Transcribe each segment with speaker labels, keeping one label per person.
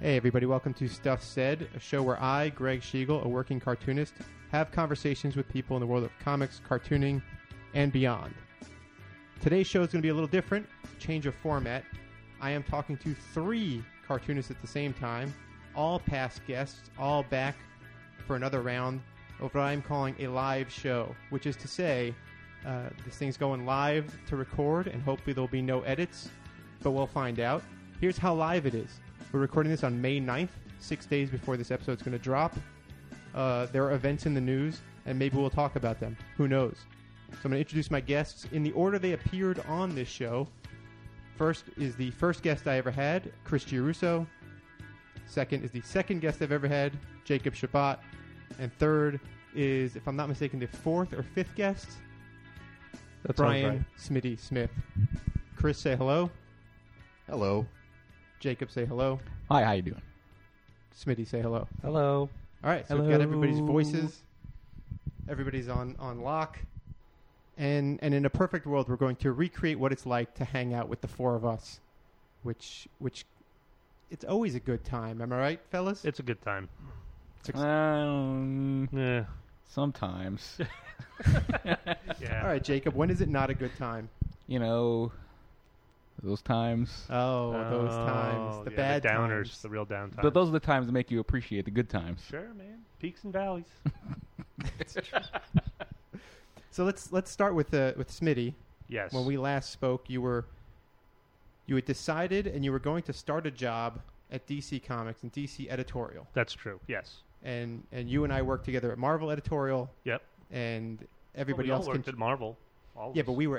Speaker 1: Hey, everybody, welcome to Stuff Said, a show where I, Greg Schiegel, a working cartoonist, have conversations with people in the world of comics, cartooning, and beyond. Today's show is going to be a little different, change of format. I am talking to three cartoonists at the same time, all past guests, all back for another round of what I'm calling a live show, which is to say, uh, this thing's going live to record, and hopefully there'll be no edits, but we'll find out. Here's how live it is. We're recording this on May 9th, six days before this episode's going to drop. Uh, there are events in the news, and maybe we'll talk about them. Who knows? So I'm going to introduce my guests in the order they appeared on this show. First is the first guest I ever had, Chris Russo. Second is the second guest I've ever had, Jacob Shabbat. And third is, if I'm not mistaken, the fourth or fifth guest,
Speaker 2: That
Speaker 1: Brian Smitty Smith. Chris, say hello.
Speaker 3: Hello.
Speaker 1: Jacob, say hello.
Speaker 4: Hi, how you doing?
Speaker 1: Smitty, say hello.
Speaker 2: Hello.
Speaker 1: All right, so we've got everybody's
Speaker 2: Hello.
Speaker 1: voices. Everybody's on on lock. And and in a perfect world we're going to recreate what it's like to hang out with the four of us, which which it's always a good time, am I right, fellas?
Speaker 2: It's a good time.
Speaker 4: Um,
Speaker 2: Yeah.
Speaker 4: sometimes,
Speaker 2: Yeah.
Speaker 1: All right, Jacob, when is it not a good time?
Speaker 4: you know, those times.
Speaker 1: Oh, those
Speaker 2: Oh,
Speaker 1: times, the
Speaker 2: yeah,
Speaker 1: bad
Speaker 2: the downers,
Speaker 1: times.
Speaker 2: the real downtimes.
Speaker 4: But those are the times that make you appreciate the good times.
Speaker 2: sure, man. Peaks and valleys.
Speaker 1: So let's let's start with uh, with Smitty.
Speaker 2: Yes.
Speaker 1: When we last spoke, you were you had decided and you were going to start a job at DC Comics and DC editorial.
Speaker 2: That's true. Yes.
Speaker 1: and and you and I worked together at Marvel Editorial.
Speaker 2: Yep.
Speaker 1: And
Speaker 2: Well,
Speaker 1: everybody
Speaker 2: we all
Speaker 1: else
Speaker 2: worked
Speaker 1: can.
Speaker 2: at Marvel. All of
Speaker 1: Yeah, but
Speaker 2: us.
Speaker 1: we were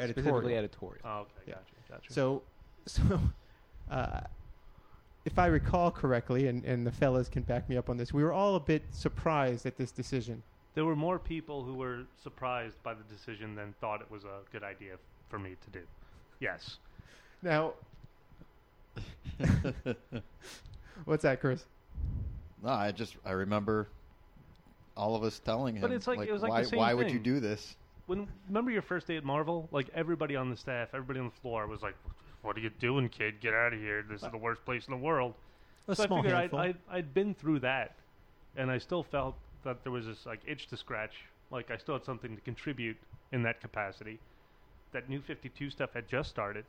Speaker 1: editorial.
Speaker 4: Specifically editorial.
Speaker 2: Oh, okay.
Speaker 1: Yeah.
Speaker 2: Gotcha. Gotcha.
Speaker 1: so, so, uh, if I recall correctly, and and the fellas can back me up on this, we were all a bit surprised at this decision.
Speaker 2: there were more people who were surprised by the decision than thought it was a good idea for me to do. Yes.
Speaker 1: Now, what's that, Chris?
Speaker 3: No, I just I remember all of us telling him.
Speaker 2: But it's like- it was like the
Speaker 3: why
Speaker 2: same
Speaker 3: why would you
Speaker 2: thing.
Speaker 3: do this?
Speaker 2: When remember your first day at Marvel? Like everybody on the staff, everybody on the floor was like, "What are you doing, kid? Get out of here! This is the worst place in the world."
Speaker 1: A
Speaker 2: so
Speaker 1: small
Speaker 2: I figured I'd,
Speaker 1: handful.
Speaker 2: I'd, I'd been through that, and I still felt that there was this like itch to scratch. Like I still had something to contribute in that capacity. That new Fifty Two stuff had just started.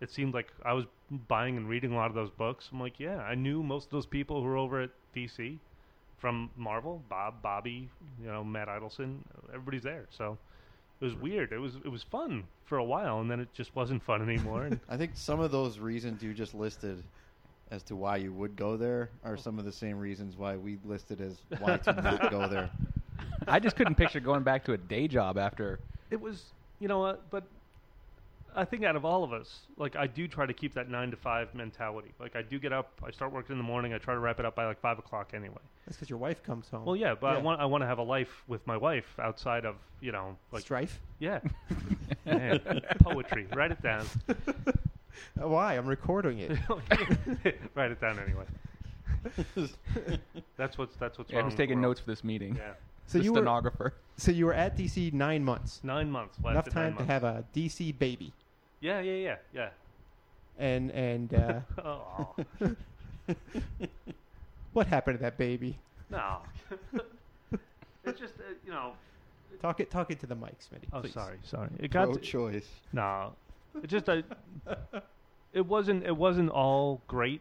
Speaker 2: It seemed like I was buying and reading a lot of those books. I'm like, yeah, I knew most of those people who were over at DC from Marvel, Bob, Bobby, you know, Matt Idelson. Everybody's there, so it was weird. It was it was fun for a while, and then it just wasn't fun anymore. And
Speaker 3: I think some of those reasons you just listed as to why you would go there
Speaker 2: Oh.
Speaker 3: are some of the same reasons why we listed as why to not go there.
Speaker 4: I just couldn't picture going back to a day job after.
Speaker 2: it was you know what but i think out of all of us like i do try to keep that nine to five mentality like i do get up i start working in the morning i try to wrap it up by like five o'clock anyway
Speaker 1: That's because your wife comes home.
Speaker 2: well yeah but i
Speaker 1: Yeah.
Speaker 2: want i want to have a life with my wife outside of you know like
Speaker 1: strife.
Speaker 2: yeah Man, poetry write it down
Speaker 1: Uh, Why? I'm recording it.
Speaker 2: write it down anyway that's what's that's what's
Speaker 4: Yeah,
Speaker 2: wrong
Speaker 4: who's
Speaker 2: with
Speaker 4: taking
Speaker 2: the world.
Speaker 4: notes for this meeting?
Speaker 2: yeah
Speaker 1: So
Speaker 4: the
Speaker 1: you were
Speaker 4: stenographer.
Speaker 1: so you were at DC nine months.
Speaker 2: nine months
Speaker 1: Enough
Speaker 2: lasted nine
Speaker 1: time to
Speaker 2: months.
Speaker 1: have a DC baby.
Speaker 2: yeah yeah yeah yeah
Speaker 1: And and uh,
Speaker 2: oh
Speaker 1: what happened to that baby?
Speaker 2: no it's just uh, you know
Speaker 1: Talk it, talk it to the mic, Smitty.
Speaker 2: oh
Speaker 1: please.
Speaker 2: sorry sorry it got
Speaker 3: Pro
Speaker 2: to-
Speaker 3: choice.
Speaker 2: No, it just I, it wasn't it wasn't all great.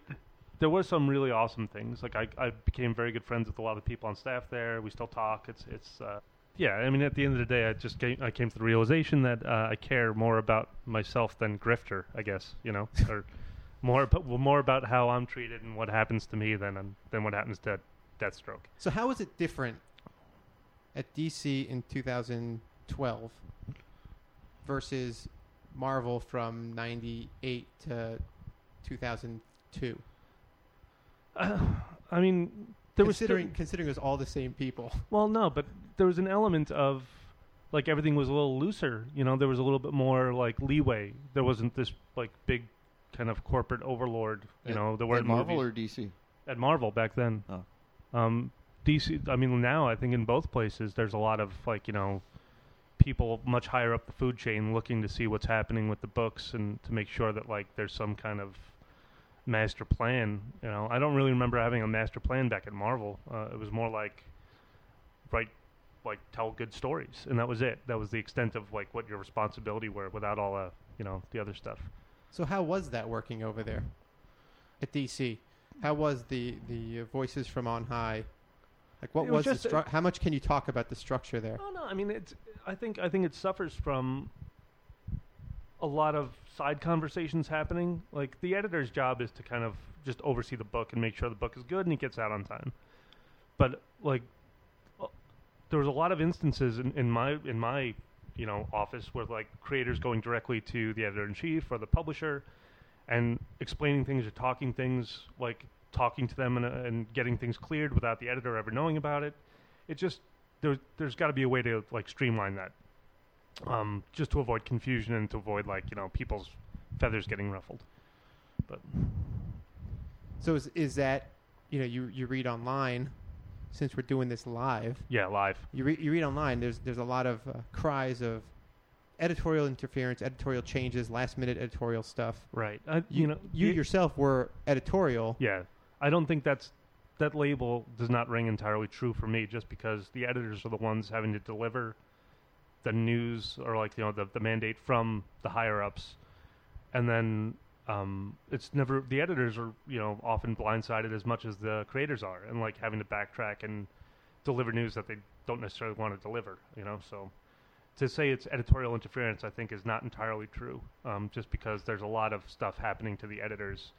Speaker 2: There were some really awesome things. Like I, I became very good friends with a lot of the people on staff there. We still talk. It's it's uh, yeah. I mean, at the end of the day, I just came, I came to the realization that uh, I care more about myself than Grifter. I guess you know, or more about well, more about how I'm treated and what happens to me than than what happens to Deathstroke.
Speaker 1: So how is it different at DC in 2012 versus Marvel from 98 to 2002?
Speaker 2: Uh, I mean, there was still-
Speaker 1: considering considering it was all the same people.
Speaker 2: Well, no, but there was an element of like everything was a little looser. You know, there was a little bit more like leeway. There wasn't this like big kind of corporate overlord. You
Speaker 3: At-
Speaker 2: know, there
Speaker 3: At
Speaker 2: weren't
Speaker 3: Marvel
Speaker 2: movies-
Speaker 3: or DC?
Speaker 2: at Marvel back then.
Speaker 3: Oh.
Speaker 2: Um, DC. I mean, now I think in both places there's a lot of like you know people much higher up the food chain looking to see what's happening with the books and to make sure that like there's some kind of master plan. You know, I don't really remember having a master plan back at Marvel. Uh, it was more like write, like tell good stories, and that was it. That was the extent of like what your responsibility were, without all uh, you know the other stuff.
Speaker 1: So how was that working over there at DC? How was the the uh, voices from on high? Like what
Speaker 2: It
Speaker 1: was,
Speaker 2: was
Speaker 1: the
Speaker 2: just-
Speaker 1: stru- how much can you talk about the structure there?
Speaker 2: Oh no, I mean it's. I think I think it suffers from a lot of side conversations happening. Like the editor's job is to kind of just oversee the book and make sure the book is good and it gets out on time. But like, uh, there was a lot of instances in, in my in my you know office where like creators going directly to the editor in chief or the publisher and explaining things or talking things like talking to them and, uh, and getting things cleared without the editor ever knowing about it it just there, there's got to be a way to like streamline that um, just to avoid confusion and to avoid like you know people's feathers getting ruffled but
Speaker 1: So is, is that you know you you read online since we're doing this live?
Speaker 2: yeah live
Speaker 1: You read you read online. There's there's a lot of uh, cries of editorial interference, editorial changes, last minute editorial stuff.
Speaker 2: right I, you, know
Speaker 1: you
Speaker 2: the-
Speaker 1: yourself were editorial.
Speaker 2: yeah i don't think that's that label does not ring entirely true for me just because the editors are the ones having to deliver the news or like you know the, the mandate from the higher ups and then um, it's never the editors are you know often blindsided as much as the creators are and like having to backtrack and deliver news that they don't necessarily want to deliver you know so to say it's editorial interference i think is not entirely true um, just because there's a lot of stuff happening to the editors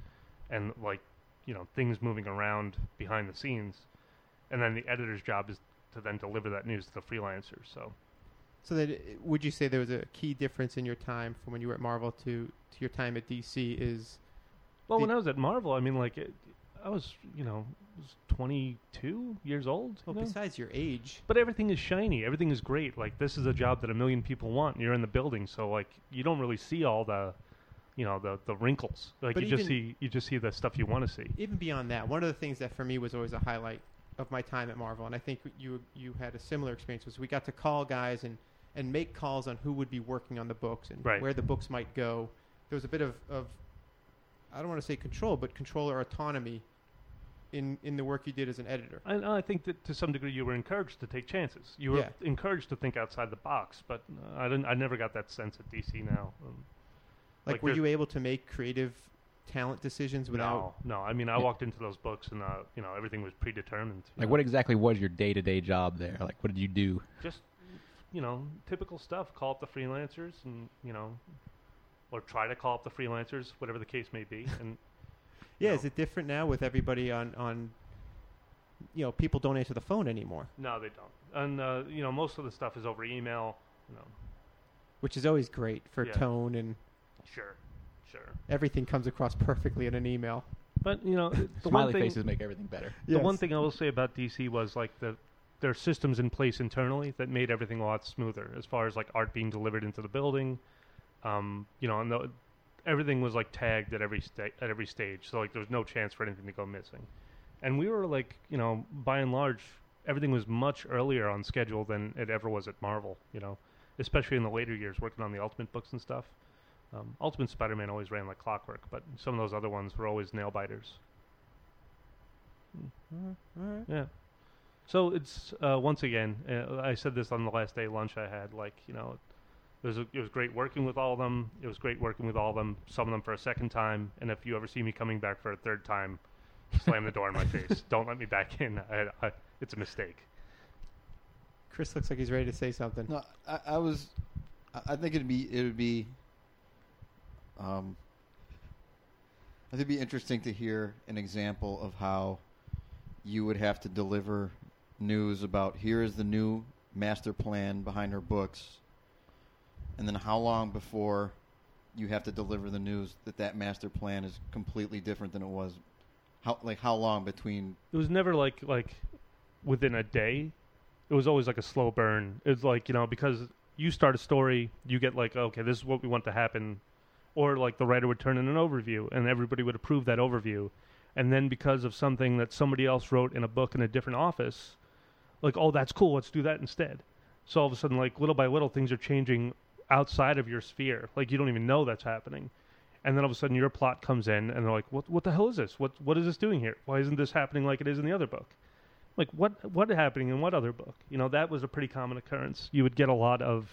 Speaker 2: and like you know things moving around behind the scenes and then the editor's job is to then deliver that news to the freelancers so
Speaker 1: So that it- would you say there was a key difference in your time from when you were at Marvel to to your time at DC? Is
Speaker 2: Well,
Speaker 1: The-
Speaker 2: when I was at Marvel, I mean, like, it, I was, you know, was 22 years old. you
Speaker 1: well,
Speaker 2: know?
Speaker 1: besides your age,
Speaker 2: But everything is shiny. Everything is great. Like, this is a job that a million people want. And you're in the building, so like, you don't really see all the, you know, the the wrinkles. Like,
Speaker 1: But
Speaker 2: you just
Speaker 1: even-
Speaker 2: see you just see the stuff you want to see.
Speaker 1: even beyond that, one of the things that for me was always a highlight of my time at Marvel, and I think you you had a similar experience. Was we got to call guys and and make calls on who would be working on the books and
Speaker 2: Right.
Speaker 1: where the books might go. There was a bit of, of I don't want to say control, but control or autonomy in in the work you did as an editor.
Speaker 2: And I think that to some degree you were encouraged to take chances. You were
Speaker 1: Yeah.
Speaker 2: encouraged to think outside the box. But uh, I didn't. I never got that sense at DC. Now, um,
Speaker 1: Like,
Speaker 2: Like
Speaker 1: were
Speaker 2: there's-
Speaker 1: you able to make creative talent decisions without?
Speaker 2: no, no. I mean, I
Speaker 4: Yeah.
Speaker 2: walked into those books, and uh, you know, everything was predetermined. you
Speaker 4: Like,
Speaker 2: know?
Speaker 4: what exactly was your day to day job there? Like, what did you do?
Speaker 2: just you know typical stuff call up the freelancers and you know or try to call up the freelancers whatever the case may be and
Speaker 1: Yeah,
Speaker 2: No.
Speaker 1: is it different now with everybody on on? You know, people don't answer the phone anymore,
Speaker 2: no they don't and uh, you know most of the stuff is over email you know
Speaker 1: which is always great for
Speaker 2: Yeah.
Speaker 1: tone and
Speaker 2: sure sure
Speaker 1: everything comes across perfectly in an email.
Speaker 2: but you know the one
Speaker 4: Smiley
Speaker 2: thing
Speaker 4: faces make everything better.
Speaker 2: the one thing I will say about DC was like the there are systems in place internally that made everything a lot smoother as far as like art being delivered into the building, um, you know, and the, everything was like tagged at every sta- at every stage, so like there was no chance for anything to go missing, and we were like you know by and large everything was much earlier on schedule than it ever was at Marvel, you know, especially in the later years working on the Ultimate books and stuff. Um, Ultimate Spider-Man always ran like clockwork, but some of those other ones were always nail biters. Yeah. So it's uh, once again, uh, I said this on the last day lunch I had. Like you know, it was it was great working with all of them. It was great working with all of them. Some of them for a second time, and if you ever see me coming back for a third time, slam the door in my face. Don't let me back in. I, I, it's a mistake.
Speaker 1: Chris looks like he's ready to say something.
Speaker 3: No, I, I was. I- I think it'd be it would be. Um, I think it'd be interesting to hear an example of how you would have to deliver news about here is the new master plan behind her books, and then how long before you have to deliver the news that that master plan is completely different than it was. How like how long between
Speaker 2: It was never like like within a day. It was always like a slow burn. It's like you know because you start a story, you get like okay, this is what we want to happen, or like the writer would turn in an overview and everybody would approve that overview, and then because of something that somebody else wrote in a book in a different office, like oh that's cool, let's do that instead. So all of a sudden, like little by little, things are changing outside of your sphere. Like you don't even know that's happening, and then all of a sudden your plot comes in, and they're like, "What? What the hell is this? What? What is this doing here? Why isn't this happening like it is in the other book? Like what? What happening in what other book? You know, that was a pretty common occurrence. You would get a lot of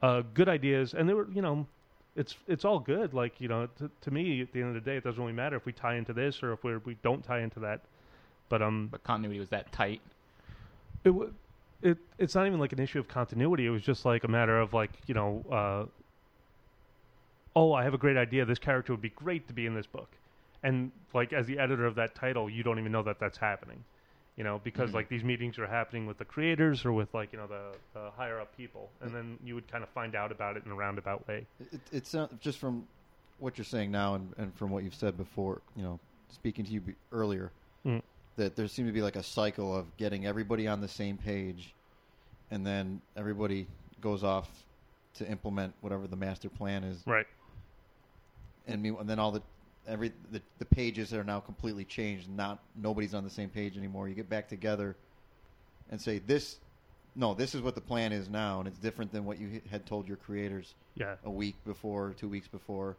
Speaker 2: uh, good ideas, and they were, you know, it's it's all good. Like you know, t- to me, at the end of the day, it doesn't really matter if we tie into this or if we we don't tie into that. But um,
Speaker 4: But continuity was that tight.
Speaker 2: it, w- it it's not even like an issue of continuity. It was just like a matter of like you know, uh, oh, I have a great idea. This character would be great to be in this book, and like as the editor of that title, you don't even know that that's happening, you know, because like these meetings are happening with the creators or with like you know the, the higher up people, and then you would kind of find out about it in a roundabout way.
Speaker 3: It, it sounds just from what you're saying now, and, and from what you've said before. You know, speaking to you be- earlier,
Speaker 2: Mm.
Speaker 3: that there seemed to be like a cycle of getting everybody on the same page, and then everybody goes off to implement whatever the master plan is,
Speaker 2: Right.
Speaker 3: and, mean, and then all the every the, the pages are now completely changed. Not nobody's on the same page anymore. You get back together and say this. No, this is what the plan is now, and it's different than what you had told your creators
Speaker 2: Yeah.
Speaker 3: a week before, two weeks before,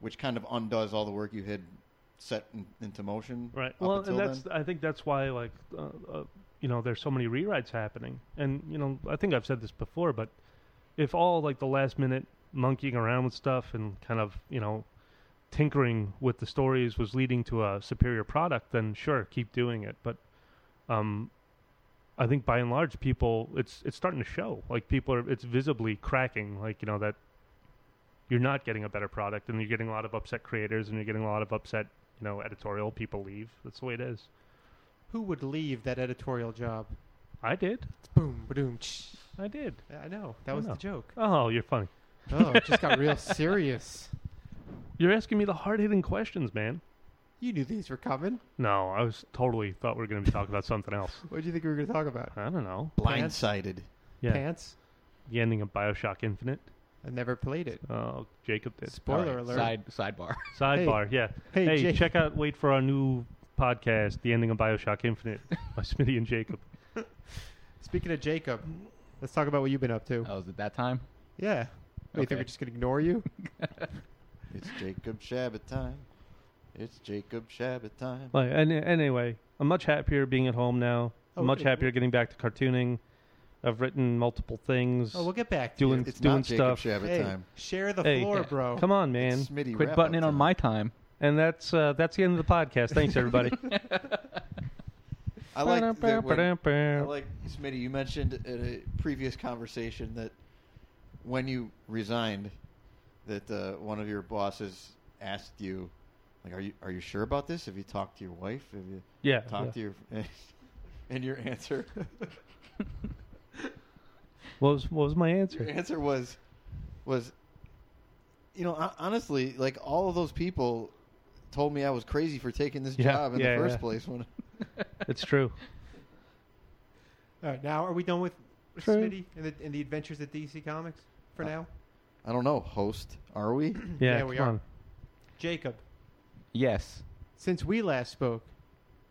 Speaker 3: which kind of undoes all the work you had set in, into motion.
Speaker 2: Right.
Speaker 3: up
Speaker 2: Mm-hmm. Well,
Speaker 3: until
Speaker 2: and that's
Speaker 3: then.
Speaker 2: I think that's why like uh, uh, you know there's so many rewrites happening, and you know I think I've said this before, but if all like the last minute monkeying around with stuff and kind of you know tinkering with the stories was leading to a superior product, then sure, keep doing it. But um, I think by and large, people it's it's starting to show. Like people are it's visibly cracking. Like you know that you're not getting a better product, and you're getting a lot of upset creators, and you're getting a lot of upset you know editorial people leave. That's the way it is.
Speaker 1: Who would leave that editorial job?
Speaker 2: I did.
Speaker 1: Boom, boom.
Speaker 2: I did.
Speaker 1: I know that was
Speaker 2: know.
Speaker 1: the joke.
Speaker 2: Oh, you're funny.
Speaker 1: Oh, it just got real serious.
Speaker 2: You're asking me the hard hitting questions, man.
Speaker 1: You knew these were coming.
Speaker 2: No, I was totally thought we were going to be talking about something else.
Speaker 1: What did you think we were going to talk about?
Speaker 2: I don't know.
Speaker 1: Plants.
Speaker 3: blindsided.
Speaker 2: Yeah,
Speaker 1: Pants.
Speaker 2: the ending of Bioshock Infinite.
Speaker 1: I never played it.
Speaker 2: Oh, Jacob did.
Speaker 1: Spoiler
Speaker 4: All
Speaker 1: alert.
Speaker 4: right, Side sidebar.
Speaker 2: Sidebar. yeah.
Speaker 1: Hey,
Speaker 2: Hey,
Speaker 1: Jake.
Speaker 2: check out. Wait for our new podcast, The Ending of Bioshock Infinite, by Smitty and Jacob.
Speaker 1: Speaking of Jacob, let's talk about what you've been up to.
Speaker 4: Oh, was it that time?
Speaker 1: Yeah. Wait,
Speaker 4: Okay.
Speaker 1: think we're just going to ignore you?
Speaker 3: It's Jacob Shabbat time. It's Jacob Shabbat time.
Speaker 2: Like, and, and anyway, I'm much happier being at home now.
Speaker 1: Oh,
Speaker 2: I'm much
Speaker 1: okay.
Speaker 2: happier getting back to cartooning. I've written multiple things.
Speaker 1: Oh, we'll get back to
Speaker 2: Doing-
Speaker 1: you.
Speaker 3: It's
Speaker 2: doing
Speaker 3: not Jacob
Speaker 2: stuff.
Speaker 3: Shabbat
Speaker 1: Hey,
Speaker 3: time.
Speaker 1: share the
Speaker 2: Hey,
Speaker 1: floor,
Speaker 4: yeah.
Speaker 1: bro.
Speaker 2: Come on, man.
Speaker 3: It's Smitty
Speaker 4: Quit
Speaker 3: wrap-up
Speaker 4: butting in on
Speaker 3: time.
Speaker 4: my time.
Speaker 2: And that's uh, that's the end of the podcast. Thanks, everybody.
Speaker 3: I like that when, I like Smitty. You mentioned at a previous conversation that when you resigned, that uh, one of your bosses asked you, like, "Are you are you sure about this? Have you talked to your wife? Have you
Speaker 2: yeah.
Speaker 3: talked
Speaker 2: yeah.
Speaker 3: to your?" and your answer,
Speaker 2: What was what was my
Speaker 3: Your
Speaker 2: answer?
Speaker 3: answer was, was, you know, hon- honestly, like all of those people told me I was crazy for taking this
Speaker 2: Yeah,
Speaker 3: job in
Speaker 2: yeah,
Speaker 3: the first
Speaker 2: yeah.
Speaker 3: place. When
Speaker 2: It's true.
Speaker 1: All right, now are we done with
Speaker 2: True.
Speaker 1: Smitty and the, and the adventures at DC Comics for
Speaker 3: Uh,
Speaker 1: now?
Speaker 3: I don't know, host, are we?
Speaker 2: Yeah,
Speaker 1: Yeah, we
Speaker 2: come
Speaker 1: are.
Speaker 2: on.
Speaker 1: Jacob,
Speaker 4: Yes.
Speaker 1: since we last spoke,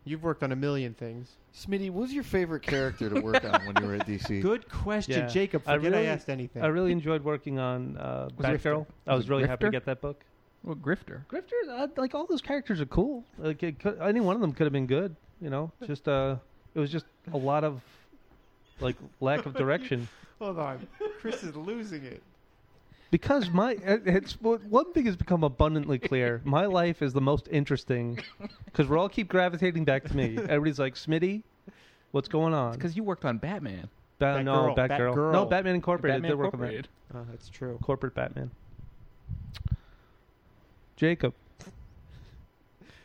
Speaker 1: you've worked on a million things.
Speaker 3: Smitty, what was your favorite character to work on when you were at DC?
Speaker 1: Good question,
Speaker 2: Yeah.
Speaker 1: Jacob.
Speaker 2: I
Speaker 1: Forget I,
Speaker 2: really-
Speaker 1: asked anything.
Speaker 2: I really enjoyed working on uh,
Speaker 4: Was it
Speaker 2: Batgirl.
Speaker 4: Grifter?
Speaker 2: I
Speaker 4: Was
Speaker 2: was
Speaker 4: it
Speaker 2: really happy
Speaker 4: Grifter?
Speaker 2: to get that book.
Speaker 4: Well, Grifter.
Speaker 2: Grifter, uh, like all those characters are cool. Like it could, any one of them could have been good. You know, just uh, it was just a lot of like lack of direction.
Speaker 1: Hold on, Chris is losing it.
Speaker 2: Because my it- it's what- one thing has become abundantly clear. My life is the most interesting because we all keep gravitating back to me. Everybody's like, Smitty, what's going on?
Speaker 4: Because you worked on Batman.
Speaker 2: Ba- no,
Speaker 1: Batgirl,
Speaker 2: Batgirl.
Speaker 1: Batgirl.
Speaker 2: No, Batman Incorporated.
Speaker 4: Batman
Speaker 2: They work on that.
Speaker 4: Incorporated.
Speaker 1: Oh, that's true.
Speaker 2: Corporate Batman. Jacob,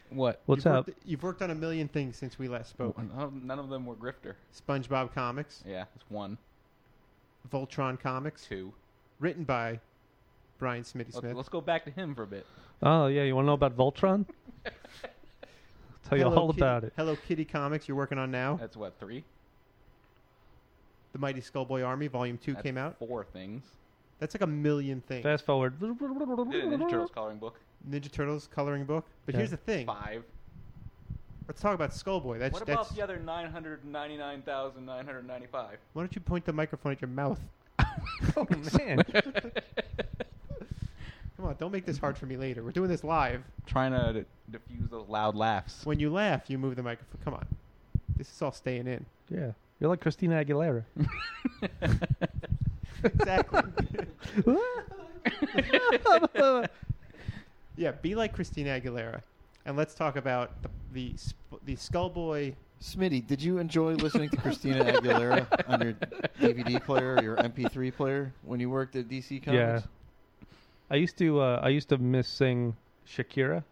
Speaker 4: What?
Speaker 2: what's
Speaker 1: you've
Speaker 2: up?
Speaker 1: Worked, you've worked on a million things since we last spoke.
Speaker 4: None of- none of them were Grifter.
Speaker 1: SpongeBob Comics,
Speaker 4: Yeah, it's one,
Speaker 1: Voltron Comics,
Speaker 4: two.
Speaker 1: written by Brian Smitty
Speaker 4: Let's,
Speaker 1: Smith.
Speaker 4: let's go back to him for a bit.
Speaker 2: Oh yeah, you want to know about Voltron? I'll tell you all
Speaker 1: Kitty,
Speaker 2: about it.
Speaker 1: Hello Kitty Comics, you're working on now.
Speaker 4: That's what three.
Speaker 1: The Mighty Skullboy Army, Volume 2
Speaker 4: That's
Speaker 1: came out.
Speaker 4: Four things.
Speaker 1: That's like a million things.
Speaker 2: Fast forward.
Speaker 4: Did a Ninja Turtles coloring book.
Speaker 1: Ninja Turtles coloring book. But
Speaker 2: Yeah.
Speaker 1: here's the thing.
Speaker 4: Five.
Speaker 1: Let's talk about Skullboy. That's,
Speaker 4: what
Speaker 1: that's
Speaker 4: about the other nine hundred ninety-nine thousand nine hundred ninety-five?
Speaker 1: Why don't you Oh, point the microphone at your mouth?
Speaker 2: Oh man.
Speaker 1: Come on, don't make this hard for me later. We're doing this live.
Speaker 4: trying to diffuse those loud laughs.
Speaker 1: When you laugh, you move the microphone. Come on. This is all staying in.
Speaker 2: Yeah. You're like Christina Aguilera.
Speaker 1: Exactly. yeah, be like Christina Aguilera. And let's talk about the the, sp- the Skullboy.
Speaker 3: Smitty, did you enjoy listening to Christina Aguilera on your DVD player, or your MP3 player, when you worked at DC Comics?
Speaker 5: I used to uh, I used to miss sing Shakira.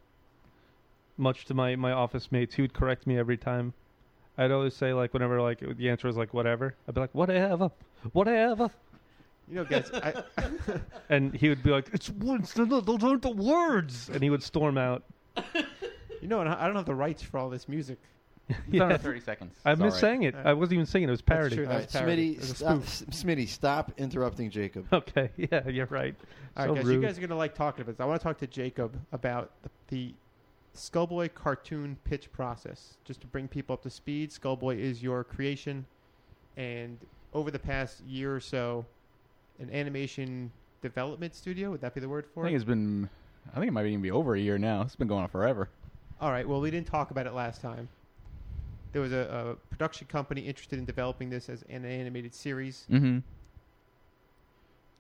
Speaker 5: Much to my my office mates, he would correct me every time. I'd always say like whenever like the answer was like whatever, I'd be like whatever, whatever,
Speaker 1: You know, guys, I,
Speaker 5: and he would be like it's words, those aren't the words, and he would storm out.
Speaker 1: you know, and I I don't have the rights for all this music.
Speaker 4: It's under
Speaker 5: Yeah.
Speaker 4: 30 seconds.
Speaker 5: I
Speaker 4: It's all
Speaker 5: miss
Speaker 4: right.
Speaker 5: saying it. I wasn't even singing. It was
Speaker 1: That's
Speaker 5: parody.
Speaker 1: true.
Speaker 3: All right,
Speaker 1: That's parody.
Speaker 3: Smitty,
Speaker 1: It was a
Speaker 3: stop,
Speaker 1: spoof.
Speaker 3: Smitty, stop interrupting Jacob.
Speaker 5: Okay, yeah, you're right.
Speaker 1: All right,
Speaker 5: so
Speaker 1: guys,
Speaker 5: rude.
Speaker 1: you guys are going to like talking about this. I want to talk to Jacob about the, the Skullboy cartoon pitch process. Just to bring people up to speed, Skullboy is your creation. And over the past year or so, an animation development studio, would that be the word
Speaker 4: I
Speaker 1: for
Speaker 4: think
Speaker 1: it?
Speaker 4: it's been. I think it might even be over a year now. It's been going on forever.
Speaker 1: All right, well, we didn't talk about it last time. There was a, a production company interested in developing this as an animated series.
Speaker 4: Mm-hmm.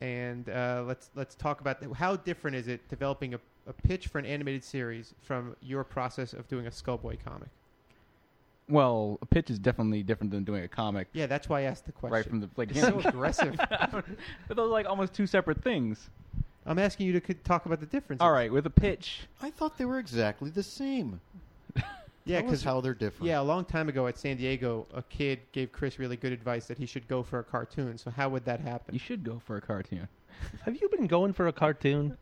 Speaker 1: and uh, let's let's talk about th- how different is it developing a, a pitch for an animated series from your process of doing a Skullboy comic.
Speaker 4: Well, a pitch is definitely different than doing a comic.
Speaker 1: Yeah, that's why I asked the question.
Speaker 4: Right from the like,
Speaker 1: It's so aggressive.
Speaker 4: but those are like almost two separate things.
Speaker 1: I'm asking you to c- talk about the difference.
Speaker 4: All right, with a pitch,
Speaker 3: I thought they were exactly the same.
Speaker 1: Yeah,
Speaker 3: Tell us
Speaker 1: because
Speaker 3: how they're different.
Speaker 1: yeah, a long time ago at San Diego, a kid gave Chris really good advice that he should go for a cartoon. So how would that happen?
Speaker 4: you should go for a cartoon.
Speaker 5: Have you been going for a cartoon?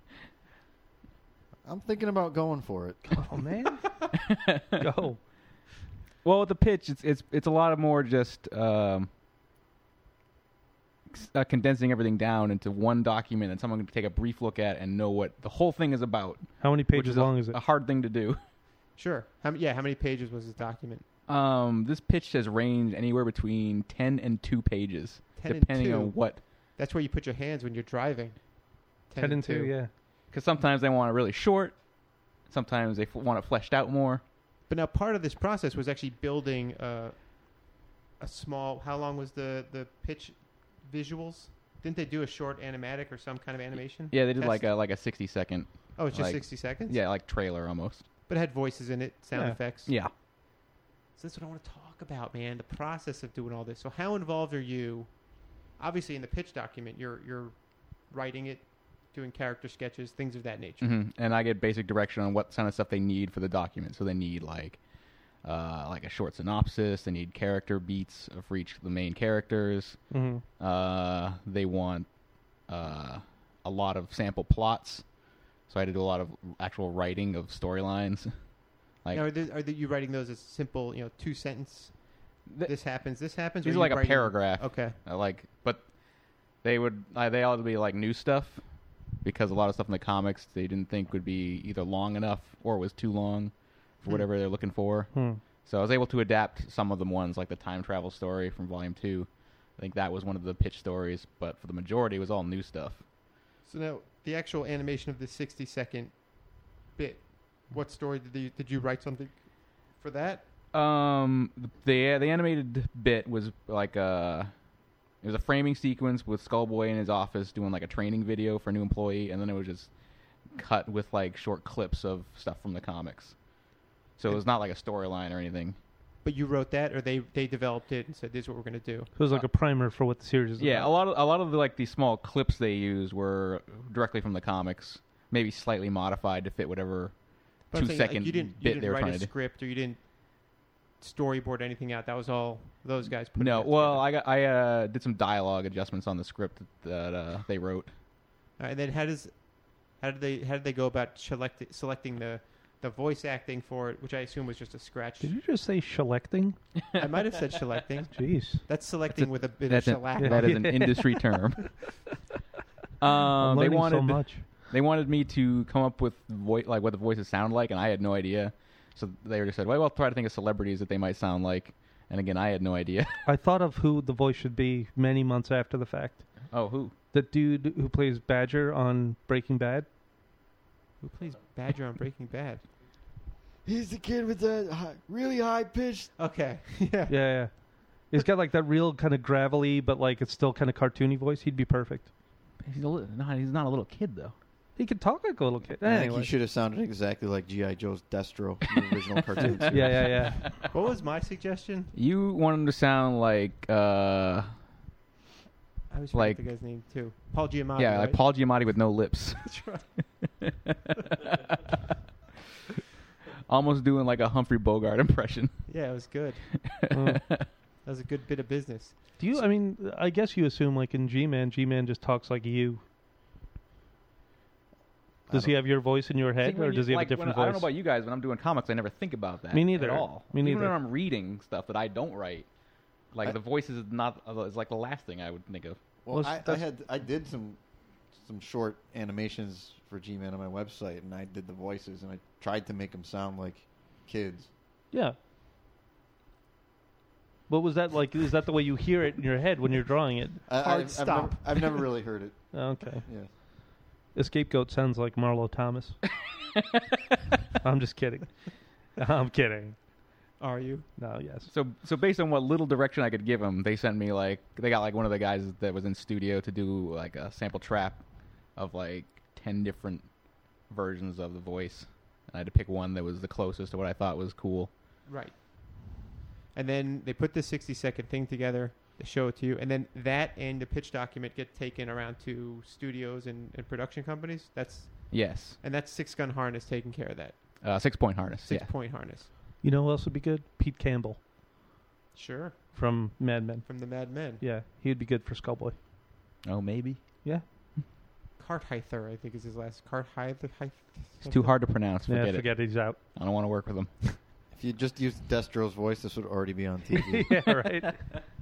Speaker 3: I'm thinking about going for it.
Speaker 5: Oh man, go.
Speaker 4: Well, with the pitch, it's it's it's a lot of more just um, s- uh, condensing everything down into one document that someone can take a brief look at and know what the whole thing is about.
Speaker 5: How many
Speaker 4: which
Speaker 5: pages
Speaker 4: a-
Speaker 5: long is it?
Speaker 4: A hard thing to do.
Speaker 1: Sure. How, m- yeah, how many pages was this document?
Speaker 4: Um, this pitch has ranged anywhere between ten and two pages,
Speaker 1: 10 and
Speaker 4: depending
Speaker 1: two?
Speaker 4: on what.
Speaker 1: That's where you put your hands when you're driving.
Speaker 5: Ten and two. Yeah.
Speaker 4: Because sometimes they want it really short, sometimes they f- want it fleshed out more.
Speaker 1: But now part of this process was actually building uh, a small. How long was the the pitch visuals? Didn't they do a short animatic or some kind of animation?
Speaker 4: Yeah, they did like
Speaker 1: Test?
Speaker 4: a like a sixty second,
Speaker 1: oh, it's just
Speaker 4: like-
Speaker 1: sixty seconds.
Speaker 4: yeah, like trailer almost.
Speaker 1: but it had voices in it, sound
Speaker 5: Yeah.
Speaker 1: effects.
Speaker 4: Yeah.
Speaker 1: So that's what I want to talk about, man. The process of doing all this. So how involved are you? Obviously, in the pitch document, you're you're writing it, doing character sketches, things of that nature.
Speaker 4: hmm And I get basic direction on what kind of stuff they need for the document. So they need like, uh, like a short synopsis. They need character beats for each of the main characters.
Speaker 5: Mm-hmm.
Speaker 4: Uh, they want uh, a lot of sample plots. So I had to do a lot of actual writing of storylines. Like
Speaker 1: Now, are, there, are there- you writing those as simple, you know, two sentence?
Speaker 4: Th-
Speaker 1: this happens. This happens. or
Speaker 4: these are
Speaker 1: you
Speaker 4: like a
Speaker 1: writing-
Speaker 4: paragraph.
Speaker 1: Okay.
Speaker 4: Uh, like, but they would uh, they ought to be like new stuff because a lot of stuff in the comics they didn't think would be either long enough or was too long for
Speaker 1: Hmm.
Speaker 4: whatever they're looking for.
Speaker 5: Hmm.
Speaker 4: So I was able to adapt some of the ones like the time travel story from Volume Two. I think that was one of the pitch stories, but for the majority, it was all new stuff.
Speaker 1: So now the actual animation of the sixty second bit. What story did you did you write something for that?
Speaker 4: Um, the the animated bit was like a it was a framing sequence with Skullboy in his office doing like a training video for a new employee, and then it was just cut with like short clips of stuff from the comics. So it was not like a storyline or anything.
Speaker 1: But you wrote that, or they they developed it and said, "This is what we're going to do."
Speaker 5: So it was like a primer for what the series is.
Speaker 4: Uh, Yeah, a
Speaker 5: about.
Speaker 4: lot of a lot of the, like the small clips they used were directly from the comics, maybe slightly modified to fit whatever
Speaker 1: But I'm
Speaker 4: two
Speaker 1: saying, like,
Speaker 4: second
Speaker 1: you didn't
Speaker 4: bit
Speaker 1: you
Speaker 4: they
Speaker 1: didn't
Speaker 4: were
Speaker 1: write
Speaker 4: trying
Speaker 1: a
Speaker 4: to do.
Speaker 1: script, or you didn't storyboard anything out. That was all those guys. putting
Speaker 4: No,
Speaker 1: that
Speaker 4: well,
Speaker 1: together.
Speaker 4: I got I uh, did some dialogue adjustments on the script that uh, they wrote.
Speaker 1: All right, and then how does how did they how did they go about select, selecting the the voice acting for it, which I assume was just a scratch.
Speaker 5: Did you just say selecting?
Speaker 1: I might have said selecting.
Speaker 5: Jeez.
Speaker 1: That's selecting with a bit
Speaker 4: That's
Speaker 1: of
Speaker 4: an,
Speaker 1: shellac.
Speaker 4: that is an industry term. Um,
Speaker 5: I'm
Speaker 4: they
Speaker 5: learning
Speaker 4: wanted
Speaker 5: so much.
Speaker 4: they wanted me to come up with voice like what the voices sound like, and I had no idea. So they just said, "Well, we'll try to think of celebrities that they might sound like." And again, I had no idea.
Speaker 5: I thought of who the voice should be many months after the fact.
Speaker 4: oh, who?
Speaker 5: The dude who plays Badger on Breaking Bad.
Speaker 1: Who plays Badger on Breaking Bad?
Speaker 3: He's the kid with the hi- really high pitched.
Speaker 1: Okay. yeah.
Speaker 2: Yeah, yeah. He's got like that real kind of gravelly, but like it's still kind of cartoony voice. He'd be perfect.
Speaker 4: He's a li- not, he's not a little kid though.
Speaker 2: He could talk like a little kid.
Speaker 3: I think
Speaker 2: Anyway.
Speaker 3: he should have sounded exactly like G.I. Joe's Destro, in the original cartoon.
Speaker 2: yeah,
Speaker 3: series.
Speaker 2: yeah, yeah.
Speaker 1: What was my suggestion?
Speaker 4: You want him to sound like uh
Speaker 1: I was
Speaker 4: Like-
Speaker 1: like the guy's name too. Paul Giamatti.
Speaker 4: yeah,
Speaker 1: right?
Speaker 4: like Paul Giamatti with no lips.
Speaker 1: That's right.
Speaker 4: Almost doing like a Humphrey Bogart impression.
Speaker 1: Yeah, it was good.
Speaker 2: Mm.
Speaker 1: That was a good bit of business.
Speaker 2: Do you? I mean, I guess you assume like in G Man, G Man just talks like you. Does
Speaker 3: I
Speaker 2: he have your voice in your head,
Speaker 4: See, when
Speaker 2: or
Speaker 4: you-
Speaker 2: does he have
Speaker 4: like,
Speaker 2: a
Speaker 4: when-
Speaker 2: different
Speaker 4: I
Speaker 2: voice?
Speaker 4: don't know about you guys, when I'm doing comics, I never think about that.
Speaker 2: Me neither.
Speaker 4: At all.
Speaker 2: Me
Speaker 4: Even when
Speaker 2: neither.
Speaker 4: I'm reading stuff that I don't write, like
Speaker 3: I-
Speaker 4: the voices is not uh, is like the last thing I would think of.
Speaker 3: Well,
Speaker 2: Well,
Speaker 3: I, I
Speaker 2: that's-
Speaker 3: had I did some some short animations for G-Man on my website, and I did the voices, and I tried to make them sound like kids.
Speaker 2: Yeah. What was that like? Is that the way you hear it in your head when you're drawing it?
Speaker 3: I,
Speaker 1: Hard
Speaker 3: I've, I've
Speaker 1: stop.
Speaker 3: never, I've never really heard it.
Speaker 2: Okay.
Speaker 3: Yeah,
Speaker 2: A scapegoat sounds like Marlo Thomas. I'm just kidding. I'm kidding.
Speaker 1: Are you?
Speaker 2: No, yes.
Speaker 4: So, so based on what little direction I could give them, they sent me like they got like one of the guys that was in studio to do like a sample trap of like ten different versions of the voice, and I had to pick one that was the closest to what I thought was cool.
Speaker 1: Right. And then they put this 60 second thing together, they show it to you, and then that and the pitch document get taken around to studios and, and production companies. That's
Speaker 4: Yes,
Speaker 1: and that's Six Gun Harness taking care of that.
Speaker 4: uh, six point harness.
Speaker 1: Six
Speaker 4: yeah,
Speaker 1: Point Harness.
Speaker 2: You know who else would be good? Pete Campbell
Speaker 1: Sure.
Speaker 2: from Mad Men.
Speaker 1: From the Mad Men.
Speaker 2: Yeah, he would be good for Skullboy.
Speaker 4: oh maybe
Speaker 1: Carthither, I think is his last. Carthither.
Speaker 4: it's too hard to pronounce.
Speaker 2: Yeah,
Speaker 4: Forget, it.
Speaker 2: forget it. He's out.
Speaker 4: I don't want to work with them.
Speaker 3: if you just used Destro's voice, this would already be on TV.
Speaker 2: yeah, right.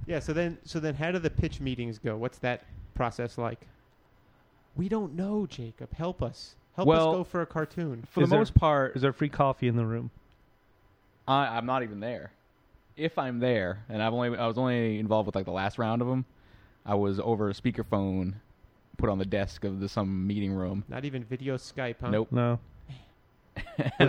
Speaker 1: Yeah. So then, so then, how do the pitch meetings go? What's that process like? We don't know, Jacob. Help us. Help
Speaker 4: Well-
Speaker 1: us go for a cartoon.
Speaker 4: For
Speaker 2: Is
Speaker 4: the
Speaker 2: there-
Speaker 4: most part,
Speaker 2: Is there free coffee in the room?
Speaker 4: I, I'm not even there. If I'm there, and I've only I was only involved with like the last round of them, I was over a speakerphone, put on the desk of the some meeting room.
Speaker 1: Not even video Skype. Huh?
Speaker 4: Nope.
Speaker 2: No.
Speaker 4: And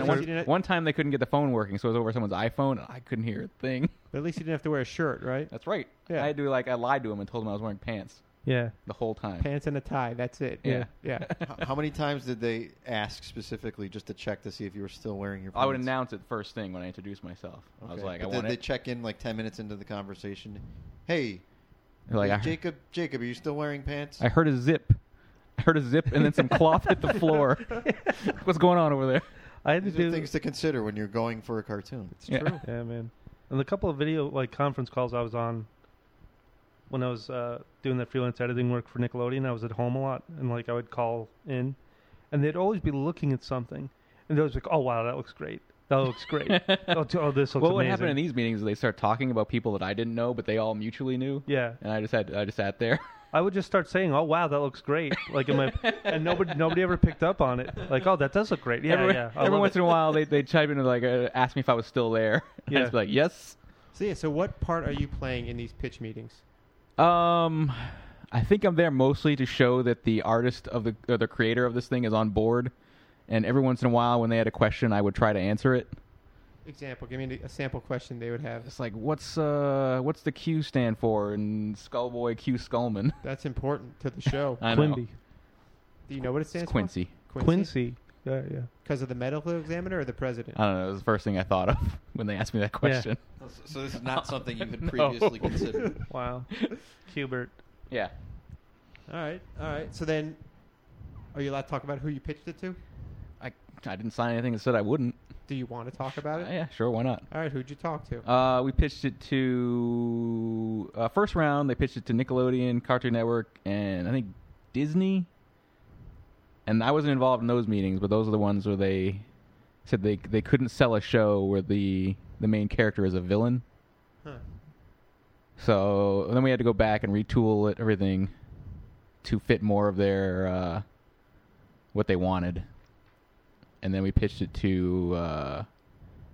Speaker 1: Was
Speaker 4: one,
Speaker 1: there- didn't it-
Speaker 4: one time they couldn't get the phone working, so it was over someone's iPhone, and I couldn't hear a thing.
Speaker 1: But at least you didn't have to wear a shirt, right?
Speaker 4: That's right.
Speaker 1: Yeah.
Speaker 4: I had to like I lied to him and told him I was wearing pants
Speaker 2: Yeah.
Speaker 4: the whole time.
Speaker 1: Pants and a tie. That's it.
Speaker 4: Yeah.
Speaker 1: Yeah.
Speaker 3: how, how many times did they ask specifically just to check to see if you were still wearing your? Pants?
Speaker 4: I would announce it first thing when I introduced myself. I was
Speaker 3: Okay.
Speaker 4: like,
Speaker 3: But
Speaker 4: I
Speaker 3: did
Speaker 4: want
Speaker 3: they
Speaker 4: it.
Speaker 3: check in like ten minutes into the conversation? Hey,
Speaker 4: They're like, I, heard-
Speaker 3: Jacob, Jacob, are you still wearing pants?
Speaker 4: I heard a zip. I heard a zip, and then some cloth hit the floor. What's going on over there?
Speaker 2: I had to
Speaker 3: These are
Speaker 2: do.
Speaker 3: things to consider when you're going for a cartoon.
Speaker 1: It's
Speaker 4: Yeah.
Speaker 1: true.
Speaker 2: Yeah, man. And the couple of video like conference calls I was on when I was uh, doing that freelance editing work for Nickelodeon, I was at home a lot, and like I would call in, and they'd always be looking at something, and they was like, "Oh wow, that looks great. That looks great. oh, t- oh, this looks
Speaker 4: Well,
Speaker 2: amazing."
Speaker 4: what happened in these meetings is they start talking about people that I didn't know, but they all mutually knew.
Speaker 2: yeah,
Speaker 4: And I just had I just sat there.
Speaker 2: I would just start saying, "Oh wow, that looks great," like in my, and nobody nobody ever picked up on it. Like, "Oh, that does look great." Yeah,
Speaker 4: every
Speaker 2: yeah. I
Speaker 4: every
Speaker 2: love
Speaker 4: once
Speaker 2: it.
Speaker 4: in a while, they they chime in and like uh, ask me if I was still there.
Speaker 2: Yeah.
Speaker 4: Yeah. I'd just be like, yes.
Speaker 1: So yeah. So what part are you playing in these pitch meetings?
Speaker 4: Um, I think I'm there mostly to show that the artist of the or the creator of this thing is on board. And every once in a while, when they had a question, I would try to answer it.
Speaker 1: Example. Give me a sample question they would have.
Speaker 4: It's like, what's uh, what's the Q stand for? And Skullboy Q Skullman.
Speaker 1: That's important to the show.
Speaker 4: I know.
Speaker 2: Quimby,
Speaker 1: Do you know what it
Speaker 4: It's
Speaker 1: stands
Speaker 4: Quincy.
Speaker 1: for?
Speaker 2: Quincy. Yeah, yeah.
Speaker 1: Because of the medical examiner or the president?
Speaker 4: I don't know. It was the first thing I thought of when they asked me that question.
Speaker 3: So this is not something you had
Speaker 4: No.
Speaker 3: previously considered.
Speaker 2: Wow, Cubert.
Speaker 4: Yeah.
Speaker 1: all right. All right. So then, are you allowed to talk about who you pitched it to?
Speaker 4: I, I didn't sign anything that said I wouldn't. Uh,
Speaker 1: Do you want to talk about it?
Speaker 4: yeah, sure, why not?
Speaker 1: All right. Who'd you talk to?
Speaker 4: Uh, we pitched it to uh, first round. They pitched it to Nickelodeon, Cartoon Network, and I think Disney. And I wasn't involved in those meetings, but those are the ones where they said they they couldn't sell a show where the the main character is a villain.
Speaker 1: Huh.
Speaker 4: So then we had to go back and retool it, everything to fit more of their uh, what they wanted. And then we pitched it to uh,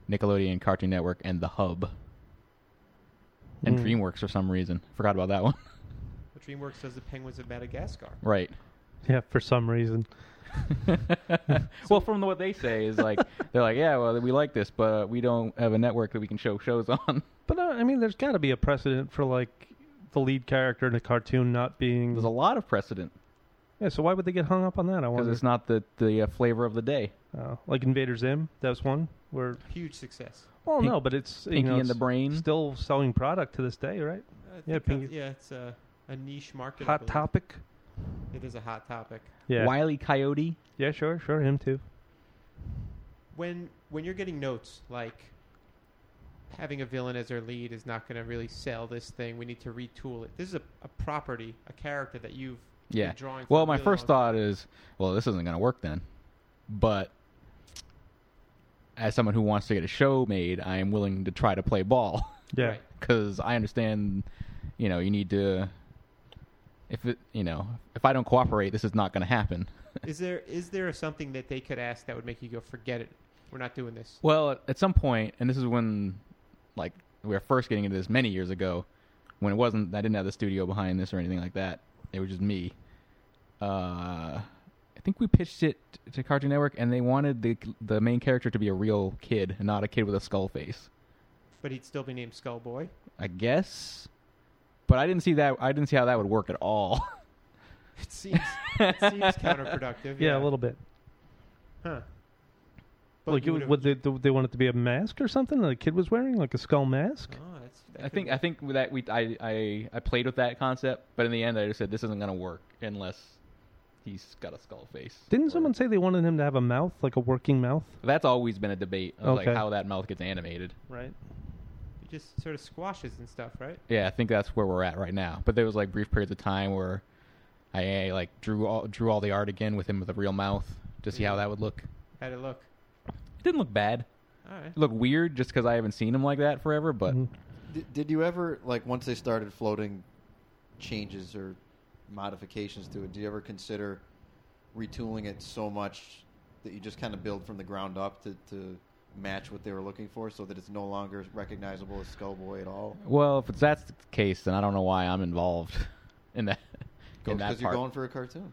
Speaker 4: Nickelodeon, Cartoon Network, and the Hub, and
Speaker 2: Mm.
Speaker 4: DreamWorks for some reason. Forgot about that one.
Speaker 1: DreamWorks does the Penguins of Madagascar.
Speaker 4: right.
Speaker 2: Yeah, for some reason.
Speaker 4: well, from the, what they say is like they're like, yeah, well, we like this, but we don't have a network that we can show shows on.
Speaker 2: But uh, I mean, there's got to be a precedent for like the lead character in a cartoon not being.
Speaker 4: There's a lot of precedent
Speaker 2: yeah, so why would they get hung up on that? I
Speaker 4: because
Speaker 2: wonder.
Speaker 4: it's not the the uh, flavor of the day.
Speaker 2: Uh, like Invader Zim, that was one where.
Speaker 1: Huge success.
Speaker 2: Well,
Speaker 4: Pink-
Speaker 2: no, but it's you
Speaker 4: Pinky
Speaker 2: know,
Speaker 4: and the
Speaker 2: it's
Speaker 4: Brain.
Speaker 2: still selling product to this day, right?
Speaker 1: I
Speaker 2: Yeah,
Speaker 1: think that's-
Speaker 2: Pinky.
Speaker 1: yeah, it's a, a niche market. I
Speaker 2: Hot
Speaker 1: believe.
Speaker 2: topic.
Speaker 1: It is a hot topic.
Speaker 2: Yeah.
Speaker 4: Wiley E. Coyote.
Speaker 2: Yeah, sure, sure, him too.
Speaker 1: When when you're getting notes like having a villain as their lead is not going to really sell this thing. We need to retool it. This is a, a property, a character that you've been
Speaker 4: Yeah.
Speaker 1: drawing. for
Speaker 4: Well,
Speaker 1: a
Speaker 4: my
Speaker 1: really
Speaker 4: first
Speaker 1: long
Speaker 4: thought is, well, this isn't going to work then. But as someone who wants to get a show made, I am willing to try to play ball
Speaker 2: Yeah.
Speaker 1: Right.
Speaker 4: because I understand, you know, you need to. If it, you know, if I don't cooperate, this is not going to happen.
Speaker 1: Is there is there something that they could ask that would make you go forget it? We're not doing this.
Speaker 4: Well, at- at some point, and this is when, like, we were first getting into this many years ago, when it wasn't, I didn't have the studio behind this or anything like that. It was just me. Uh, I think we pitched it t- to Cartoon Network, and they wanted the the main character to be a real kid and not a kid with a skull face.
Speaker 1: But he'd still be named Skull Boy.
Speaker 4: I guess, but I didn't see that. I didn't see how that would work at all.
Speaker 1: It seems it seems counterproductive.
Speaker 2: Yeah, a little bit.
Speaker 1: Huh.
Speaker 2: like,
Speaker 1: you would've-
Speaker 2: it, would they, do they want it to be a mask or something? The kid was wearing like a skull mask.
Speaker 1: Oh, that's, that
Speaker 4: I
Speaker 1: could
Speaker 4: think
Speaker 1: work.
Speaker 4: I think with that we I, I I played with that concept, but in the end, I just said this isn't gonna work unless he's got a skull face.
Speaker 2: Didn't
Speaker 4: or-
Speaker 2: someone say they wanted him to have a mouth, like a working mouth?
Speaker 4: That's always been a debate of
Speaker 2: Okay.
Speaker 4: like how that mouth gets animated.
Speaker 2: Right.
Speaker 1: it just sort of squashes and stuff, right?
Speaker 4: Yeah, I think that's where we're at right now. But there was like brief periods of time where I eh, like drew all drew all the art again with him with a real mouth to see how that would look.
Speaker 1: How'd it look?
Speaker 4: It didn't look bad.
Speaker 1: All right.
Speaker 4: It looked weird just because I haven't seen him like that forever. But
Speaker 2: Mhm.
Speaker 3: Did, did you ever like once they started floating changes or modifications to it? Did you ever consider retooling it so much that you just kind of build from the ground up to, to match what they were looking for, so that it's no longer recognizable as Skullboy at all?
Speaker 4: well, if it's that's the case, then I don't know why I'm involved in that. in that
Speaker 3: Because you're
Speaker 4: part.
Speaker 3: going for a cartoon.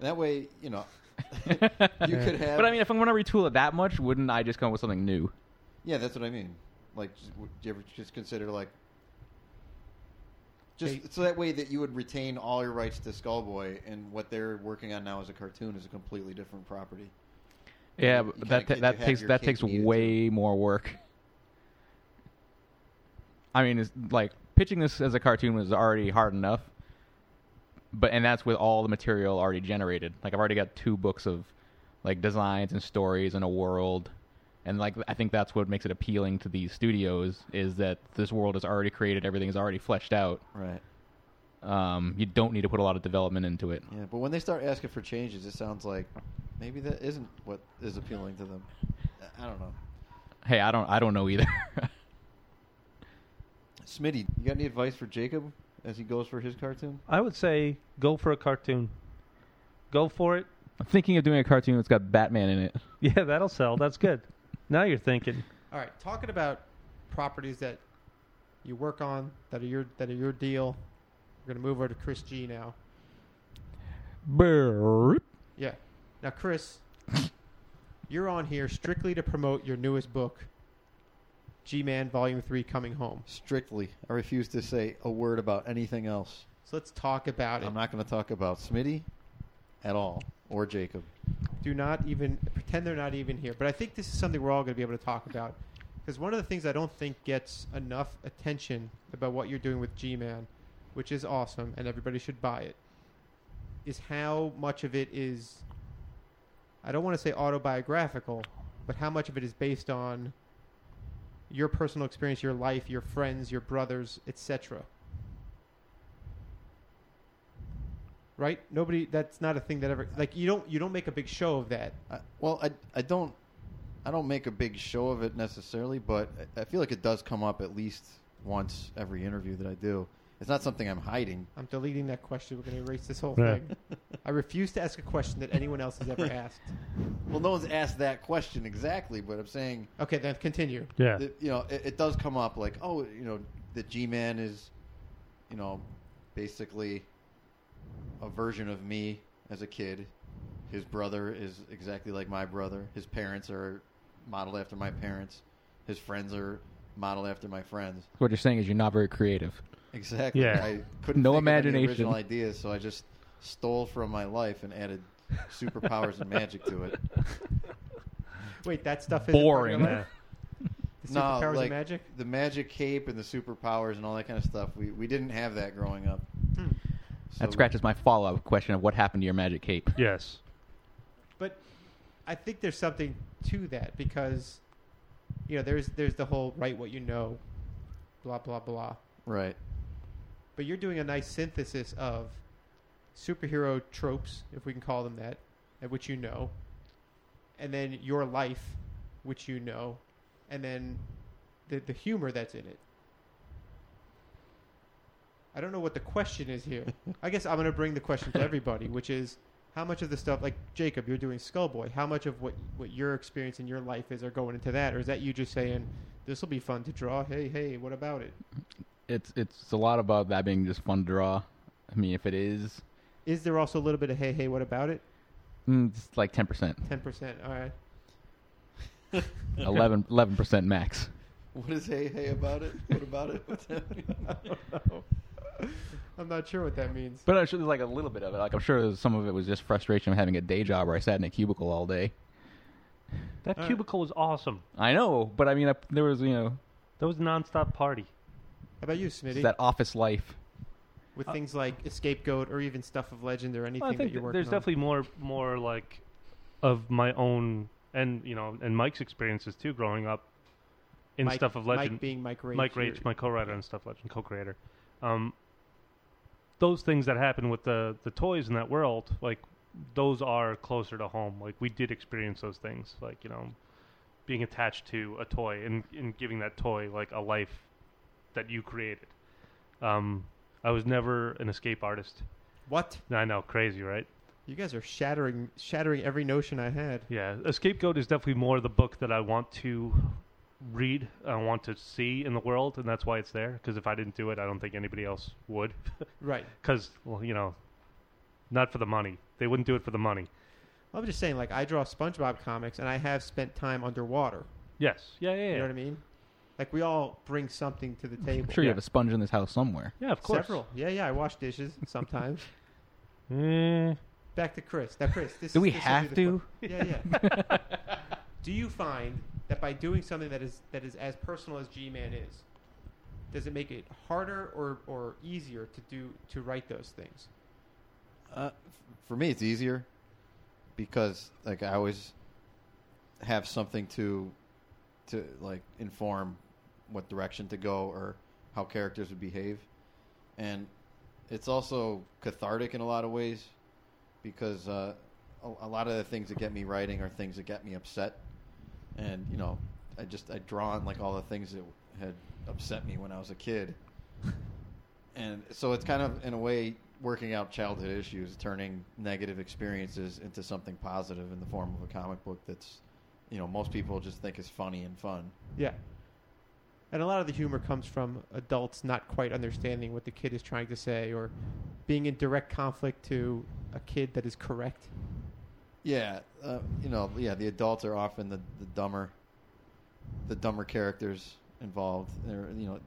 Speaker 3: That way, you know, you could have.
Speaker 4: But I mean, if I'm going to retool it that much, wouldn't I just come up with something new?
Speaker 3: yeah, that's what I mean. Like, j- would you ever just consider like, just
Speaker 1: They-
Speaker 3: so that way that you would retain all your rights to Skullboy, and what they're working on now as a cartoon is a completely different property.
Speaker 4: Yeah,
Speaker 3: You
Speaker 4: but
Speaker 3: kinda
Speaker 4: that
Speaker 3: get
Speaker 4: that
Speaker 3: your-
Speaker 4: takes
Speaker 3: your
Speaker 4: that
Speaker 3: cake
Speaker 4: takes
Speaker 3: and eat it,
Speaker 4: way more work. I mean, it's like pitching this as a cartoon was already hard enough, but and that's with all the material already generated. Like I've already got two books of like designs and stories and a world, and like I think that's what makes it appealing to these studios is that this world is already created, everything is already fleshed out.
Speaker 3: Right.
Speaker 4: Um, you don't need to put a lot of development into it.
Speaker 3: Yeah, but when they start asking for changes, it sounds like maybe that isn't what is appealing to them. I- I don't know.
Speaker 4: Hey, I don't I don't know either.
Speaker 3: Smitty, you got any advice for Jacob as he goes for his cartoon?
Speaker 2: I would say go for a cartoon. Go for it.
Speaker 4: I'm thinking of doing a cartoon that's got Batman in it.
Speaker 2: Yeah, that'll sell. That's good. now you're thinking.
Speaker 1: All right. Talking about properties that you work on that are your that are your deal. We're gonna move over to Chris G now.
Speaker 4: Burp.
Speaker 1: Yeah. Now, Chris, you're on here strictly to promote your newest book, G Man Volume Three, coming home.
Speaker 3: Strictly, I refuse to say a word about anything else.
Speaker 1: So let's talk about it.
Speaker 3: I'm not going to talk about Smitty at all or Jacob.
Speaker 1: do not even pretend they're not even here. But I think this is something we're all going to be able to talk about because one of the things I don't think gets enough attention about what you're doing with G-Man, which is awesome and everybody should buy it, is how much of it is I don't want to say autobiographical, but how much of it is based on your personal experience, your life, your friends, your brothers, etc. Right? Nobody that's not a thing that ever like you don't you don't make a big show of that.
Speaker 3: I, well, I, I don't I don't make a big show of it necessarily, but I, I feel like it does come up at least once every interview that I do. It's not something I'm hiding.
Speaker 1: I'm deleting that question. We're going to erase this whole
Speaker 2: Yeah.
Speaker 1: thing. I refuse to ask a question that anyone else has ever asked.
Speaker 3: Well, no one's asked that question exactly, but I'm saying
Speaker 1: Okay, then continue.
Speaker 2: Yeah.
Speaker 3: that, you know it, it does come up like oh you know the G-Man is you know basically a version of me as a kid His brother is exactly like my brother. His parents are modeled after my parents. His friends are modeled after my friends.
Speaker 4: What you're saying is you're not very creative.
Speaker 3: Exactly.
Speaker 5: Yeah.
Speaker 3: I couldn't
Speaker 4: No
Speaker 3: think of any
Speaker 4: imagination.
Speaker 3: original ideas, so I just stole from my life and added superpowers and magic to it.
Speaker 1: Wait, that stuff is
Speaker 4: Boring.
Speaker 5: Yeah.
Speaker 1: The
Speaker 3: No,
Speaker 1: superpowers of
Speaker 3: like,
Speaker 1: magic.
Speaker 3: The magic cape and the superpowers and all that kind of stuff. We we didn't have that growing up.
Speaker 1: Hmm.
Speaker 3: So
Speaker 4: that scratches my follow up question of what happened to your magic cape.
Speaker 5: Yes.
Speaker 1: But I think there's something to that because you know there's there's the whole write what you know, blah blah blah.
Speaker 3: Right.
Speaker 1: But you're doing a nice synthesis of superhero tropes, if we can call them that, and which you know, and then your life, which you know, and then the the humor that's in it. I don't know what the question is here. I guess I'm going to bring the question to everybody, which is how much of the stuff like Jacob, you're doing Skullboy. How much of what what your experience in your life is are going into that, or is that you just saying this will be fun to draw? Hey, hey, what about it?
Speaker 4: It's it's a lot about that being just fun to draw. I mean, if it is,
Speaker 1: Is there also a little bit of hey, hey, what about it?
Speaker 4: mm, it's like 10%,
Speaker 1: Ten percent. All right.
Speaker 4: 11 11% max.
Speaker 3: What is hey hey about it? What about it? What's happening?
Speaker 1: I'm not sure what that means.
Speaker 4: But I'm sure there's like a little bit of it. Like I'm sure there's- some of it was just frustration of having a day job where I sat in a cubicle all day.
Speaker 5: That
Speaker 1: Alright.
Speaker 5: cubicle was awesome.
Speaker 4: I know, but I mean, I, there was you know
Speaker 5: That was nonstop party.
Speaker 1: How about you,
Speaker 4: it's
Speaker 1: Smitty?
Speaker 4: that office life.
Speaker 1: With things like Escape Goat or even stuff of Legend or anything
Speaker 5: Well, Uh, I think
Speaker 1: that you're
Speaker 5: th-
Speaker 1: working
Speaker 5: there's
Speaker 1: on.
Speaker 5: definitely more more like of my own and you know and Mike's experiences too growing up in
Speaker 1: Mike-
Speaker 5: stuff of
Speaker 1: Mike
Speaker 5: legend.
Speaker 1: being Mike Rage.
Speaker 5: Mike
Speaker 1: your-
Speaker 5: Rach, my co-writer on stuff legend, co-creator. Um, those things that happen with the the toys in that world, like those are closer to home. Like we did experience those things, like you know, being attached to a toy and and giving that toy like a life that you created. Um, I was never an escape artist.
Speaker 1: What?
Speaker 5: I know, crazy, right?
Speaker 1: You guys are shattering shattering every notion I had.
Speaker 5: Yeah, A Scapegoat is definitely more the book that I want to read, I want to see in the world, and that's why it's there. Because if I didn't do it, I don't think anybody else would.
Speaker 1: Right.
Speaker 5: Because, well, you know, not for the money. They wouldn't do it for the money.
Speaker 1: I'm just saying, like I draw SpongeBob comics, and I have spent time underwater.
Speaker 5: Yes. Yeah, yeah, yeah.
Speaker 1: You know what I mean? Like we all bring something to the table.
Speaker 4: I'm sure you
Speaker 5: Yeah.
Speaker 4: have a sponge in this house somewhere.
Speaker 5: Yeah, of course.
Speaker 1: Several. Yeah, yeah. I wash dishes sometimes.
Speaker 5: Mm,
Speaker 1: Back to Chris. Now, Chris, this
Speaker 4: Do
Speaker 1: is-
Speaker 4: we
Speaker 1: this will
Speaker 4: have
Speaker 1: be the
Speaker 4: to?
Speaker 1: que- Yeah, yeah. Do you find that by doing something that is that is as personal as G-Man is, does it make it harder or, or easier to do to write those things?
Speaker 3: Uh, f- for me, it's easier because like I always have something to to like inform what direction to go or how characters would behave, and it's also cathartic in a lot of ways because uh, a, a lot of the things that get me writing are things that get me upset, and you know I just I draw on like all the things that had upset me when I was a kid and so it's kind of in a way working out childhood issues turning negative experiences into something positive in the form of a comic book that's you know most people just think is funny and fun
Speaker 1: Yeah. And a lot of the humor comes from adults not quite understanding what the kid is trying to say or being in direct conflict to a kid that is correct.
Speaker 3: yeah uh, you know yeah the adults are often the, the dumber the dumber characters involved they're you know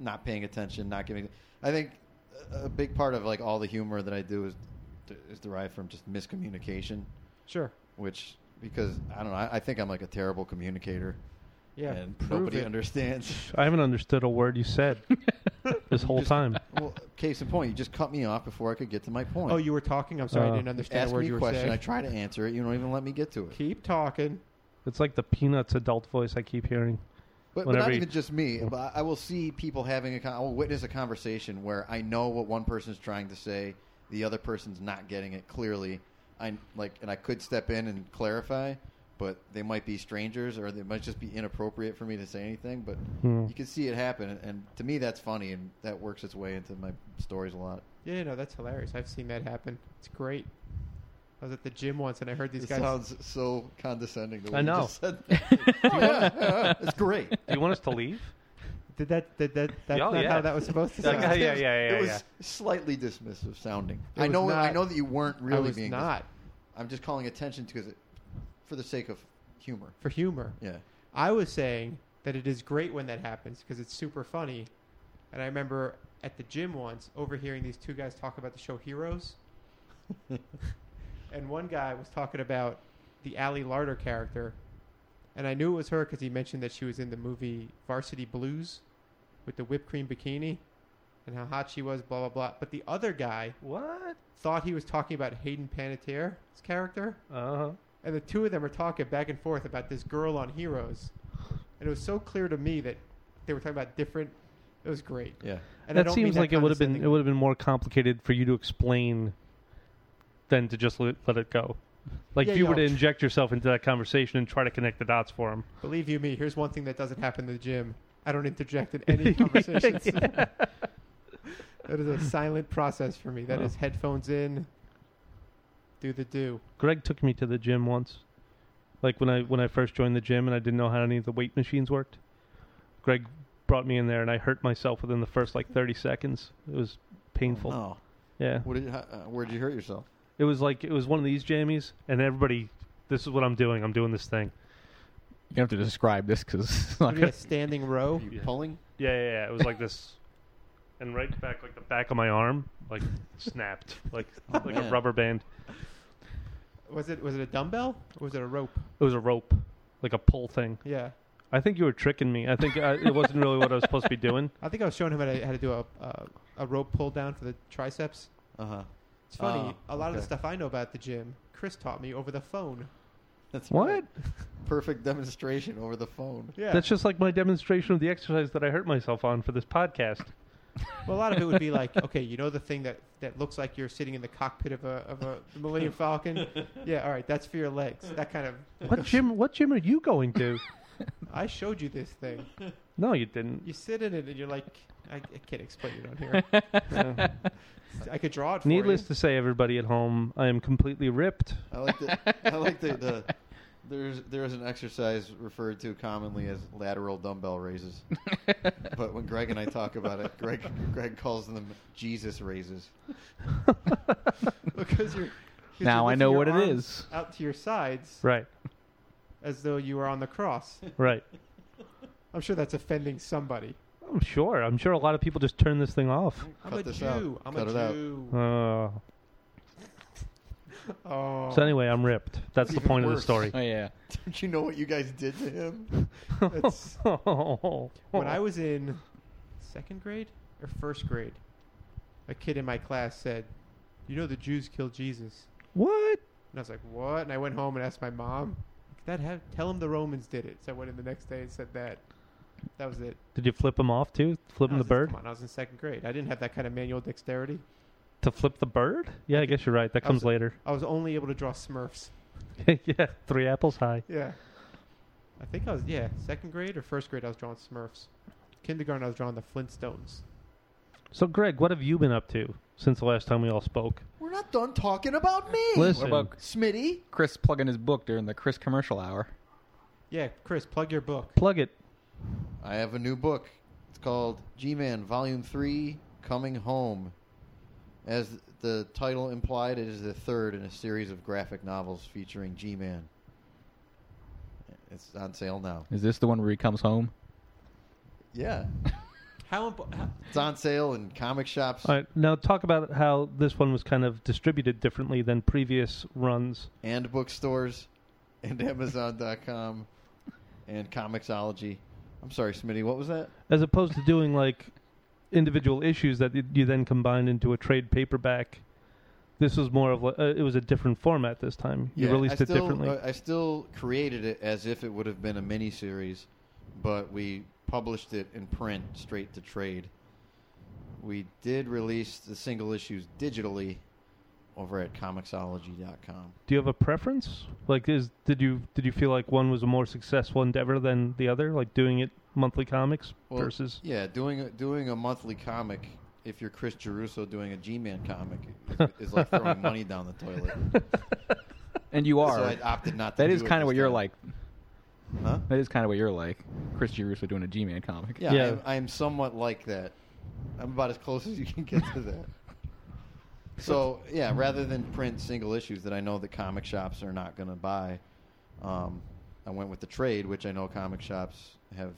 Speaker 3: not paying attention not giving i think a a big part of like all the humor that i do is is derived from just miscommunication
Speaker 1: Sure.
Speaker 3: which because i don't know i, I think i'm like a terrible communicator
Speaker 1: Yeah.
Speaker 3: and
Speaker 1: prove
Speaker 3: nobody
Speaker 1: it.
Speaker 3: understands.
Speaker 2: I haven't understood a word you said this whole
Speaker 3: Just-
Speaker 2: time.
Speaker 3: well, case in point, you just cut me off before I could get to my point.
Speaker 1: Oh, you were talking. I'm sorry, I
Speaker 2: Uh,
Speaker 1: didn't understand
Speaker 3: ask
Speaker 1: a word
Speaker 3: me
Speaker 1: you
Speaker 3: a
Speaker 1: were
Speaker 3: question. I
Speaker 1: saying.
Speaker 3: try to answer it. You don't even let me get to it.
Speaker 1: Keep talking.
Speaker 2: It's like the Peanuts adult voice I keep hearing.
Speaker 3: But, but
Speaker 2: Whenever
Speaker 3: not
Speaker 2: you-
Speaker 3: even just me. But I- I will see people having a. Con- I will witness a conversation where I know what one person's trying to say, the other person's not getting it clearly. I like, and I could step in and clarify, but they might be strangers or they might just be inappropriate for me to say anything. But
Speaker 2: Hmm.
Speaker 3: you can see it happen, and, and to me, that's funny, and that works its way into my stories a lot.
Speaker 1: Yeah, no, that's hilarious. I've seen that happen. It's great. I was at the gym once and I heard these
Speaker 3: It
Speaker 1: guys.
Speaker 3: sounds so condescending. The way
Speaker 2: I
Speaker 3: You
Speaker 2: know.
Speaker 3: just said that. Oh, yeah, yeah, it's great.
Speaker 5: Do you want us to leave?
Speaker 1: Did that? Did that? That's
Speaker 5: Oh,
Speaker 1: not
Speaker 5: yeah.
Speaker 1: how that was supposed to
Speaker 5: Yeah,
Speaker 1: sound.
Speaker 5: yeah, yeah, yeah,
Speaker 3: It was
Speaker 5: yeah.
Speaker 3: slightly dismissive sounding.
Speaker 1: It
Speaker 3: I
Speaker 1: was
Speaker 3: know. I
Speaker 1: not.
Speaker 3: know that you weren't really
Speaker 1: I was
Speaker 3: being.
Speaker 1: not.
Speaker 3: dis- I'm just calling attention to it for the sake of humor.
Speaker 1: for humor.
Speaker 3: Yeah.
Speaker 1: I was saying that it is great when that happens because it's super funny. And I remember at the gym once overhearing these two guys talk about the show Heroes. and one guy was talking about the Allie Larder character. And I knew it was her because he mentioned that she was in the movie Varsity Blues with the whipped cream bikini and how hot she was, blah, blah, blah. But the other guy
Speaker 2: What?
Speaker 1: thought he was talking about Hayden Panettiere's character.
Speaker 2: Uh huh.
Speaker 1: And the two of them are talking back and forth about this girl on Heroes. And it was so clear to me that they were talking about different. It was great.
Speaker 3: Yeah.
Speaker 1: And I
Speaker 2: that
Speaker 1: don't mean
Speaker 2: seems like it would have been it
Speaker 1: condescending.
Speaker 2: would have been more complicated for you to explain than to just let, let it go. Like
Speaker 1: Yeah,
Speaker 2: if you
Speaker 1: yeah,
Speaker 2: were to
Speaker 1: I'll tr-
Speaker 2: inject yourself into that conversation and try to connect the dots for him.
Speaker 1: Believe you me, here's one thing that doesn't happen in the gym. I don't interject in any conversations. That is a silent process for me. That is headphones in. Do the do.
Speaker 2: Greg took me to the gym once. Like when I when I first joined the gym and I didn't know how any of the weight machines worked. Greg brought me in there and I hurt myself within the first like 30 seconds. It was painful.
Speaker 3: Oh,
Speaker 2: Yeah.
Speaker 3: what did you, how- uh, where did you hurt yourself?
Speaker 2: It was like it was one of these jammies and everybody this is what I'm doing. I'm doing this thing.
Speaker 4: You have to describe this because it's
Speaker 1: Would
Speaker 4: not
Speaker 1: it be
Speaker 4: gonna,
Speaker 1: a standing row.
Speaker 3: You
Speaker 2: Yeah.
Speaker 3: pulling?
Speaker 2: Yeah, yeah, yeah.
Speaker 5: It was like this, and right back, like the back of my arm, like snapped, like
Speaker 3: Oh,
Speaker 5: like a
Speaker 3: man.
Speaker 5: rubber band.
Speaker 1: Was it was it a dumbbell or was it a rope?
Speaker 2: It was a rope, like a pull thing.
Speaker 1: Yeah,
Speaker 2: I think you were tricking me. I think I, it wasn't really what I was supposed to be doing.
Speaker 1: I think I was showing him how to, how to do a, a a rope pull down for the triceps.
Speaker 3: Uh huh.
Speaker 1: It's funny.
Speaker 3: Oh,
Speaker 1: a lot of the
Speaker 3: okay.
Speaker 1: stuff I know about the gym, Chris taught me over the phone.
Speaker 3: That's
Speaker 2: What?
Speaker 3: right. Perfect demonstration over the phone.
Speaker 1: Yeah,
Speaker 2: That's just like my demonstration of the exercise that I hurt myself on for this podcast.
Speaker 1: Well, a lot of it would be like, okay, you know the thing that, that looks like you're sitting in the cockpit of a of a Millennium Falcon. yeah, all right, that's for your legs. That kind of.
Speaker 2: What gym? What gym are you going to?
Speaker 1: I showed you this thing.
Speaker 2: No, you didn't.
Speaker 1: You sit in it and you're like, I, I can't explain it on here.
Speaker 2: Uh,
Speaker 1: I could draw it. For
Speaker 2: needless
Speaker 1: you.
Speaker 2: to say, everybody at home, I am completely ripped.
Speaker 3: I like the. I like the. the there's there is an exercise referred to commonly as lateral dumbbell raises, but when Greg and I talk about it, Greg Greg calls them Jesus raises.
Speaker 1: because you're. 'cause
Speaker 4: now
Speaker 1: you're
Speaker 4: I know
Speaker 1: lifting
Speaker 4: what
Speaker 1: your
Speaker 4: it
Speaker 1: arms
Speaker 4: is.
Speaker 1: Out to your sides,
Speaker 2: Right,
Speaker 1: as though you were on the cross.
Speaker 2: right.
Speaker 1: I'm sure that's offending somebody.
Speaker 2: I'm sure. I'm sure a lot of people just turn this thing off.
Speaker 1: I'm
Speaker 3: Cut
Speaker 1: a
Speaker 3: this
Speaker 1: Jew.
Speaker 3: out.
Speaker 1: I'm
Speaker 3: Cut it
Speaker 1: a
Speaker 3: out.
Speaker 1: Jew.
Speaker 2: Uh,
Speaker 1: Oh,
Speaker 2: so anyway, I'm ripped. That's the
Speaker 3: Even
Speaker 2: point of the
Speaker 3: worse.
Speaker 2: story.
Speaker 4: Oh yeah.
Speaker 3: Don't you know what you guys did to him?
Speaker 1: that's- when I was in second grade or first grade, a kid in my class said, "You know the Jews killed Jesus,"
Speaker 2: what?
Speaker 1: and I was like, "What?" And I went home and asked my mom, "Could "That have tell him the Romans did it." So I went in the next day and said that. That was it.
Speaker 2: Did you flip him off too? Flip
Speaker 1: I
Speaker 2: him the
Speaker 1: was-
Speaker 2: bird?
Speaker 1: Come on, I was in second grade. I didn't have that kind of manual dexterity.
Speaker 2: To flip the bird? Yeah, I guess you're right. That
Speaker 1: I
Speaker 2: comes
Speaker 1: was-
Speaker 2: later.
Speaker 1: I was only able to draw Smurfs.
Speaker 2: yeah, three apples high.
Speaker 1: Yeah, I think I was yeah second grade or first grade. I was drawing Smurfs. Kindergarten, I was drawing the Flintstones.
Speaker 2: So, Greg, what have you been up to since the last time we all spoke?
Speaker 3: We're not done talking about me.
Speaker 2: Listen,
Speaker 4: What about
Speaker 3: Smitty.
Speaker 4: Chris plugging his book during the Chris commercial hour?
Speaker 1: Yeah, Chris, plug your book.
Speaker 2: plug it.
Speaker 3: I have a new book. It's called G Man Volume 3 Coming Home. As the title implied, it is the third in a series of graphic novels featuring G Man. It's on sale now.
Speaker 4: Is this the one where he comes home?
Speaker 3: Yeah.
Speaker 1: How, impo- how
Speaker 3: It's on sale in comic shops
Speaker 2: All right, now talk about how this one was kind of distributed differently than previous runs.
Speaker 3: and bookstores and Amazon.com and Comixology. I'm sorry, Smitty, what was that?
Speaker 2: As opposed to doing like individual issues that y- you then combined into a trade paperback, this was more of like, uh, it was a different format this time. You
Speaker 3: Yeah,
Speaker 2: released
Speaker 3: I
Speaker 2: it
Speaker 3: still,
Speaker 2: differently.
Speaker 3: uh, I still created it as if it would have been a mini series, but we published it in print straight to trade. We did release the single issues digitally over at comixology.com.
Speaker 2: Do you have a preference? Like, is did you did you feel like one was a more successful endeavor than the other? Like doing it monthly comics
Speaker 3: Well,
Speaker 2: versus
Speaker 3: Yeah, doing a, doing a monthly comic. If you're Chris Caruso doing a G-Man comic, is, is like throwing money down the toilet.
Speaker 4: And you are.
Speaker 3: So I opted not. To
Speaker 4: that
Speaker 3: do
Speaker 4: is
Speaker 3: it
Speaker 4: kind of
Speaker 3: this
Speaker 4: what you're
Speaker 3: time.
Speaker 4: like.
Speaker 3: huh?
Speaker 4: That is kind of what you're like. Chris Giruso doing a G-Man comic.
Speaker 3: Yeah,
Speaker 2: Yeah.
Speaker 3: I, am, I am somewhat like that. I'm about as close as you can get to that. So yeah, rather than print single issues that I know that comic shops are not going to buy, um, I went with the trade, which I know comic shops have.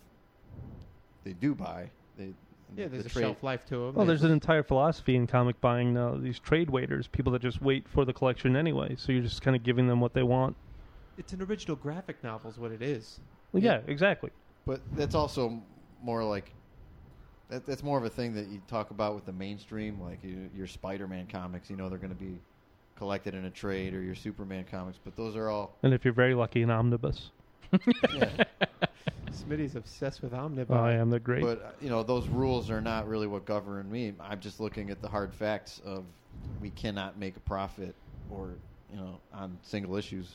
Speaker 3: They do buy. They
Speaker 1: Yeah, there's
Speaker 3: the
Speaker 1: a shelf life to them.
Speaker 2: Well, there's an entire philosophy in comic buying now. These trade waiters, people that just wait for the collection anyway. So you're just kind of giving them what they want.
Speaker 1: it's an original graphic novel, is what it is.
Speaker 2: Well,
Speaker 3: Yeah.
Speaker 2: yeah, exactly.
Speaker 3: But that's also more like that, that's more of a thing that you talk about with the mainstream, like you, your Spider-Man comics. You know they're going to be collected in a trade, or your Superman comics. But those are all
Speaker 2: And if you're very lucky, an omnibus.
Speaker 3: yeah.
Speaker 1: Smitty's obsessed with Omnibus.
Speaker 2: Oh, I am. They're great.
Speaker 3: But uh, you know, those rules are not really what govern me. I'm just looking at the hard facts of we cannot make a profit, or you know, on single issues.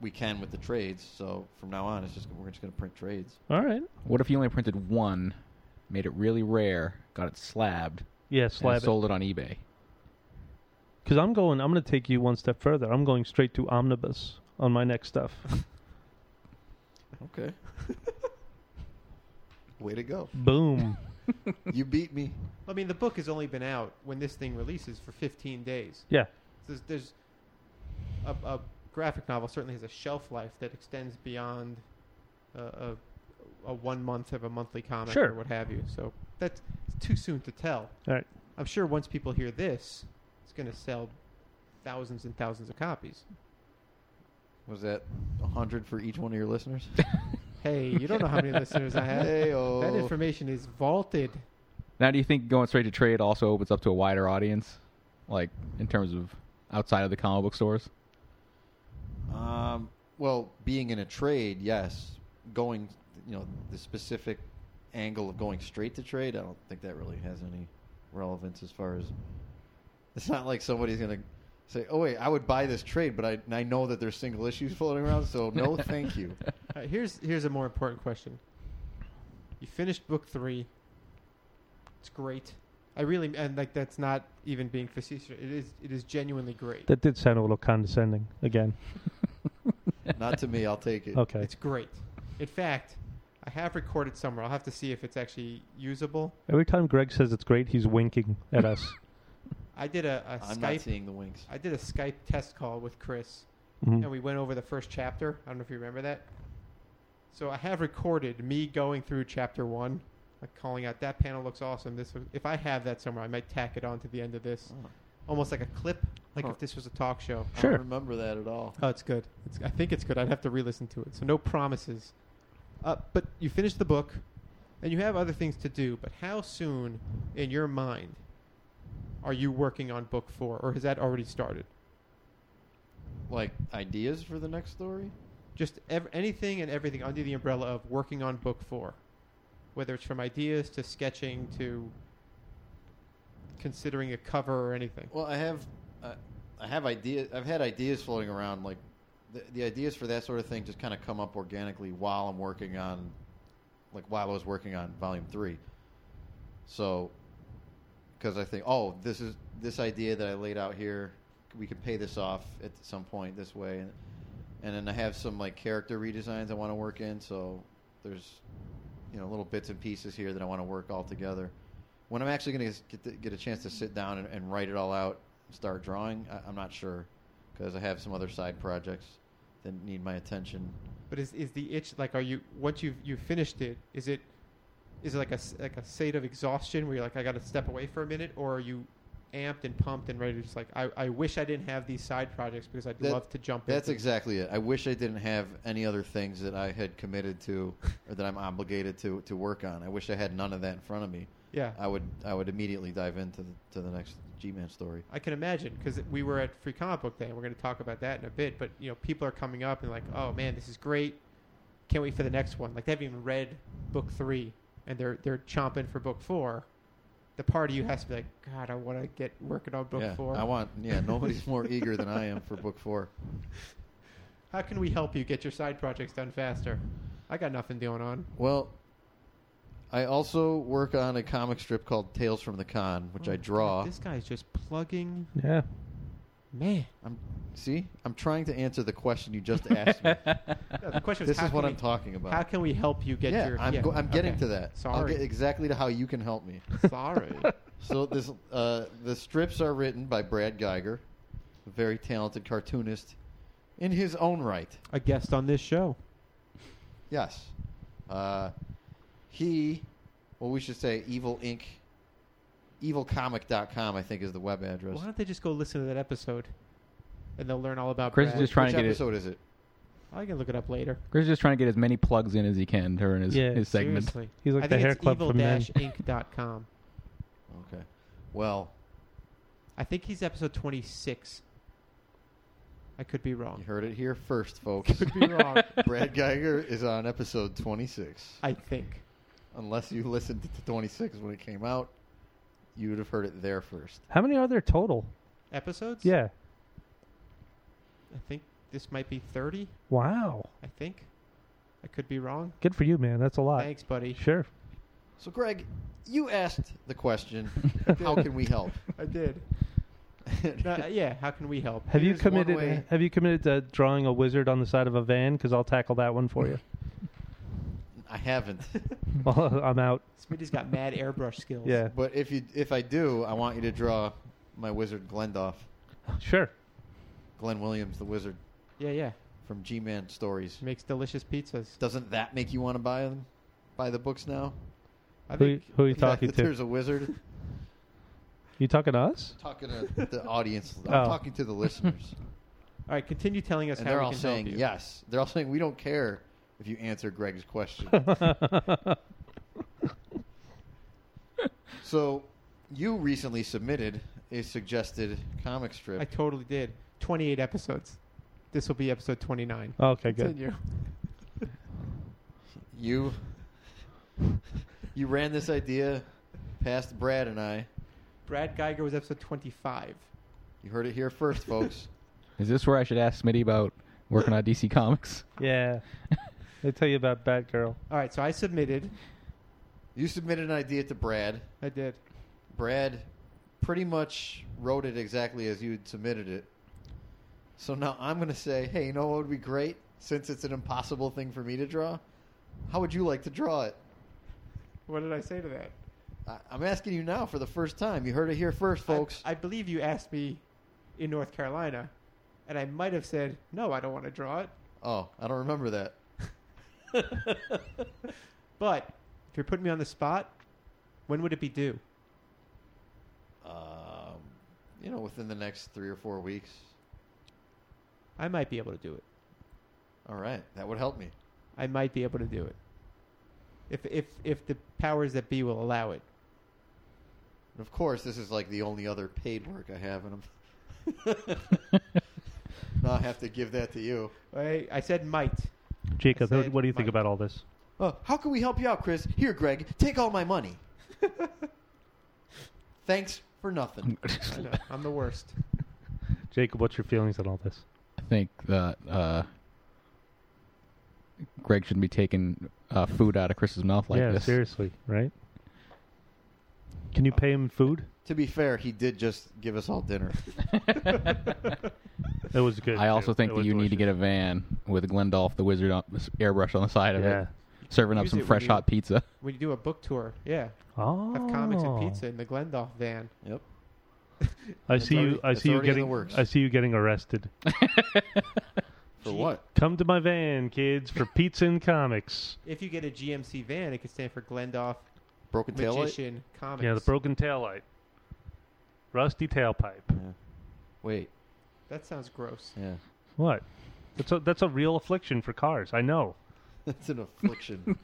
Speaker 3: We can with the trades. So from now on, it's just we're just going to print trades.
Speaker 2: All right.
Speaker 4: What if you only printed one, made it really rare, got it slabbed,
Speaker 2: Yeah, slab
Speaker 4: and sold it on eBay?
Speaker 2: Because I'm going, I'm going to take you one step further. I'm going straight to omnibus on my next stuff.
Speaker 3: Okay. Way to go!
Speaker 2: Boom.
Speaker 3: You beat me.
Speaker 1: I mean, the book has only been out when this thing releases for 15 days.
Speaker 2: Yeah.
Speaker 1: There's, there's a, a graphic novel certainly has a shelf life that extends beyond uh, a, a one month of a monthly comic
Speaker 2: Sure.
Speaker 1: or what have you. So that's it's too soon to tell.
Speaker 2: All right.
Speaker 1: I'm sure once people hear this, it's going to sell thousands and thousands of copies.
Speaker 3: Was that a hundred for each one of your listeners?
Speaker 1: Hey, you don't know how many listeners I have.
Speaker 3: Hey-o.
Speaker 1: That information is vaulted.
Speaker 4: Now, do you think going straight to trade also opens up to a wider audience, like in terms of outside of the comic book stores?
Speaker 3: Um, well, being in a trade, yes. Going, you know, the specific angle of going straight to trade, I don't think that really has any relevance as far as. It's not like somebody's going to say, "Oh wait, I would buy this trade, but I I know that there's single issues floating around, so no, thank you."
Speaker 1: All right, Uh, here's here's a more important question. You finished book three. It's great. I really and like that's not even being facetious. It is it is genuinely great.
Speaker 2: That did sound a little condescending again.
Speaker 3: Not to me. I'll take it.
Speaker 2: Okay.
Speaker 1: It's great. In fact, I have recorded somewhere. I'll have to see if it's actually usable.
Speaker 2: Every time Greg says it's great, he's winking at us.
Speaker 1: I did a, a
Speaker 3: I'm not
Speaker 1: Skype
Speaker 3: seeing the winks.
Speaker 1: I did a Skype test call with Chris
Speaker 2: Mhm.
Speaker 1: and we went over the first chapter. I don't know if you remember that. So I have recorded me going through chapter one, like calling out that panel looks awesome. This was, if I have that somewhere, I might tack it on to the end of this,
Speaker 3: Oh,
Speaker 1: almost like a clip, like
Speaker 3: Huh.
Speaker 1: if this was a talk show.
Speaker 3: I
Speaker 2: Sure.
Speaker 3: don't remember that at all.
Speaker 1: Oh, it's good. It's, I think it's good. I'd have to re-listen to it. So no promises. Uh, but you finish the book, and you have other things to do. But how soon, in your mind, are you working on book four, or has that already started?
Speaker 3: Like ideas for the next story.
Speaker 1: just ev- anything and everything under the umbrella of working on book four, whether it's from ideas to sketching to considering a cover or anything.
Speaker 3: Well, I have, uh, I have ideas. I've had ideas floating around. Like the, the ideas for that sort of thing just kind of come up organically while I'm working on, like while I was working on Volume Three. So, because I think, oh, this is this idea that I laid out here. We could pay this off at some point this way, and and then I have some like character redesigns I want to work in. So there's, you know, little bits and pieces here that I want to work all together when I'm actually going to get the, get a chance to sit down and, and write it all out, and start drawing, I, I'm not sure because I have some other side projects that need my attention.
Speaker 1: But is, is the itch like? Are you once you've you finished it? Is it is it like a s- like a state of exhaustion where you're like I got to step away for a minute, or are you amped and pumped and ready to just like I, I wish I didn't have these side projects because I'd
Speaker 3: That-
Speaker 1: love to jump.
Speaker 3: That's
Speaker 1: into.
Speaker 3: exactly it. I wish I didn't have any other things that I had committed to or that I'm obligated to to work on. I wish I had none of that in front of me.
Speaker 1: yeah.
Speaker 3: I would I would immediately dive into the, to the next G-Man story.
Speaker 1: I can imagine because we were at Free Comic Book Day, and we're going to talk about that in a bit. But you know, people are coming up and like, "Oh man, this is great! Can't wait for the next one." Like they haven't even read book three, and they're they're chomping for book four. The part of you has to be like, "God, I want to get working on book
Speaker 3: yeah,
Speaker 1: four.
Speaker 3: I want yeah. Nobody's more eager than I am for book four.
Speaker 1: How can we help you get your side projects done faster?" I got nothing going on.
Speaker 3: Well, I also work on a comic strip called Tales from the Con, which
Speaker 1: Oh,
Speaker 3: I draw.
Speaker 1: God, this guy's just plugging.
Speaker 2: yeah.
Speaker 1: Man,
Speaker 3: I'm see. I'm trying to answer the question you just asked me.
Speaker 1: No, the question
Speaker 3: this
Speaker 1: how
Speaker 3: is what
Speaker 1: can
Speaker 3: I'm
Speaker 1: we-
Speaker 3: talking about.
Speaker 1: How can we help you get
Speaker 3: yeah,
Speaker 1: your?
Speaker 3: I'm, Go, I'm getting
Speaker 1: okay.
Speaker 3: to that. I'll
Speaker 1: Sorry.
Speaker 3: get exactly to how you can help me.
Speaker 1: Sorry.
Speaker 3: so this uh, the strips are written by Brad Geiger, a very talented cartoonist in his own right.
Speaker 1: A guest on this show.
Speaker 3: Yes. Uh, he, well, we should say Evil Inc. Evilcomic.com, I think, is the web address.
Speaker 1: Why don't they just go listen to that episode, and they'll learn all about.
Speaker 4: Chris is
Speaker 1: Brad.
Speaker 4: just trying
Speaker 3: Which
Speaker 4: to get it.
Speaker 3: episode is it?
Speaker 1: I can look it up later.
Speaker 4: Chris is just trying to get as many plugs in as he can during his,
Speaker 2: Yeah,
Speaker 4: his segment.
Speaker 1: Seriously.
Speaker 2: He's like
Speaker 1: I
Speaker 2: the
Speaker 1: think
Speaker 2: hair
Speaker 1: it's
Speaker 2: club from then.
Speaker 1: evil-inc.com.
Speaker 3: Okay. Well,
Speaker 1: I think he's episode 26. I could be wrong.
Speaker 3: you heard it here first, folks.
Speaker 1: Could be wrong.
Speaker 3: Brad Geiger is on episode 26.
Speaker 1: I think.
Speaker 3: Unless you listened to 26 when it came out, you would have heard it there first.
Speaker 2: How many are there total?
Speaker 1: Episodes?
Speaker 2: Yeah.
Speaker 1: I think this might be 30,
Speaker 2: Wow.
Speaker 1: I think. I could be wrong.
Speaker 2: Good for you, man. That's a lot.
Speaker 1: Thanks, buddy.
Speaker 2: Sure.
Speaker 3: So, Greg, you asked the question how can we help?
Speaker 1: I did. uh, yeah, how can we help?
Speaker 2: Have you
Speaker 3: Here's one
Speaker 2: committed?
Speaker 3: way-
Speaker 2: Have you committed to drawing a wizard on the side of a van? Because I'll tackle that one for you.
Speaker 3: I haven't.
Speaker 2: Well, I'm out.
Speaker 1: Smitty's got mad airbrush skills.
Speaker 2: Yeah.
Speaker 3: But if you if I do, I want you to draw my wizard Glendoff,
Speaker 2: Sure.
Speaker 3: Glenn Williams, the wizard
Speaker 1: Yeah, yeah.
Speaker 3: from G-Man Stories.
Speaker 1: She makes delicious pizzas.
Speaker 3: Doesn't that make you want to buy them, buy the books now?
Speaker 1: I
Speaker 2: Who, you-
Speaker 1: think
Speaker 2: who are you
Speaker 3: The fact
Speaker 2: talking
Speaker 3: that
Speaker 2: to?
Speaker 3: There's a wizard
Speaker 2: You talking to us?
Speaker 3: talking to the audience. I'm
Speaker 2: Oh.
Speaker 3: talking to the listeners,
Speaker 1: All right, continue telling us
Speaker 3: and
Speaker 1: how
Speaker 3: they're
Speaker 1: we
Speaker 3: all
Speaker 1: can
Speaker 3: saying
Speaker 1: help you.
Speaker 3: yes. They're all saying we don't care if you answer Greg's question. so, you recently submitted a suggested comic strip.
Speaker 1: I totally did. 28 episodes. This will be episode 29.
Speaker 2: Oh, Okay, good.
Speaker 1: Continue.
Speaker 3: you you ran this idea past Brad and I.
Speaker 1: Brad Geiger was episode 25.
Speaker 3: You heard it here first, folks.
Speaker 4: Is this where I should ask Smitty about working on DC Comics?
Speaker 2: Yeah. They tell you about Batgirl.
Speaker 1: All right, so I submitted.
Speaker 3: you submitted an idea to Brad.
Speaker 1: I did.
Speaker 3: Brad pretty much wrote it exactly as you had submitted it. So now I'm going to say, hey, you know what would be great? Since it's an impossible thing for me to draw, how would you like to draw it?
Speaker 1: What did I say to that?
Speaker 3: I- I'm asking you now for the first time. You heard it here first, folks.
Speaker 1: I, I believe you asked me in North Carolina, and I might have said, no, I don't want to draw it.
Speaker 3: oh, I don't remember that.
Speaker 1: But if you're putting me on the spot, when would it be due?
Speaker 3: Um, you know, within the next three or four weeks.
Speaker 1: I might be able to do it.
Speaker 3: All right, that would help me.
Speaker 1: I might be able to do it. If if if the powers that be will allow it.
Speaker 3: And of course, this is like the only other paid work I have, and I'm now I have to give that to you.
Speaker 1: I, I said might.
Speaker 2: Jacob,
Speaker 1: said
Speaker 2: what do you think
Speaker 1: Mike.
Speaker 2: about all this?
Speaker 3: Uh, how can we help you out, Chris? Here, Greg, take all my money. Thanks for nothing.
Speaker 1: I know, I'm the worst.
Speaker 2: Jacob, what's your feelings on all this?
Speaker 4: I think that uh, Greg shouldn't be taking uh, food out of Chris's mouth like
Speaker 2: yeah,
Speaker 4: this.
Speaker 2: seriously, right? Can you pay him food?
Speaker 3: To be fair, he did just give us all dinner.
Speaker 2: That was good.
Speaker 4: I also think that you need to get a van with Glendolf the Wizard on, airbrush on the side of
Speaker 2: Yeah.
Speaker 4: it, serving up
Speaker 1: Use it
Speaker 4: some
Speaker 1: when
Speaker 4: fresh
Speaker 1: you-
Speaker 4: hot pizza.
Speaker 1: When you do a book tour, yeah,
Speaker 2: Oh.
Speaker 1: have comics and pizza in the Glendorf van.
Speaker 3: Yep.
Speaker 2: I
Speaker 3: It's
Speaker 2: see
Speaker 3: already-
Speaker 2: you. I
Speaker 3: it's
Speaker 2: see you
Speaker 3: already in the
Speaker 2: getting.
Speaker 3: works.
Speaker 2: I see you getting arrested.
Speaker 3: For what?
Speaker 2: Come to my van, kids, for pizza and comics.
Speaker 1: If you get a GMC van, it could stand for Glendorf
Speaker 3: Broken tail light?
Speaker 1: Magician Comics.
Speaker 2: Yeah, the broken taillight, rusty tailpipe.
Speaker 3: Yeah. Wait.
Speaker 1: that sounds gross.
Speaker 3: Yeah.
Speaker 2: What? That's a that's a real affliction for cars. I know.
Speaker 3: That's an affliction.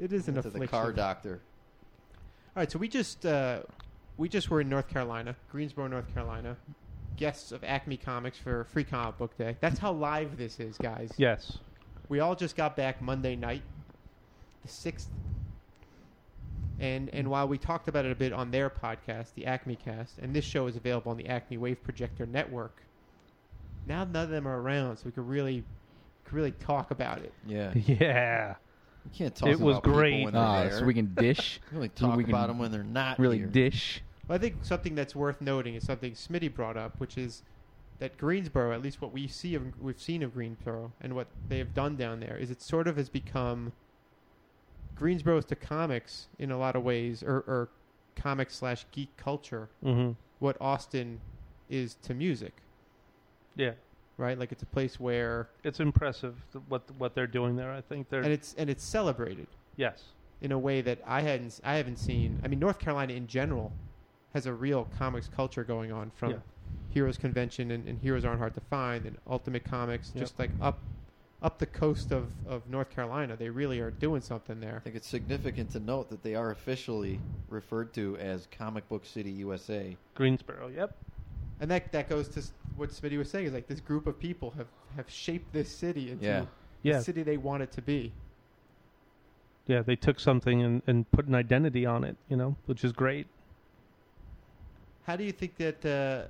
Speaker 1: It is an
Speaker 3: to the
Speaker 1: affliction.
Speaker 3: car doctor.
Speaker 1: All right, so we just uh, we just were in North Carolina, Greensboro, North Carolina, guests of Acme Comics for Free Comic Book Day. That's how live this is, guys.
Speaker 2: Yes.
Speaker 1: We all just got back Monday night, the sixth, and and while we talked about it a bit on their podcast, the Acme Cast, and this show is available on the Acme Wave Projector Network. Now none of them are around, so we could really could really talk about it.
Speaker 3: Yeah. You
Speaker 2: Yeah.
Speaker 3: can't talk
Speaker 2: It was
Speaker 3: about people
Speaker 2: great.
Speaker 3: when they're
Speaker 4: Ah,
Speaker 3: there.
Speaker 4: so we can dish,
Speaker 3: You only talk
Speaker 4: we can
Speaker 3: about them when they're not
Speaker 4: really
Speaker 3: here.
Speaker 4: dish.
Speaker 1: Well, I think something that's worth noting is something Smitty brought up, which is that Greensboro, at least what we see of, we've seen of Greensboro and what they have done down there, is it sort of has become Greensboro's to comics in a lot of ways, or, or comic slash geek culture
Speaker 2: Mm-hmm.
Speaker 1: what Austin is to music,
Speaker 2: Yeah,
Speaker 1: right? Like it's a place where
Speaker 2: it's impressive th- what what they're doing there. I think they're
Speaker 1: and it's and it's celebrated
Speaker 2: yes,
Speaker 1: in a way that I hadn't I haven't seen. I mean, North Carolina in general has a real comics culture going on from
Speaker 2: Yeah.
Speaker 1: Heroes Convention and, and Heroes Aren't Hard to Find and Ultimate Comics,
Speaker 2: Yep.
Speaker 1: just like up up the coast of, of North Carolina. They really are doing something there.
Speaker 3: I think it's significant to note that they are officially referred to as Comic Book City USA.
Speaker 2: Greensboro. Yep.
Speaker 1: And that that goes to s- what Smitty was saying is like this group of people have, have shaped this city into
Speaker 3: Yeah.
Speaker 1: the
Speaker 2: Yeah,
Speaker 1: city they want it to be.
Speaker 2: yeah. They took something and, and put an identity on it. You know, which is great.
Speaker 1: How do you think that? Uh,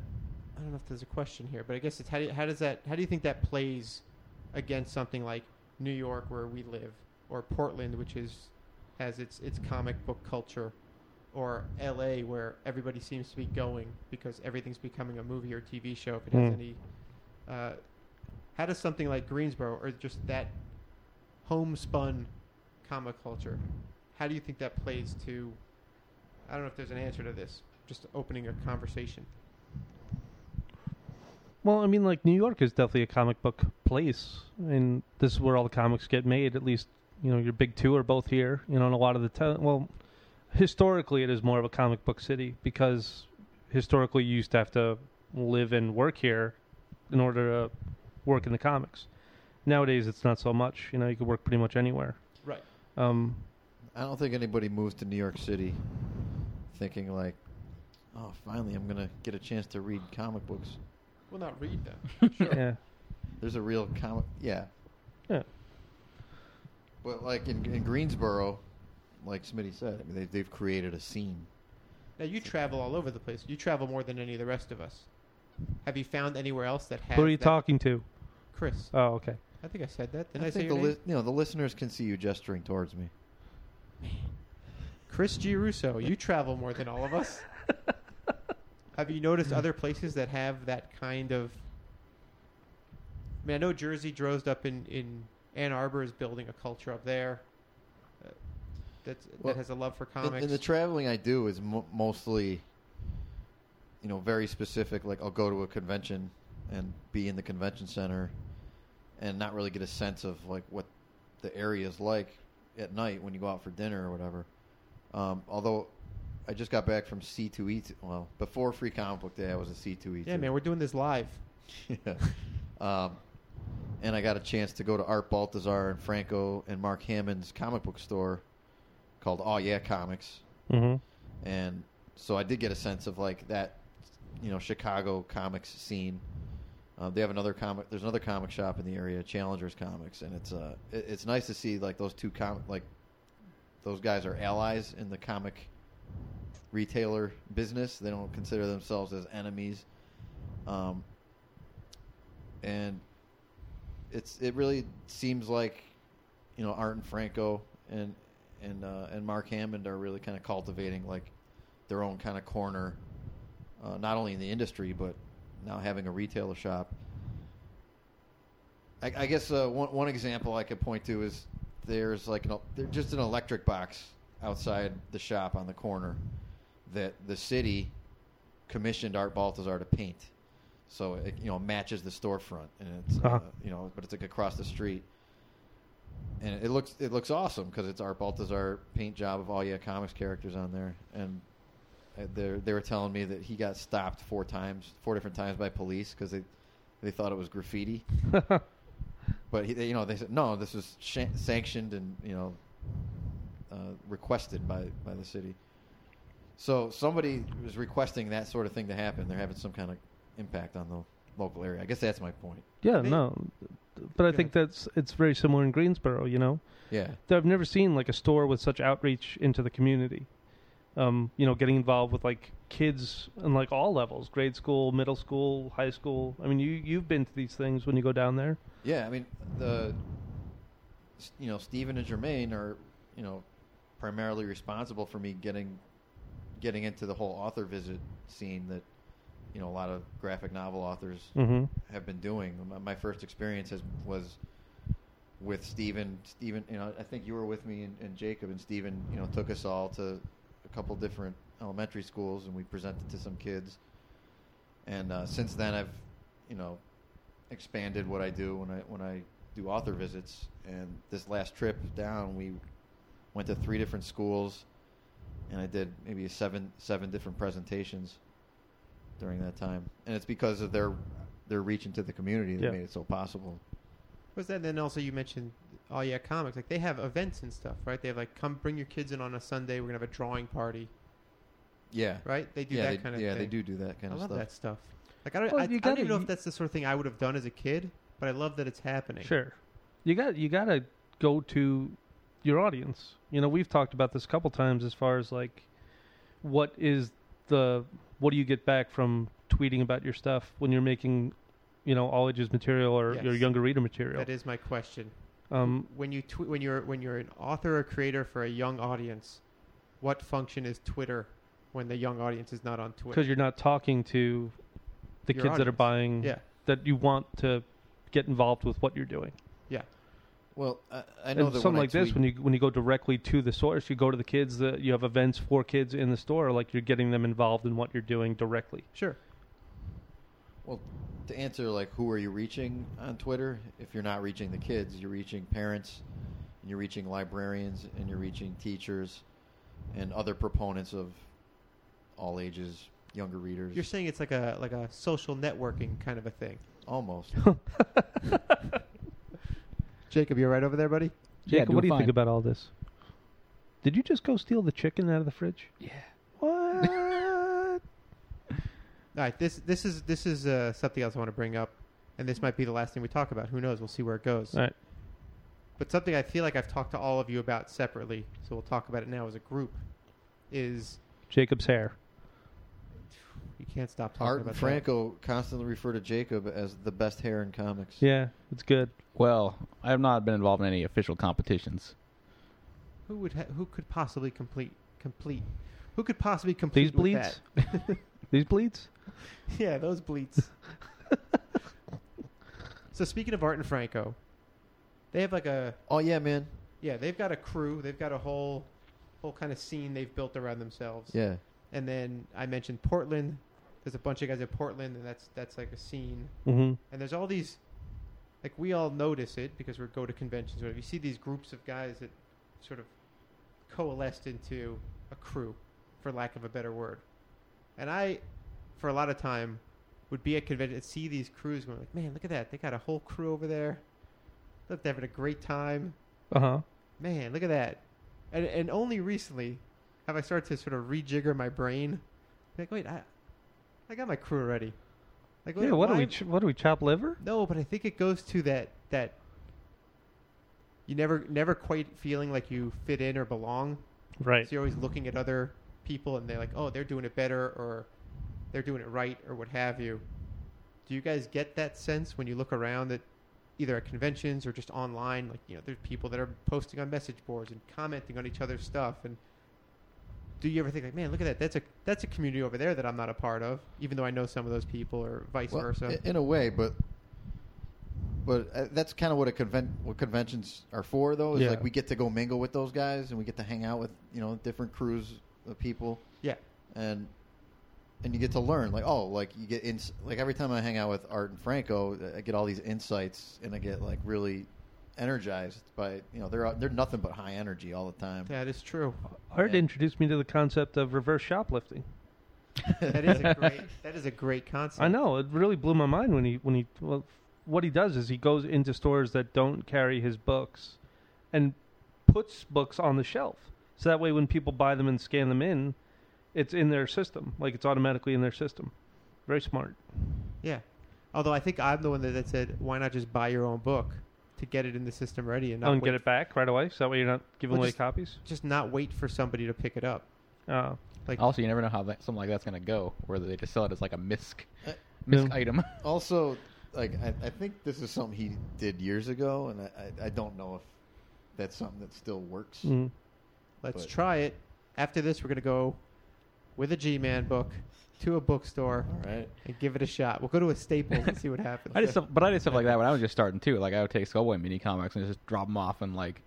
Speaker 1: I don't know if there's a question here, but I guess it's how, do you, how does that? How do you think that plays against something like New York, where we live, or Portland, which is has its its comic book culture, or L.A., where everybody seems to be going because everything's becoming a movie or TV show. If it has
Speaker 2: Hmm.
Speaker 1: any, uh, how does something like Greensboro or just that homespun comic culture? How do you think that plays to? I don't know if there's an answer to this. Just opening a conversation.
Speaker 2: Well, I mean, like New York is definitely a comic book place, and this is where all the comics get made. At least, you know, your big two are both here. You know, and a lot of the time, well, historically, it is more of a comic book city because historically you used to have to live and work here in order to work in the comics. Nowadays, it's not so much. You know, you can work pretty much anywhere.
Speaker 1: Right.
Speaker 2: Um,
Speaker 3: I don't think anybody moves to New York City thinking like, "Oh, finally, I'm gonna get a chance to read comic books."
Speaker 1: Well, not read them. Sure.
Speaker 2: yeah,
Speaker 3: There's a real comic, yeah.
Speaker 2: yeah,
Speaker 3: But like in, in Greensboro, like Smitty said, I mean, they've, they've created a scene.
Speaker 1: Now you travel all over the place. You travel more than any of the rest of us. Have you found anywhere else that has?
Speaker 2: who are you
Speaker 1: that-
Speaker 2: talking to?
Speaker 1: Chris.
Speaker 2: Oh, okay.
Speaker 1: I think I said that. Didn't I,
Speaker 3: I
Speaker 1: say
Speaker 3: think the
Speaker 1: your name?
Speaker 3: li- you know the listeners can see you gesturing towards me.
Speaker 1: Chris G. Russo. You travel more than all of us. have you noticed other places that have that kind of? I mean, I know Jersey Drozed up in in Ann Arbor is building a culture up there. Uh, that's,
Speaker 3: Well,
Speaker 1: that has a love for
Speaker 3: And,
Speaker 1: comics.
Speaker 3: and the traveling I do is mo mostly, you know, very specific. Like I'll go to a convention and be in the convention center, and not really get a sense of like what the area is like at night when you go out for dinner or whatever. Um, although, I just got back from C two E. Well, before Free Comic Book Day, I was a C two E.
Speaker 1: yeah, man, we're doing this live.
Speaker 3: yeah. Um, and I got a chance to go to Art Baltazar and Franco and Mark Hammond's comic book store called Oh Yeah Comics.
Speaker 2: hmm
Speaker 3: And so I did get a sense of like that, you know, Chicago comics scene. Uh, they have another comic. There's another comic shop in the area, Challengers Comics, and it's uh, it, it's nice to see like those two com like those guys are allies in the comic retailer business. They don't consider themselves as enemies, um, and it's it really seems like you know Art and Franco and and uh, and Mark Hammond are really kind of cultivating like their own kind of corner, uh, not only in the industry but now having a retailer shop. I, I guess uh, one one example I could point to is there's like an, there's just an electric box outside the shop on the corner that the city commissioned Art Baltazar to paint, so it you know matches the storefront and it's uh,
Speaker 2: Uh-huh.
Speaker 3: you know but it's like across the street and it looks it looks awesome because it's Art Baltazar paint job of all yeah comics characters on there, and Uh, they they were telling me that he got stopped four times, four different times by police because they they thought it was graffiti, but he, they, you know they said no, this was sh- sanctioned and you know uh, requested by by the city. So somebody was requesting that sort of thing to happen. They're having some kind of impact on the local area. I guess that's my point.
Speaker 2: Yeah,
Speaker 1: They-
Speaker 2: no, but I
Speaker 1: Go
Speaker 2: think that's it's very similar in Greensboro. You know,
Speaker 3: Yeah,
Speaker 2: Th- I've never seen like a store with such outreach into the community. Um, you know, getting involved with like kids and like all levels, grade school, middle school, high school. I mean, you you've been to these things when you go down there.
Speaker 3: Yeah, I mean the s- you know Steven and Jermaine are you know primarily responsible for me getting getting into the whole author visit scene that you know a lot of graphic novel authors
Speaker 2: Mm-hmm.
Speaker 3: have been doing. My, my first experience has, was with Steven. Steven, you know, I think you were with me and, and Jacob, and Steven, you know, took us all to a couple different elementary schools, and we presented to some kids. And uh, since then, I've, you know, expanded what I do when I when I do author visits. And this last trip down, we went to three different schools, and I did maybe seven seven different presentations during that time. And it's because of their their reach into the community that
Speaker 2: Yeah.
Speaker 3: made it so possible.
Speaker 1: Was that then also you mentioned? Oh yeah, comics. Like they have events and stuff, right? They have like come bring your kids in on a Sunday. We're gonna have a drawing party,
Speaker 3: Yeah,
Speaker 1: right? They do
Speaker 3: yeah,
Speaker 1: that
Speaker 3: they,
Speaker 1: kind of
Speaker 3: yeah,
Speaker 1: thing.
Speaker 3: they do do that kind
Speaker 1: I
Speaker 3: of
Speaker 1: love
Speaker 3: stuff.
Speaker 1: that stuff. Like I don't,
Speaker 2: Well,
Speaker 1: I,
Speaker 2: you
Speaker 1: I don't
Speaker 2: gotta-
Speaker 1: even know
Speaker 2: you-
Speaker 1: if that's the sort of thing I would have done as a kid, but I love that it's happening.
Speaker 2: Sure. You got you got to go to your audience. You know, we've talked about this a couple times as far as like what is the what do you get back from tweeting about your stuff when you're making, you know, all ages material or your
Speaker 1: Yes.
Speaker 2: younger reader material.
Speaker 1: That is my question.
Speaker 2: Um
Speaker 1: When you tw- when you're when you're an author or creator for a young audience, what function is Twitter when the young audience is not on Twitter?
Speaker 2: because you're not talking to the
Speaker 1: Your
Speaker 2: kids that are
Speaker 1: audience.
Speaker 2: buying
Speaker 1: yeah,
Speaker 2: that you want to get involved with what you're doing.
Speaker 3: Well, I, I know
Speaker 2: and
Speaker 3: that
Speaker 2: something
Speaker 3: when
Speaker 2: like
Speaker 3: I
Speaker 2: this
Speaker 3: tweet-
Speaker 2: when you when you go directly to the source you go to the kids that you have events for kids in the store like you're getting them involved in what you're doing directly
Speaker 1: sure.
Speaker 3: Well, to answer like who are you reaching on Twitter? If you're not reaching the kids, you're reaching parents, and you're reaching librarians, and you're reaching teachers, and other proponents of all ages, younger readers.
Speaker 1: You're saying it's like a like a social networking kind of a thing.
Speaker 3: Almost.
Speaker 1: Jacob, you're right over there, buddy.
Speaker 4: Yeah,
Speaker 2: Jacob, what do you
Speaker 4: doing
Speaker 2: think
Speaker 4: fine.
Speaker 2: about all this did you just go steal the chicken out of the fridge
Speaker 4: Yeah.
Speaker 2: what
Speaker 1: All right, this this is this is uh, something else I want to bring up, and this might be the last thing we talk about. Who knows? We'll see where it goes.
Speaker 2: all right
Speaker 1: But something I feel like I've talked to all of you about separately, so we'll talk about it now as a group. Is
Speaker 2: jacob's hair
Speaker 1: you can't stop talking
Speaker 3: Art
Speaker 1: about
Speaker 3: and
Speaker 1: that.
Speaker 3: Franco constantly refer to Jacob as the best hair in comics.
Speaker 2: yeah it's good
Speaker 4: Well, I have not been involved in any official competitions.
Speaker 1: Who would ha- who could possibly complete complete? Who could possibly complete
Speaker 2: these
Speaker 1: with
Speaker 2: bleeds these bleeds
Speaker 1: that? Yeah, those bleats. so speaking of Art and Franco, they have like a
Speaker 3: Oh yeah, man.
Speaker 1: yeah they've got a crew. They've got a whole whole kind of scene they've built around themselves.
Speaker 3: Yeah.
Speaker 1: And then I mentioned Portland. There's a bunch of guys in Portland, and that's that's like a scene.
Speaker 2: mm-hmm.
Speaker 1: And there's all these, like we all notice it because we go to conventions. But you see these groups of guys that sort of coalesced into a crew, for lack of a better word. And I, for a lot of time, would be at convention and see these crews going like, man, look at that! They got a whole crew over there. Look, they're having a great time.
Speaker 2: uh-huh
Speaker 1: Man, look at that. And, and only recently have I started to sort of rejigger my brain. Like, wait, I, I got my crew ready. Like,
Speaker 2: yeah what do we
Speaker 1: why-
Speaker 2: ch- what do we chop liver
Speaker 1: No, but I think it goes to that that you never never quite feeling like you fit in or belong.
Speaker 2: right
Speaker 1: So you're always looking at other people and they're like, oh, they're doing it better or they're doing it right or what have you. Do you guys get that sense when you look around that either at conventions or just online, like, you know, there's people that are posting on message boards and commenting on each other's stuff and do you ever think like, man, look at that. That's a that's a community over there that I'm not a part of, even though I know some of those people or vice
Speaker 3: Well,
Speaker 1: versa.
Speaker 3: i- In a way, but but uh, that's kind of what a convent what conventions are for, though. Is
Speaker 2: Yeah.
Speaker 3: like we get to go mingle with those guys, and we get to hang out with you know different crews of people,
Speaker 1: yeah.
Speaker 3: and and you get to learn. Like oh, like you get ins- like every time I hang out with Art and Franco, I get all these insights, and I get like really energized by you know they're they're nothing but high energy all the time.
Speaker 1: That is true.
Speaker 2: art
Speaker 3: Yeah.
Speaker 2: introduced me to the concept of reverse shoplifting
Speaker 1: That is a great. That is a great concept.
Speaker 2: I know it really blew my mind when he when he well, what he does is he goes into stores that don't carry his books, and puts books on the shelf. So that way, when people buy them and scan them in, it's in their system, like it's automatically in their system. Very smart.
Speaker 1: Yeah. Although I think I'm the one that, that said, "Why not just buy your own book to get it in the system ready and not
Speaker 2: Oh, and
Speaker 1: wait,
Speaker 2: get it back right away. So that way, you're not giving
Speaker 1: Well,
Speaker 2: away
Speaker 1: just-
Speaker 2: copies.
Speaker 1: just not wait for somebody to pick it up."
Speaker 2: Uh,
Speaker 1: Like
Speaker 4: Also, you never know how that, something like that's going to go, or they just sell it as like a misc,
Speaker 3: Uh,
Speaker 4: misc
Speaker 2: Yeah.
Speaker 4: item.
Speaker 3: Also, like I, I think this is something he did years ago, and I, I, I don't know if that's something that still
Speaker 1: Mm-hmm.
Speaker 3: works.
Speaker 2: mm.
Speaker 1: let's
Speaker 3: but-
Speaker 1: try it. After this, we're gonna go with a G-Man book to a bookstore
Speaker 3: All right.
Speaker 1: and give it a shot. We'll go to a Staples and see what happens.
Speaker 4: I did stuff, but I did stuff like that when I was just starting too. Like I would take Skullboy mini comics and just drop them off in like,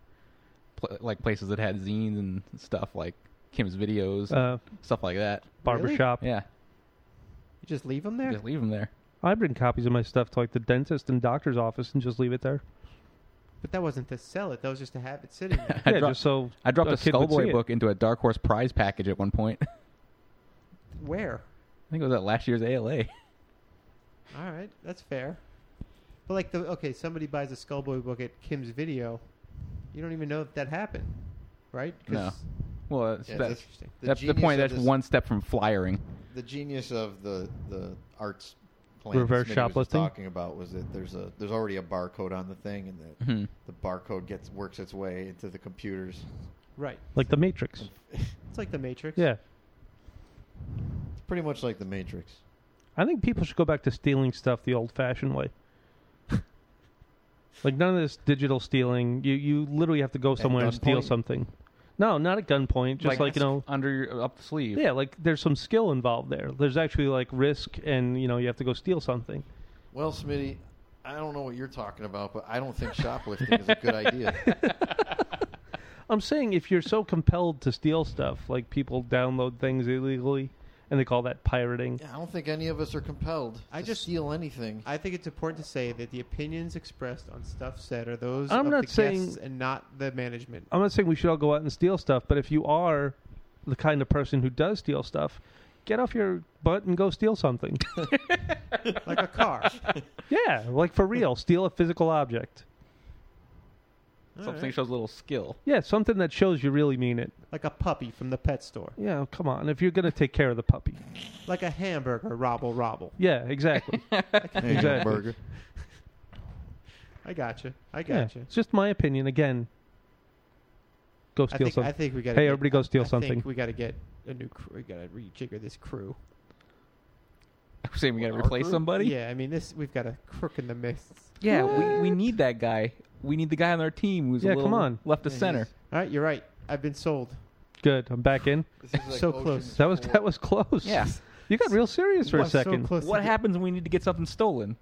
Speaker 4: pl- like places that had zines and stuff. Like Kim's videos,
Speaker 2: uh,
Speaker 4: stuff like that.
Speaker 2: barbershop.
Speaker 4: Yeah,
Speaker 1: You just leave them there?
Speaker 4: just leave them there.
Speaker 2: I bring copies of my stuff to like the dentist and doctor's office and just leave it there.
Speaker 1: But that wasn't to sell it. That was just to have it sitting there.
Speaker 4: I,
Speaker 2: yeah,
Speaker 4: dro-
Speaker 2: just so
Speaker 4: I dropped
Speaker 2: a
Speaker 4: a,
Speaker 2: kid would see
Speaker 4: Skullboy
Speaker 2: it.
Speaker 4: book into a Dark Horse prize package at one point. I
Speaker 1: Where?
Speaker 4: think it was at last year's ALA.
Speaker 1: All right, that's fair. But like the okay, somebody buys a Skullboy book at Kim's Video. You don't even know if that happened, right? 'Cause-
Speaker 4: No. Well, that's,
Speaker 3: Yeah,
Speaker 4: that's,
Speaker 3: that's-
Speaker 1: Interesting.
Speaker 4: that's the point.
Speaker 3: genius
Speaker 4: That's
Speaker 3: of this-
Speaker 4: one step from flyering.
Speaker 3: The genius of the the arts plan
Speaker 2: Reverse
Speaker 3: Smitty was
Speaker 2: shoplifting?
Speaker 3: talking about was that there's a there's already a barcode on the thing, and the
Speaker 4: Mhm.
Speaker 3: the barcode gets works its way into the computers.
Speaker 1: Right.
Speaker 2: like the Matrix.
Speaker 1: It's like the Matrix.
Speaker 2: Yeah,
Speaker 3: It's pretty much like the Matrix.
Speaker 2: I think people should go back to stealing stuff the old-fashioned way. like none of this digital stealing. You you literally have to go somewhere and steal
Speaker 3: gunpoint?
Speaker 2: something. No, not at gunpoint. Just like you know,
Speaker 4: under your, up the sleeve.
Speaker 2: Yeah, like there's some skill involved there. There's actually like risk, and you know you have to go steal something.
Speaker 3: Well, Smitty, I don't know what you're talking about, but I don't think shoplifting is a good idea.
Speaker 2: I'm saying if you're so compelled to steal stuff, like people download things illegally, and they call that pirating.
Speaker 3: Yeah, I don't think any of us are compelled
Speaker 1: I
Speaker 3: to
Speaker 1: just-
Speaker 3: steal anything.
Speaker 1: I think it's important to say that the opinions expressed on stuff said are those
Speaker 2: I'm
Speaker 1: of
Speaker 2: not
Speaker 1: the
Speaker 2: saying-
Speaker 1: guests and not the management.
Speaker 2: I'm not saying we should all go out and steal stuff, but if you are the kind of person who does steal stuff, get off your butt and go steal something.
Speaker 1: like a car.
Speaker 2: yeah, like for real, steal a physical object.
Speaker 4: Something
Speaker 1: Alright.
Speaker 4: shows a little skill.
Speaker 2: Yeah, something that shows you really mean it.
Speaker 1: Like a puppy from the pet store.
Speaker 2: Yeah, come on. If you're gonna take care of the puppy,
Speaker 1: Like a hamburger robble robble.
Speaker 2: yeah, exactly.
Speaker 3: There you go,
Speaker 2: Exactly.
Speaker 3: Burger.
Speaker 1: I gotcha. I
Speaker 2: Yeah,
Speaker 1: gotcha.
Speaker 2: it's just my opinion. Again, go steal
Speaker 1: I think
Speaker 2: something.
Speaker 1: I think we got.
Speaker 2: Hey, everybody go steal something.
Speaker 1: we got to get a new. Crew. We got to rejigger this crew.
Speaker 4: I'm saying we got to
Speaker 3: Our
Speaker 4: replace
Speaker 3: crew?
Speaker 4: somebody.
Speaker 1: Yeah, I mean this. We've got a crook in the midst.
Speaker 4: Yeah, we, we need that guy. We need the guy on our team who's
Speaker 2: Yeah,
Speaker 4: a
Speaker 2: come
Speaker 4: little
Speaker 2: on.
Speaker 4: left to
Speaker 3: Yeah,
Speaker 4: center.
Speaker 3: he's-
Speaker 1: All right, you're right. I've been sold.
Speaker 2: Good. I'm back in.
Speaker 3: This is like
Speaker 1: So
Speaker 3: Ocean's
Speaker 1: close.
Speaker 2: That was
Speaker 3: Four.
Speaker 2: that was close.
Speaker 4: Yeah.
Speaker 2: You got real serious for a
Speaker 1: Was so
Speaker 2: second.
Speaker 1: close to
Speaker 4: What
Speaker 1: get-
Speaker 4: happens when we need to get something stolen?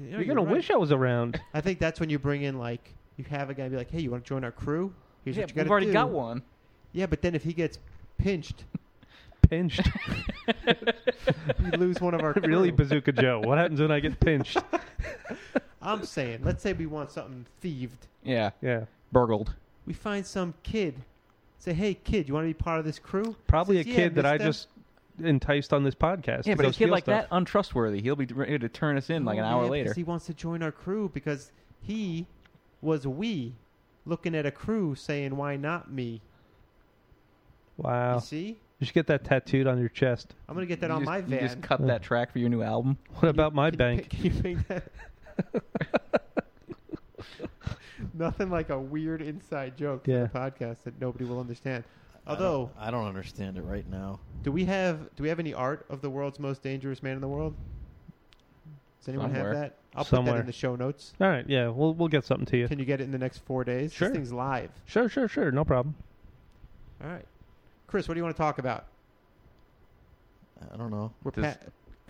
Speaker 1: Yeah,
Speaker 2: You're, gonna
Speaker 1: right.
Speaker 2: wish I was around.
Speaker 1: I think that's when you bring in like you have a guy be like, "Hey, you want to join our crew? Here's
Speaker 4: yeah,
Speaker 1: what you got
Speaker 4: we've
Speaker 1: to
Speaker 4: already
Speaker 1: do."
Speaker 4: got one.
Speaker 1: Yeah, but then if he gets pinched,
Speaker 2: Pinched.
Speaker 1: we lose one of our. Crew.
Speaker 2: really bazooka Joe. What happens when I get pinched?
Speaker 1: I'm saying, let's say we want something thieved.
Speaker 4: Yeah,
Speaker 2: Yeah.
Speaker 4: burgled.
Speaker 1: We find some kid. Say, hey, kid, you want to be part of this crew?
Speaker 2: Probably a
Speaker 1: Says, "Yeah,
Speaker 2: kid that I
Speaker 1: mister."
Speaker 2: just enticed on this podcast.
Speaker 4: Yeah,
Speaker 2: to
Speaker 4: but
Speaker 2: go
Speaker 4: a kid
Speaker 2: steal
Speaker 4: like
Speaker 2: stuff.
Speaker 4: that, untrustworthy. He'll be ready to turn us in like an
Speaker 1: Oh,
Speaker 4: hour
Speaker 1: yeah,
Speaker 4: later.
Speaker 1: because He wants to join our crew because he was we looking at a crew saying, why not me? You
Speaker 2: Wow.
Speaker 1: see?
Speaker 2: You should get that tattooed on your chest.
Speaker 1: I'm going to get that
Speaker 4: Oh. You
Speaker 1: on
Speaker 4: just-
Speaker 1: my
Speaker 4: You
Speaker 1: van.
Speaker 4: just cut
Speaker 2: Yeah.
Speaker 4: that track for your new album.
Speaker 2: What about my
Speaker 1: Can
Speaker 2: bank?
Speaker 1: You, pick- can you make that? Nothing like a weird inside joke
Speaker 2: Yeah.
Speaker 1: for the podcast that nobody will understand.
Speaker 3: I don't-
Speaker 1: Although,
Speaker 3: I don't understand it right now.
Speaker 1: do we have do we have any art of the world's most dangerous man in the world? Does anyone
Speaker 4: Somewhere.
Speaker 1: have that? I'll put that
Speaker 2: Somewhere.
Speaker 1: in the show notes.
Speaker 2: All right. Yeah. We'll we'll get something to you.
Speaker 1: Can you get it in the next four days?
Speaker 2: Sure.
Speaker 1: This thing's live.
Speaker 2: Sure. Sure. Sure. No problem.
Speaker 1: All right, Chris, what do you want to talk about?
Speaker 3: I don't know.
Speaker 1: We're
Speaker 4: Does-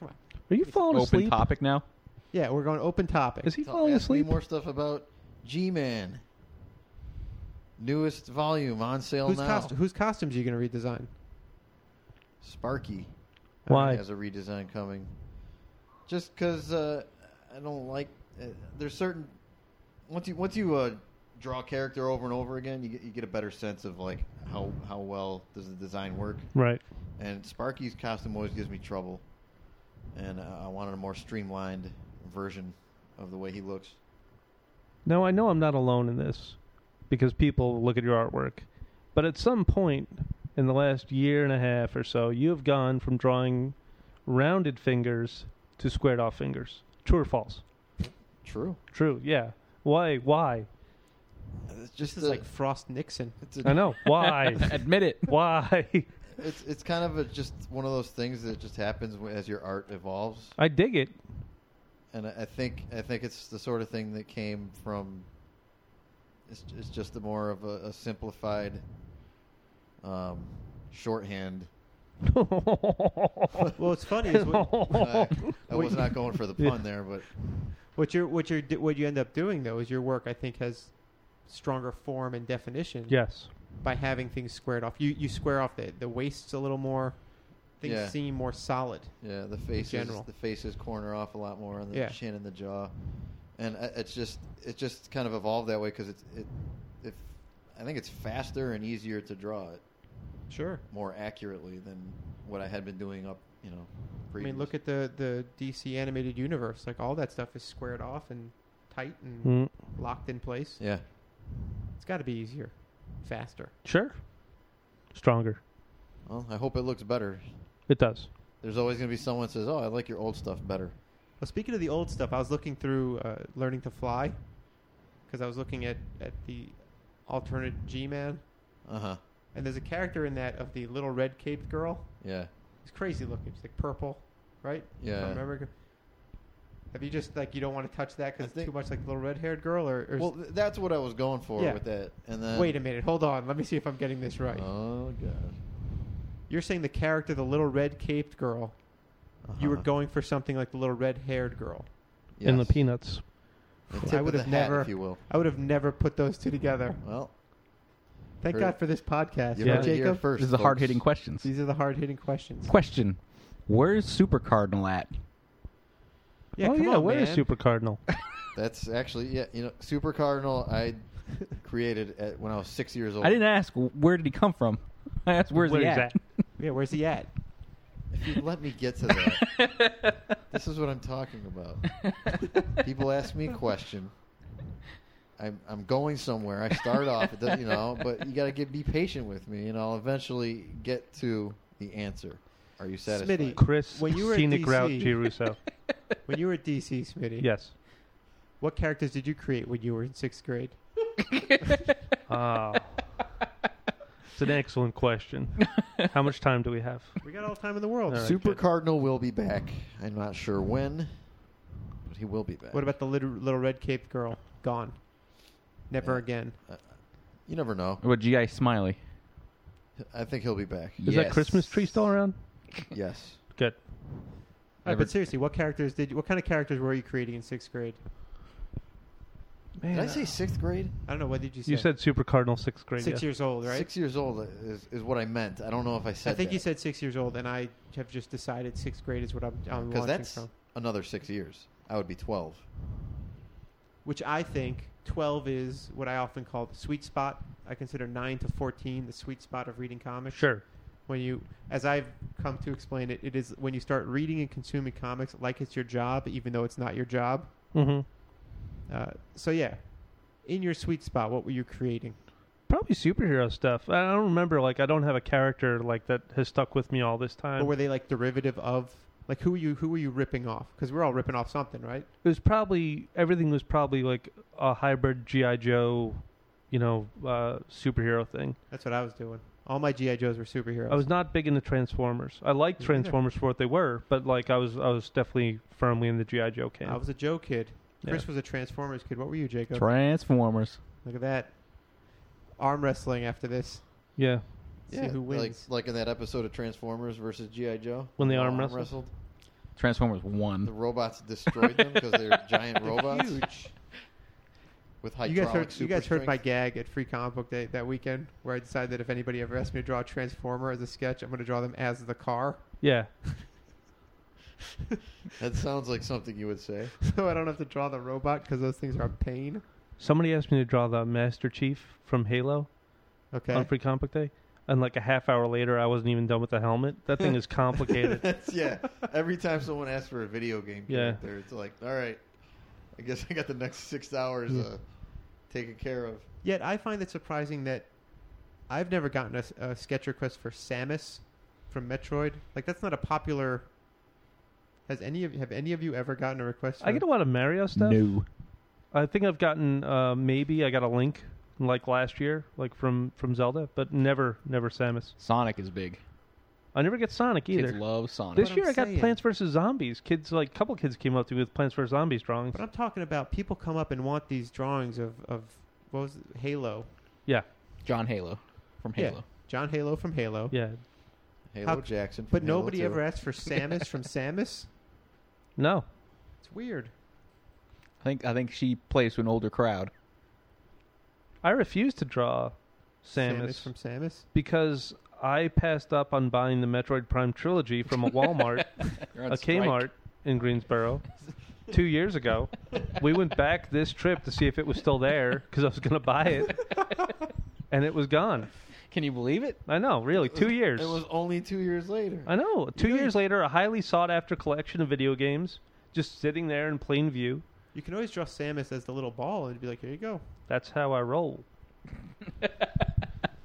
Speaker 1: pa-
Speaker 2: Are you falling
Speaker 4: Open
Speaker 2: asleep?
Speaker 4: topic now.
Speaker 1: yeah, we're going open topic.
Speaker 2: Is he
Speaker 3: Tell-
Speaker 2: falling
Speaker 3: ask
Speaker 2: asleep?
Speaker 3: Me more stuff about G-Man. Newest volume on sale
Speaker 1: whose,
Speaker 3: now.
Speaker 1: cost- whose costumes are you going to redesign?
Speaker 3: Sparky
Speaker 2: Why?
Speaker 3: has a redesign coming. Just because uh, I don't like. Uh, there's certain once you once you uh, draw a character over and over again, you get you get a better sense of like how how well does the design work.
Speaker 2: Right.
Speaker 3: And Sparky's costume always gives me trouble, and uh, I I wanted a more streamlined version of the way he looks.
Speaker 2: Now, I know I'm not alone in this because people look at your artwork, but at some point in the last year and a half or so, you have gone from drawing rounded fingers to squared off fingers. True or false?
Speaker 3: True.
Speaker 2: True, yeah. Why? Why?
Speaker 3: It's just
Speaker 1: This is
Speaker 3: a-
Speaker 1: like Frost Nixon.
Speaker 3: it's a,
Speaker 2: I know. Why?
Speaker 4: Admit it.
Speaker 2: Why?
Speaker 3: It's it's kind of a, just one of those things that just happens wh- as your art evolves,
Speaker 2: I dig it.
Speaker 3: and I I think I think it's the sort of thing that came from. It's it's just a more of a, a simplified, um, shorthand.
Speaker 1: Well, what's funny is what,
Speaker 3: I, I
Speaker 1: Wait.
Speaker 3: was not going for the
Speaker 2: Yeah.
Speaker 3: pun there, but
Speaker 1: what you're what you're do- what you end up doing though is your work I think has stronger form and definition.
Speaker 2: yes.
Speaker 1: by having things squared off. You you square off the the waists a little more. Things
Speaker 3: Yeah.
Speaker 1: seem more solid.
Speaker 3: Yeah, the faces,
Speaker 1: general.
Speaker 3: the faces corner off a lot more, and the
Speaker 1: Yeah.
Speaker 3: chin and the jaw, and I- it's just it just kind of evolved that way because it's it, if I think it's faster and easier to draw it
Speaker 1: Sure.
Speaker 3: more accurately than what I had been doing up, you know.
Speaker 1: I mean, look at the the DC animated universe. Like all that stuff is squared off and tight and
Speaker 2: Mm.
Speaker 1: locked in place.
Speaker 3: yeah,
Speaker 1: It's got to be easier, faster.
Speaker 2: Sure. Stronger.
Speaker 3: well, I hope it looks better.
Speaker 2: It does.
Speaker 3: There's always going to be someone says, "Oh, I like your old stuff better."
Speaker 1: Well, speaking of the old stuff, I was looking through uh, Learning to Fly because I was looking at at the alternate G-Man,
Speaker 3: Uh huh.
Speaker 1: and there's a character in that of the little red caped girl.
Speaker 3: Yeah,
Speaker 1: It's crazy looking. It's like purple, right? If I
Speaker 3: yeah.
Speaker 1: remember. co- Have you just like you don't want to touch that
Speaker 3: I
Speaker 1: because it's
Speaker 3: think-
Speaker 1: too much like the little red-haired girl? Or, or is-
Speaker 3: Well, th- uh, that's what I was going for
Speaker 1: Yeah.
Speaker 3: with that, and then
Speaker 1: wait a minute, hold on. Let me see if I'm getting this right.
Speaker 3: Oh god,
Speaker 1: You're saying the character, the little red caped girl, you were
Speaker 3: Uh-huh.
Speaker 1: going for something like the little red haired girl.
Speaker 3: yes.
Speaker 2: In the peanuts.
Speaker 3: The tip of
Speaker 1: would've
Speaker 3: the hat,
Speaker 1: never-
Speaker 3: if you will.
Speaker 1: I would have never put those two together.
Speaker 3: Well,
Speaker 1: Thank
Speaker 3: Heard
Speaker 1: God
Speaker 3: it.
Speaker 1: for this podcast.
Speaker 3: you
Speaker 2: Yeah.
Speaker 1: Yeah.
Speaker 3: heard it here
Speaker 1: Jacob,
Speaker 3: first.
Speaker 4: This is a
Speaker 3: folks.
Speaker 4: hard hitting questions.
Speaker 1: these are the hard hitting questions.
Speaker 4: Question: Where's Super Cardinal at?
Speaker 1: Yeah,
Speaker 2: oh
Speaker 1: come
Speaker 2: yeah,
Speaker 1: on,
Speaker 2: where is
Speaker 1: man.
Speaker 2: Super Cardinal?
Speaker 3: That's actually yeah. You know, Super Cardinal I created at, when I was six years
Speaker 1: Oh.
Speaker 3: old.
Speaker 4: I didn't ask where did he come from. I asked where's
Speaker 5: Where
Speaker 4: he
Speaker 5: he's
Speaker 4: at.
Speaker 1: Yeah, where's he at?
Speaker 3: If you let me get to that, this is what I'm talking about. People ask me a question. I'm I'm going somewhere. I start off, it doesn't- you know, but you got to get be patient with me, and I'll eventually get to the answer. Are you satisfied?
Speaker 1: Smitty.
Speaker 2: Chris
Speaker 1: When you were at
Speaker 2: Scenic
Speaker 1: DC.
Speaker 2: Route G Russo.
Speaker 1: When you were at DC, Smitty,
Speaker 2: yes.
Speaker 1: what characters did you create when you were in sixth grade?
Speaker 2: Ah. It's an excellent question. How much time do we have?
Speaker 1: We got all the time in the world.
Speaker 2: All right.
Speaker 3: Super
Speaker 2: good.
Speaker 3: Cardinal will be back. I'm not sure when, but he will be back.
Speaker 1: What about the little, little red caped girl? Gone. Never
Speaker 3: Yeah.
Speaker 1: again.
Speaker 3: You never know.
Speaker 4: What GI Smiley?
Speaker 3: I think he'll be back.
Speaker 2: Is that Christmas tree still around?
Speaker 3: Yes.
Speaker 2: Good.
Speaker 1: All right,
Speaker 4: Never-
Speaker 1: but seriously, what characters did? You, what kind of characters were you creating in sixth grade?
Speaker 2: Man,
Speaker 3: Did I say sixth grade?
Speaker 1: I don't know. What did you say?
Speaker 2: you said Super Cardinal sixth grade.
Speaker 1: six
Speaker 2: yeah.
Speaker 1: years old, right?
Speaker 3: Six years old is, is what I meant. I don't know if I said.
Speaker 1: I think
Speaker 3: that.
Speaker 1: you said six years old, and I have just decided sixth grade is what I'm, I'm
Speaker 3: because
Speaker 1: launching
Speaker 3: that's
Speaker 1: from.
Speaker 3: another six years. I would be twelve.
Speaker 1: Which I think 12 is what I often call the sweet spot. I consider 9 to 14 the sweet spot of reading comics.
Speaker 2: Sure.
Speaker 1: When you, as I've come to explain it, it is when you start reading and consuming comics like it's your job, even though it's not your job.
Speaker 2: Mm-hmm.
Speaker 1: Uh, so, yeah, in your sweet spot, what were you creating?
Speaker 2: Probably superhero stuff. I don't remember. Like, I don't have a character like that has stuck with me all this time.
Speaker 1: or were they like derivative of, like who were you, who were you ripping off? Because we're all ripping off something, right?
Speaker 2: it was probably everything was probably like a hybrid GI Joe, you know, uh, superhero thing.
Speaker 1: That's what I was doing. All my GI Joes were superheroes.
Speaker 2: I was not big into Transformers. I liked
Speaker 1: Me neither.
Speaker 2: Transformers for what they were, but like I was, I was definitely firmly in the GI Joe camp.
Speaker 1: I was a Joe kid.
Speaker 2: Yeah.
Speaker 1: Chris was a Transformers kid. What were you, Jacob?
Speaker 4: Transformers.
Speaker 1: Look at that. Arm wrestling after this.
Speaker 2: yeah,
Speaker 1: See who wins.
Speaker 3: Like, like in that episode of Transformers versus GI Joe,
Speaker 2: When they
Speaker 3: all
Speaker 2: arm wrestled?
Speaker 4: Transformers
Speaker 3: The
Speaker 4: one.
Speaker 3: robots destroyed them because they're giant
Speaker 1: Mm-hmm. They're
Speaker 3: robots
Speaker 1: Huge.
Speaker 3: with
Speaker 1: You
Speaker 3: hydraulic
Speaker 1: guys heard
Speaker 3: super
Speaker 1: you guys heard my
Speaker 3: strength.
Speaker 1: gag at Free Comic Book Day that weekend where I decided that if anybody ever asked me to draw a Transformer as a sketch, I'm gonna draw them as the car.
Speaker 2: yeah.
Speaker 3: That sounds like something you would say.
Speaker 1: So I don't have to draw the robot because those things are a pain.
Speaker 2: Somebody asked me to draw the Master Chief from Halo
Speaker 1: Okay.
Speaker 2: on Free Comic Book Day, and like a half hour later, I wasn't even done with the helmet. That thing is complicated.
Speaker 3: That's yeah. Every time someone asks for a video game
Speaker 2: Yeah.
Speaker 3: character, it's like, all right, I guess I got the next six hours uh, taken care of.
Speaker 1: Yet I find it surprising that I've never gotten a, a sketch request for Samus from Metroid. Like that's not a popular. Has any of have any of you ever gotten a request? For
Speaker 2: I get a lot of Mario stuff.
Speaker 4: No.
Speaker 2: I think I've gotten uh, maybe I got a link like last year, like from from Zelda, but never never Samus.
Speaker 4: Sonic is big.
Speaker 2: I never get Sonic either.
Speaker 4: Kids love Sonic.
Speaker 2: this
Speaker 1: what
Speaker 2: year
Speaker 1: I'm
Speaker 2: I got
Speaker 1: saying.
Speaker 2: Plants vs Zombies. Kids like couple kids came up to me with Plants vs Zombies drawings.
Speaker 1: But I'm talking about people come up and want these drawings of, of what was it? Halo,
Speaker 4: John Halo from
Speaker 1: Yeah.
Speaker 4: Halo.
Speaker 1: John Halo from Halo.
Speaker 2: Yeah,
Speaker 3: Halo
Speaker 1: How-
Speaker 3: Jackson, from
Speaker 1: But
Speaker 3: Halo
Speaker 1: nobody
Speaker 3: 2.
Speaker 1: ever asked for Samus from Samus.
Speaker 2: no,
Speaker 1: It's weird.
Speaker 4: I think I think she plays to an older crowd.
Speaker 2: I refuse to draw Samus,
Speaker 1: from Samus.
Speaker 2: because I passed up on buying the Metroid Prime trilogy from a Walmart,
Speaker 4: You're on
Speaker 2: a
Speaker 4: strike.
Speaker 2: Kmart in Greensboro, two years ago. We went back this trip to see if it was still there because I was going to buy it, and it was gone.
Speaker 4: Can you believe it?
Speaker 2: I know, really, two years.
Speaker 3: It was only two years later.
Speaker 2: I know. Two years later, a highly sought after collection of video games just sitting there in plain view.
Speaker 1: You can always draw Samus as the little ball and be like, here you go.
Speaker 2: That's how I roll.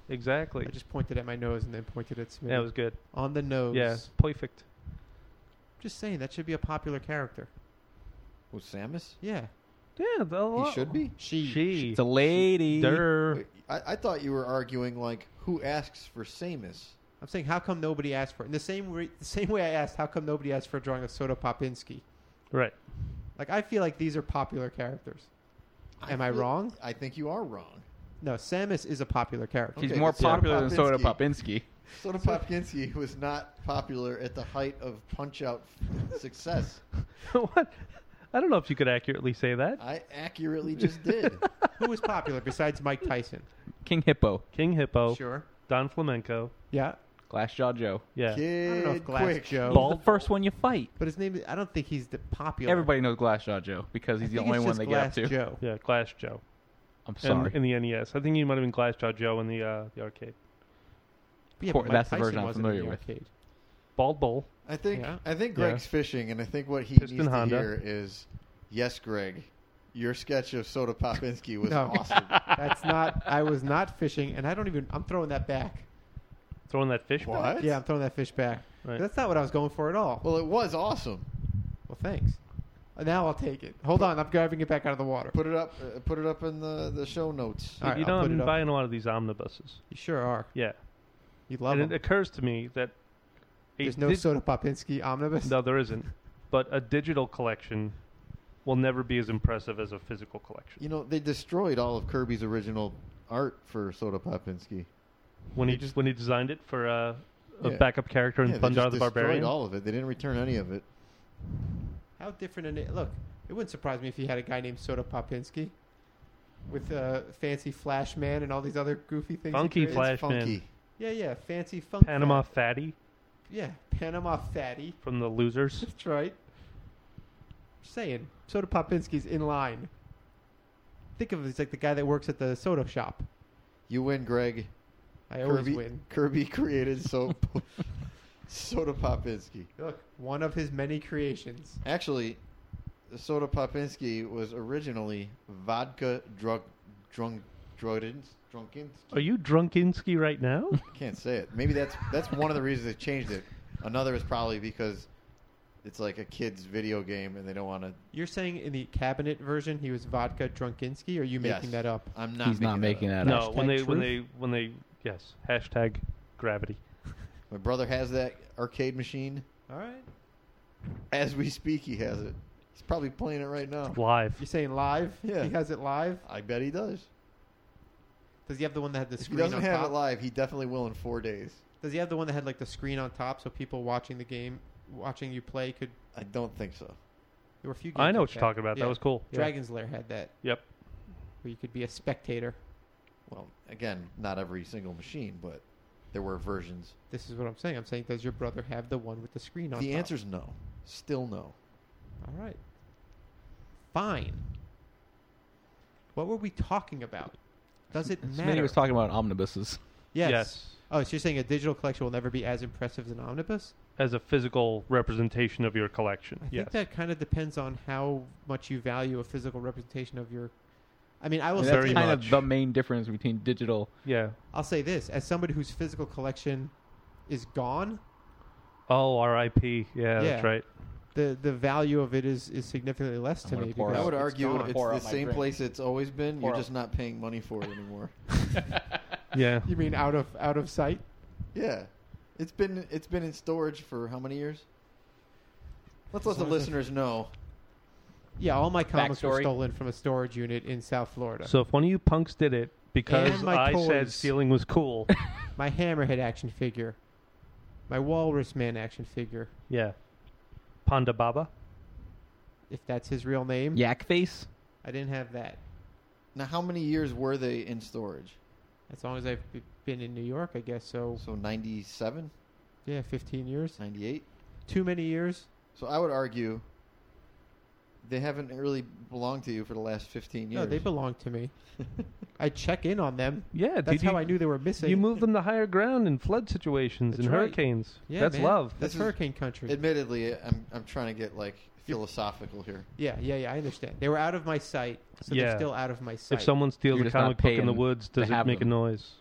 Speaker 2: exactly.
Speaker 1: I just pointed at my nose and then pointed at Smitty.
Speaker 2: That was good.
Speaker 1: On the nose.
Speaker 2: Yeah, perfect.
Speaker 1: Just saying, that should be a popular character.
Speaker 3: Was Samus?
Speaker 1: Yeah.
Speaker 2: Yeah, the
Speaker 3: He should be.
Speaker 1: She.
Speaker 2: She.
Speaker 4: It's a lady.
Speaker 2: Der.
Speaker 3: Wait, I, I thought you were arguing like who asks for Samus.
Speaker 1: I'm saying, how come nobody asked for it? In the same, re- the same way I asked, how come nobody asked for a drawing of Soda Popinski?
Speaker 2: Right.
Speaker 1: Like, I feel like these are popular characters. Am I
Speaker 3: feel-
Speaker 1: wrong?
Speaker 3: I think you are wrong.
Speaker 1: No, Samus is a popular character.
Speaker 4: She's
Speaker 3: Okay,
Speaker 4: more
Speaker 3: but Soda
Speaker 4: popular than Soda Popinski.
Speaker 3: Soda Popkinski was not popular at the height of Punch Out success.
Speaker 2: what? I don't know if you could accurately say that.
Speaker 3: I accurately just did.
Speaker 1: Who was popular besides Mike Tyson?
Speaker 4: King Hippo,
Speaker 2: King Hippo,
Speaker 1: Sure.
Speaker 2: Don Flamenco.
Speaker 1: Yeah.
Speaker 4: Glassjaw Joe.
Speaker 2: Yeah.
Speaker 1: I
Speaker 3: Kid
Speaker 1: don't know if Glass
Speaker 3: Eh, quick.
Speaker 1: Joe.
Speaker 4: He's the first one you fight.
Speaker 1: But his name, I don't think he's the popular.
Speaker 4: Everybody knows Glassjaw Joe because he's
Speaker 1: I
Speaker 4: the
Speaker 1: think
Speaker 4: only
Speaker 1: it's
Speaker 4: one
Speaker 1: just
Speaker 4: they
Speaker 1: Glass
Speaker 4: get up to.
Speaker 1: Joe.
Speaker 2: Yeah, Glass Joe.
Speaker 4: I'm
Speaker 2: In-
Speaker 4: sorry.
Speaker 2: In, the NES. I think you might have been Glass Jaw Joe in the uh, the arcade.
Speaker 1: Yeah,
Speaker 4: course,
Speaker 1: but Mike
Speaker 4: that's the
Speaker 1: Tyson
Speaker 4: version I'm
Speaker 1: wasn't in
Speaker 4: familiar
Speaker 1: the
Speaker 4: with.
Speaker 1: arcade.
Speaker 2: Bald Bull.
Speaker 3: I think
Speaker 1: Yeah.
Speaker 3: I think
Speaker 2: Yeah.
Speaker 3: Greg's fishing, and I think what he
Speaker 2: Piston
Speaker 3: needs
Speaker 2: Honda.
Speaker 3: to hear is, yes, Greg, your sketch of Soda Popinski was
Speaker 1: No.
Speaker 3: awesome.
Speaker 1: That's not. I was not fishing, and I don't even. I'm throwing that back.
Speaker 2: Throwing that fish back.
Speaker 3: what?
Speaker 1: Yeah, I'm throwing that fish back.
Speaker 2: Right.
Speaker 1: That's not what I was going for at all. Well,
Speaker 3: Well, it was awesome.
Speaker 1: thanks. Uh, Now I'll take it. Hold on, I'm grabbing it back out of the water.
Speaker 3: Put it up. Uh, put it up in the, the show notes.
Speaker 1: All right,
Speaker 2: you
Speaker 1: I'll
Speaker 2: know,
Speaker 1: put
Speaker 2: I'm
Speaker 1: it up.
Speaker 2: buying a lot of these omnibuses.
Speaker 1: You sure are.
Speaker 2: Yeah.
Speaker 1: You love it.
Speaker 2: and it occurs to me that a
Speaker 1: There's no
Speaker 2: dig-
Speaker 1: Soda Popinski omnibus.
Speaker 2: no, there isn't. But a digital collection will never be as impressive as a physical collection.
Speaker 3: You know, they destroyed all of Kirby's original art for Soda Popinski.
Speaker 2: When he
Speaker 3: They just-
Speaker 2: when he designed it for uh, a
Speaker 3: Yeah.
Speaker 2: backup character in
Speaker 3: Yeah, they
Speaker 2: Punch
Speaker 3: just
Speaker 2: Out the
Speaker 3: destroyed
Speaker 2: Barbarian,
Speaker 3: all of it. They didn't return any of it.
Speaker 1: How different an look? It wouldn't surprise me if he had a guy named Soda Popinski, with uh, fancy Flash Man and all these other goofy things. he
Speaker 2: Funky
Speaker 1: created.
Speaker 2: Flash.
Speaker 3: It's funky.
Speaker 2: Man.
Speaker 1: Yeah, yeah, fancy funk.
Speaker 2: Panama Fatty
Speaker 1: Yeah, Panama Fatty.
Speaker 2: from the Losers.
Speaker 1: That's right. Just saying, Soda Popinski's in line. Think of it as like the guy that works at the soda shop.
Speaker 3: You win, Greg.
Speaker 1: I always
Speaker 3: Kirby,
Speaker 1: win.
Speaker 3: Kirby created so Soda Popinski.
Speaker 1: Look, one of his many creations.
Speaker 3: Actually, Soda Popinski was originally vodka drug drunk drunkins drunkins.
Speaker 1: Oh,
Speaker 2: Are you drunkinski right now?
Speaker 3: Can't say it. Maybe that's that's one of the reasons they changed it. Another is probably because it's like a kid's video game and they don't want to.
Speaker 1: You're saying in the cabinet version he was vodka drunkinski, or are you making that up?
Speaker 3: I'm not.
Speaker 4: He's not making
Speaker 3: up.
Speaker 4: that up.
Speaker 2: no, when they
Speaker 1: Hashtag
Speaker 2: when they when they yes hashtag gravity.
Speaker 3: My brother has that arcade machine
Speaker 1: All right.
Speaker 3: as we speak. He has it. He's probably playing it right
Speaker 1: Oh.
Speaker 3: now.
Speaker 2: Live.
Speaker 1: You're saying live?
Speaker 3: Yeah.
Speaker 1: He has it live?
Speaker 3: I bet he does.
Speaker 1: Does he have the one that had the
Speaker 3: If he
Speaker 1: screen
Speaker 3: doesn't
Speaker 1: on
Speaker 3: have
Speaker 1: top?
Speaker 3: it live, he definitely will in four days.
Speaker 1: Does he have the one that had like the screen on top so people watching the game, watching you play could.
Speaker 3: I don't think so.
Speaker 1: There were a few games
Speaker 2: I know
Speaker 1: like
Speaker 2: what you're talking about.
Speaker 1: Yeah.
Speaker 2: That was cool. Yeah.
Speaker 1: Dragon's Lair had that.
Speaker 2: Yep.
Speaker 1: Where you could be a spectator.
Speaker 3: Well, again, not every single machine, but there were versions.
Speaker 1: This is what I'm saying. I'm saying, does your brother have the one with the screen on
Speaker 3: the
Speaker 1: top?
Speaker 3: answer's no. Still no.
Speaker 1: All right. Fine. What were we talking about? Does it matter?
Speaker 4: Smitty was talking about omnibuses.
Speaker 1: yes.
Speaker 2: yes.
Speaker 1: Oh, so you're saying a digital collection will never be as impressive as an omnibus?
Speaker 2: As a physical representation of your collection.
Speaker 1: I
Speaker 2: yes.
Speaker 1: think that kind of depends on how much you value a physical representation of your. I mean, I will
Speaker 4: And
Speaker 1: say
Speaker 4: that's
Speaker 2: Very
Speaker 4: kind
Speaker 2: much.
Speaker 4: of the main difference between digital.
Speaker 2: yeah.
Speaker 1: I'll say this as somebody whose physical collection is gone,
Speaker 2: Oh, R.I.P. Yeah,
Speaker 1: Yeah.
Speaker 2: that's right.
Speaker 1: the the value of it is is significantly less
Speaker 4: I'm
Speaker 1: to
Speaker 4: gonna
Speaker 1: me.
Speaker 4: pour
Speaker 1: because-
Speaker 3: I
Speaker 4: out.
Speaker 3: would
Speaker 4: it's
Speaker 3: argue
Speaker 4: gone.
Speaker 3: it's,
Speaker 4: Pour
Speaker 3: the
Speaker 4: out my
Speaker 3: same
Speaker 4: drink.
Speaker 3: place it's always been.
Speaker 4: Pour
Speaker 3: You're
Speaker 4: out-
Speaker 3: just not paying money for it anymore.
Speaker 2: Yeah.
Speaker 1: You mean out of out of sight?
Speaker 3: yeah. It's been it's been in storage for how many years? Let's let
Speaker 1: As
Speaker 3: the
Speaker 1: long as the-
Speaker 3: listeners know.
Speaker 1: Yeah, all my comics were
Speaker 4: Backstory.
Speaker 1: stolen from a storage unit in South Florida.
Speaker 2: So if one of you punks did it because
Speaker 1: And my
Speaker 2: I said
Speaker 1: toys.
Speaker 2: stealing was cool,
Speaker 1: my Hammerhead action figure, my Walrus Man action figure,
Speaker 2: yeah. Panda Baba.
Speaker 1: if that's his real name.
Speaker 4: Yak face.
Speaker 1: I didn't have that.
Speaker 3: Now, how many years were they in storage?
Speaker 1: as long as I've b- been in New York, I guess. So
Speaker 3: So 97,
Speaker 1: yeah, 15 years.
Speaker 3: 98.
Speaker 1: Too many years.
Speaker 3: So I would argue they haven't really belonged to you for the last 15 years.
Speaker 1: No, they belong to me. I check in on them.
Speaker 2: Yeah,
Speaker 1: That's
Speaker 2: dude,
Speaker 1: how
Speaker 2: you,
Speaker 1: I knew they were missing.
Speaker 2: You move them to higher ground in flood situations
Speaker 1: That's
Speaker 2: and
Speaker 1: right.
Speaker 2: hurricanes.
Speaker 1: Yeah,
Speaker 2: That's
Speaker 1: man.
Speaker 2: love.
Speaker 1: That's
Speaker 3: This is-
Speaker 1: hurricane country.
Speaker 3: Admittedly, I'm, I'm trying to get like philosophical here.
Speaker 1: yeah, yeah, yeah. I understand. They were out of my sight, so
Speaker 2: Yeah.
Speaker 1: they're still out of my sight.
Speaker 2: If someone steals
Speaker 4: You're
Speaker 2: a
Speaker 4: just not
Speaker 2: comic book in the
Speaker 4: paying
Speaker 2: woods,
Speaker 4: to
Speaker 2: does it
Speaker 4: have
Speaker 2: make
Speaker 4: them.
Speaker 2: a noise?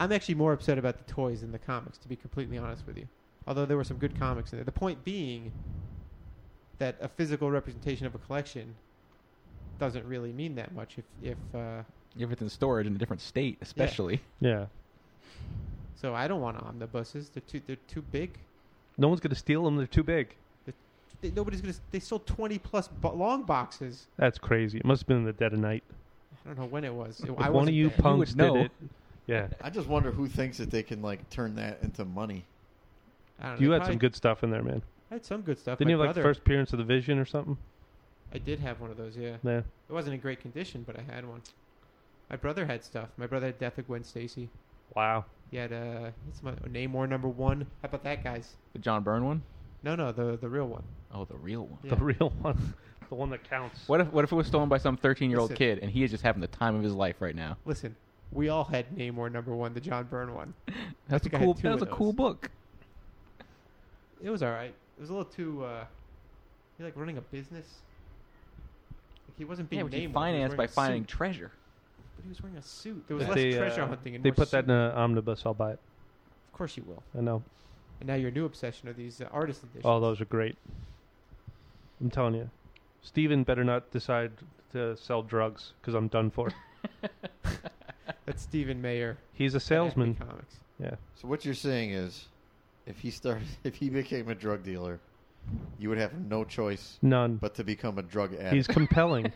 Speaker 1: I'm actually more upset about the toys than the comics, to be completely honest with you. Although there were some good comics in there. The point being that a physical representation of a collection doesn't really mean that much if, if uh,
Speaker 4: If it's in storage in a different state, especially.
Speaker 2: Yeah.
Speaker 1: so I don't want omnibuses. They're too they're too big.
Speaker 2: No one's going to steal them. They're too big.
Speaker 1: They, nobody's gonna. s- They sold twenty plus bo- long boxes.
Speaker 2: That's crazy. It must have been in the dead of night.
Speaker 1: I don't know when it was. It-
Speaker 2: If
Speaker 1: I
Speaker 2: one of
Speaker 1: wasn't
Speaker 2: you
Speaker 1: there.
Speaker 4: punk- would
Speaker 2: punks
Speaker 4: know.
Speaker 2: did it. Yeah.
Speaker 3: I just wonder who thinks that they can like turn that into money.
Speaker 1: I don't know,
Speaker 2: You
Speaker 1: they
Speaker 2: had some
Speaker 1: probably-
Speaker 2: good stuff in there, man.
Speaker 1: I had some good stuff.
Speaker 2: Didn't
Speaker 1: My
Speaker 2: you have like
Speaker 1: brother-
Speaker 2: first appearance of the Vision or something?
Speaker 1: I did have one of those. Yeah,
Speaker 2: Yeah.
Speaker 1: it wasn't in great condition, but I had one. My brother had stuff. My brother had Death of Gwen Stacy.
Speaker 2: Wow.
Speaker 1: He had uh, what's my Namor number one. How about that, guys?
Speaker 4: The John Byrne one?
Speaker 1: No, no, the the real one.
Speaker 4: Oh, the real one.
Speaker 1: Yeah.
Speaker 2: The real one. the one that counts.
Speaker 4: What if what if it was stolen by some 13 year old
Speaker 1: Listen.
Speaker 4: kid and he is just having the time of his life right now?
Speaker 1: Listen, we all had Namor number one, the John Byrne one.
Speaker 4: That's a
Speaker 1: think I had
Speaker 4: cool.
Speaker 1: two
Speaker 4: That
Speaker 1: of
Speaker 4: was a
Speaker 1: those.
Speaker 4: cool book.
Speaker 1: It was all right. It was a little too. Uh, he like running a business. Like he wasn't being
Speaker 4: Yeah, which
Speaker 1: Namor.
Speaker 4: he
Speaker 1: was
Speaker 4: financed by
Speaker 1: wearing a
Speaker 4: finding
Speaker 1: suit.
Speaker 4: treasure.
Speaker 1: but he was wearing a suit. There was
Speaker 2: If
Speaker 1: less
Speaker 2: they, uh,
Speaker 1: treasure hunting. And
Speaker 2: They
Speaker 1: more
Speaker 2: put that
Speaker 1: suit.
Speaker 2: in an omnibus. I'll buy it.
Speaker 1: Of course you will.
Speaker 2: I know.
Speaker 1: And now your new obsession are these uh, artist editions.
Speaker 2: Oh, those are great. I'm telling you. Steven better not decide to sell drugs because I'm done for.
Speaker 1: That's Stephen Mayer.
Speaker 2: He's a
Speaker 1: at Acme
Speaker 2: salesman.
Speaker 1: Comics.
Speaker 2: Yeah.
Speaker 3: So what you're saying is, if he started, if he became a drug dealer, you would have no choice
Speaker 2: None.
Speaker 3: but to become a drug addict.
Speaker 2: He's compelling.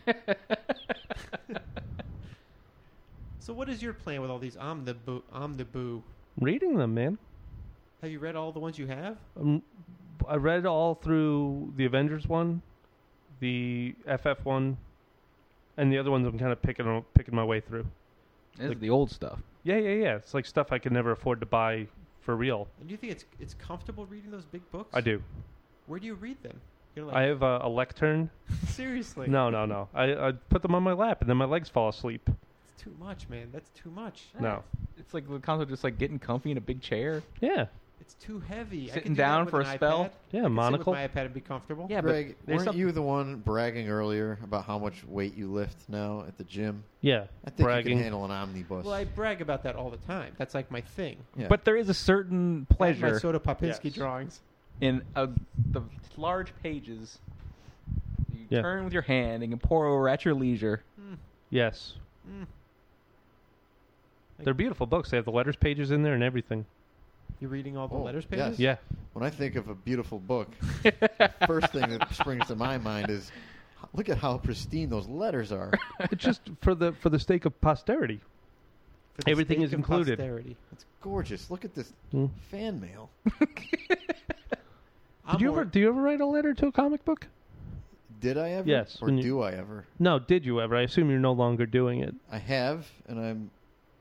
Speaker 1: So what is your plan with all these omnibu omniboo?
Speaker 2: Reading them, man.
Speaker 1: Have you read all the ones you have?
Speaker 2: Um, I read all through the Avengers one, the FF one, and the other ones. I'm kind of picking picking my way through.
Speaker 4: This
Speaker 2: Like-
Speaker 4: is the old stuff.
Speaker 2: Yeah, yeah, yeah. It's like stuff I could never afford to buy for real.
Speaker 1: And do you think it's it's comfortable reading those big books?
Speaker 2: I do.
Speaker 1: Where do you read them? You're
Speaker 2: I have a, a lectern.
Speaker 1: seriously.
Speaker 2: No, no, no. I, I put them on my lap, and then my legs fall asleep.
Speaker 1: It's too much, man. That's too much.
Speaker 2: No.
Speaker 4: It's like the concept of just like getting comfy in a big chair.
Speaker 2: Yeah,
Speaker 1: It's too heavy. I
Speaker 4: Sitting
Speaker 1: could do
Speaker 4: down
Speaker 1: that
Speaker 4: for
Speaker 1: with
Speaker 4: a
Speaker 1: an
Speaker 4: spell?
Speaker 1: iPad.
Speaker 2: yeah.
Speaker 1: I could
Speaker 2: monocle.
Speaker 1: Sit with my iPad and be comfortable.
Speaker 4: Yeah,
Speaker 3: Greg,
Speaker 4: but there's
Speaker 3: weren't
Speaker 4: something.
Speaker 3: you the one bragging earlier about how much weight you lift now at the gym?
Speaker 2: yeah.
Speaker 3: I think you
Speaker 2: Bragging.
Speaker 3: can handle an omnibus.
Speaker 1: Well, I brag about that all the time. That's like my thing.
Speaker 3: Yeah.
Speaker 4: But there is a certain
Speaker 1: Like my
Speaker 4: pleasure
Speaker 1: Soda Popinski
Speaker 2: Yes.
Speaker 1: drawings.
Speaker 4: in uh, the large pages. You
Speaker 2: Yeah.
Speaker 4: turn with your hand and can pour over at your leisure.
Speaker 1: Hmm.
Speaker 2: Yes.
Speaker 1: Mm.
Speaker 2: They're beautiful books. They have the letters pages in there and everything.
Speaker 1: You reading all the
Speaker 3: Oh,
Speaker 1: letters
Speaker 3: yes.
Speaker 1: pages?
Speaker 2: Yeah.
Speaker 3: when I think of a beautiful book, the first thing that springs to my mind is, look at how pristine those letters are.
Speaker 2: it's just for the for the sake of posterity.
Speaker 1: For the
Speaker 2: Everything
Speaker 1: sake
Speaker 2: is
Speaker 1: of
Speaker 2: included.
Speaker 1: posterity.
Speaker 3: It's gorgeous. Look at this
Speaker 2: Mm.
Speaker 3: fan mail.
Speaker 1: I'm
Speaker 2: Did you
Speaker 1: more-
Speaker 2: ever do you ever write a letter to a comic book?
Speaker 3: Did I ever?
Speaker 2: Yes,
Speaker 3: Or
Speaker 2: when you-
Speaker 3: do I ever?
Speaker 2: No, did you ever? I assume you're no longer doing it.
Speaker 3: I have, and I'm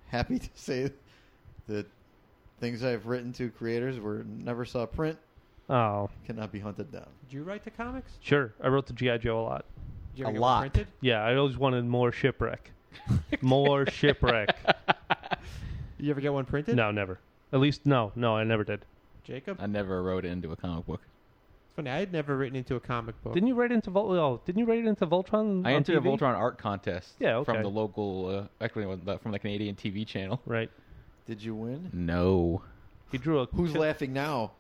Speaker 3: happy to say that things I've written to creators were never saw print,
Speaker 2: Oh,
Speaker 3: cannot be hunted down.
Speaker 1: Did you write the comics?
Speaker 2: sure. I wrote the GI Joe a lot.
Speaker 1: Did you
Speaker 4: A
Speaker 1: ever get
Speaker 4: lot.
Speaker 1: Printed?
Speaker 2: Yeah, I always wanted more shipwreck. more shipwreck.
Speaker 1: You ever get one printed?
Speaker 2: No, never. At least no, no, I never did.
Speaker 1: Jacob.
Speaker 4: I never wrote it into a comic book.
Speaker 1: It's funny. I had never written into a comic book.
Speaker 2: Didn't you write into Vol- oh, Didn't you write into Voltron?
Speaker 4: I
Speaker 2: on
Speaker 4: entered a
Speaker 2: TV?
Speaker 4: Voltron art contest
Speaker 2: Yeah, okay.
Speaker 4: from the local, uh, actually it wasn't that, from the Canadian TV channel.
Speaker 2: Right.
Speaker 3: Did you win?
Speaker 4: No.
Speaker 2: He drew a
Speaker 3: Who's laughing now?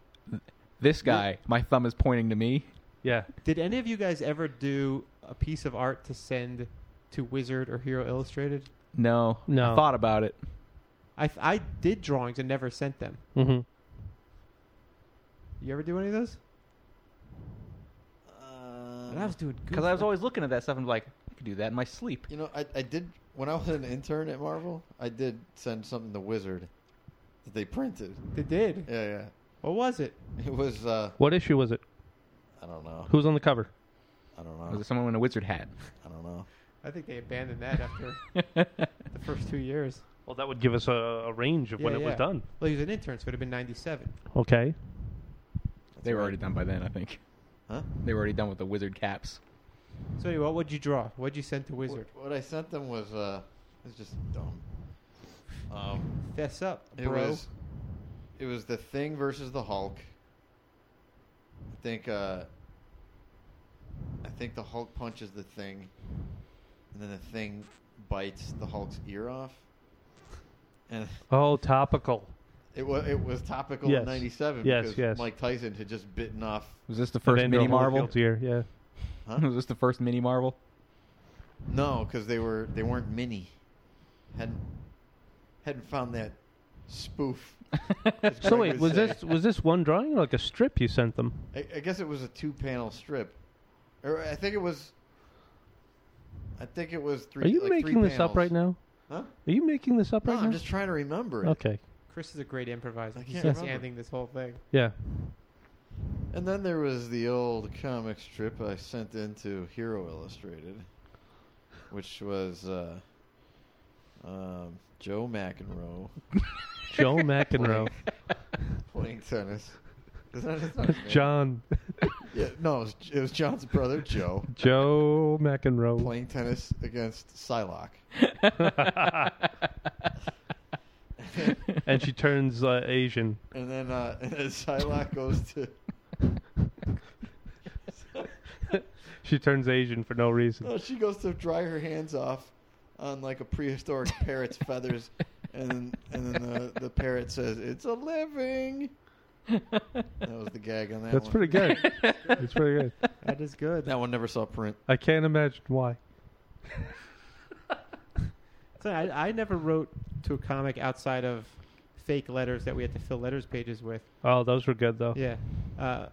Speaker 4: This guy, my thumb is pointing to me.
Speaker 2: Yeah.
Speaker 1: Did any of you guys ever do a piece of art to send to Wizard or Hero Illustrated?
Speaker 4: No.
Speaker 2: No.
Speaker 4: I thought about it.
Speaker 1: I th- I did drawings and never sent them.
Speaker 2: Mm-hmm.
Speaker 1: You ever do any of those? And I
Speaker 3: Uh,
Speaker 1: was doing
Speaker 4: Because I was always looking at that stuff and like, I could do that in my sleep.
Speaker 3: you know, I, I did when I was an intern at Marvel. I did send something to Wizard that they printed.
Speaker 1: They did.
Speaker 3: Yeah,
Speaker 1: What was it?
Speaker 3: yeah. It was. Uh,
Speaker 2: What issue was it?
Speaker 3: I don't know.
Speaker 2: Who's on the cover?
Speaker 3: I don't
Speaker 4: Was
Speaker 3: know.
Speaker 4: it someone in a wizard hat?
Speaker 3: I don't know.
Speaker 1: I think they abandoned that after the first two years.
Speaker 2: Well,
Speaker 5: That would give us a, a range of when
Speaker 1: Yeah,
Speaker 5: it was
Speaker 1: yeah.
Speaker 5: done.
Speaker 1: Well, he was an intern, so it would have been 97.
Speaker 2: Okay.
Speaker 4: They were already done by then, I think.
Speaker 3: Huh?
Speaker 4: They were already done with the wizard caps.
Speaker 1: So anyway, what would you draw? What would you send to Wizard?
Speaker 3: What, what I sent them was uh, it was just dumb. Um,
Speaker 1: Fess up,
Speaker 3: It
Speaker 1: bro.
Speaker 3: was it was the Thing versus the Hulk. I think uh I think the Hulk punches the Thing, and then the Thing bites the Hulk's ear off. And
Speaker 2: Oh, topical.
Speaker 3: it was it was topical
Speaker 2: Yes.
Speaker 3: in '97
Speaker 2: Yes,
Speaker 3: because
Speaker 2: yes.
Speaker 3: Mike Tyson had just bitten off.
Speaker 4: Was this the first
Speaker 2: Evander
Speaker 4: mini Marvel?
Speaker 2: Holyfield's ear, Yeah.
Speaker 3: Huh?
Speaker 4: Was this the first mini Marvel?
Speaker 3: no, because they were they weren't mini. hadn't hadn't found that spoof. as
Speaker 2: So
Speaker 3: Greg
Speaker 2: wait,
Speaker 3: would
Speaker 2: was
Speaker 3: say.
Speaker 2: this was this one drawing or like a strip you sent them?
Speaker 3: I, I guess it was a two-panel strip, or I think it was. I think it was three.
Speaker 2: Are you
Speaker 3: like three
Speaker 2: making this up
Speaker 3: panels.
Speaker 2: right now?
Speaker 3: Huh?
Speaker 2: Are you making this up
Speaker 3: No,
Speaker 2: right
Speaker 3: I'm
Speaker 2: now?
Speaker 3: just trying to remember it.
Speaker 2: okay.
Speaker 1: Chris is a great improviser.
Speaker 3: I
Speaker 1: He's
Speaker 3: can't
Speaker 1: just
Speaker 3: remember.
Speaker 1: handling this whole thing.
Speaker 2: Yeah.
Speaker 3: And then there was the old comic strip I sent into Hero Illustrated, which was uh, um, Joe McEnroe
Speaker 2: Joe McEnroe.
Speaker 3: playing tennis. Is that his name?
Speaker 2: John.
Speaker 3: Yeah, no, it was, it was John's brother Joe
Speaker 2: Joe McEnroe.
Speaker 3: playing tennis against Psylocke.
Speaker 2: And she turns uh, Asian.
Speaker 3: And then uh, and then Psylocke goes to.
Speaker 2: She turns Asian for no reason.
Speaker 3: No, Oh, she goes to dry her hands off on like a prehistoric parrot's feathers, and and then the, the parrot says, "It's a living." That was the gag on that.
Speaker 2: That's
Speaker 3: one.
Speaker 2: pretty good. That's pretty good.
Speaker 1: That is good.
Speaker 3: That one never saw print.
Speaker 2: I can't imagine why.
Speaker 1: So I, I never wrote to a comic outside of fake letters that we had to fill letters pages with.
Speaker 2: Oh, those were good though.
Speaker 1: Yeah. Uh,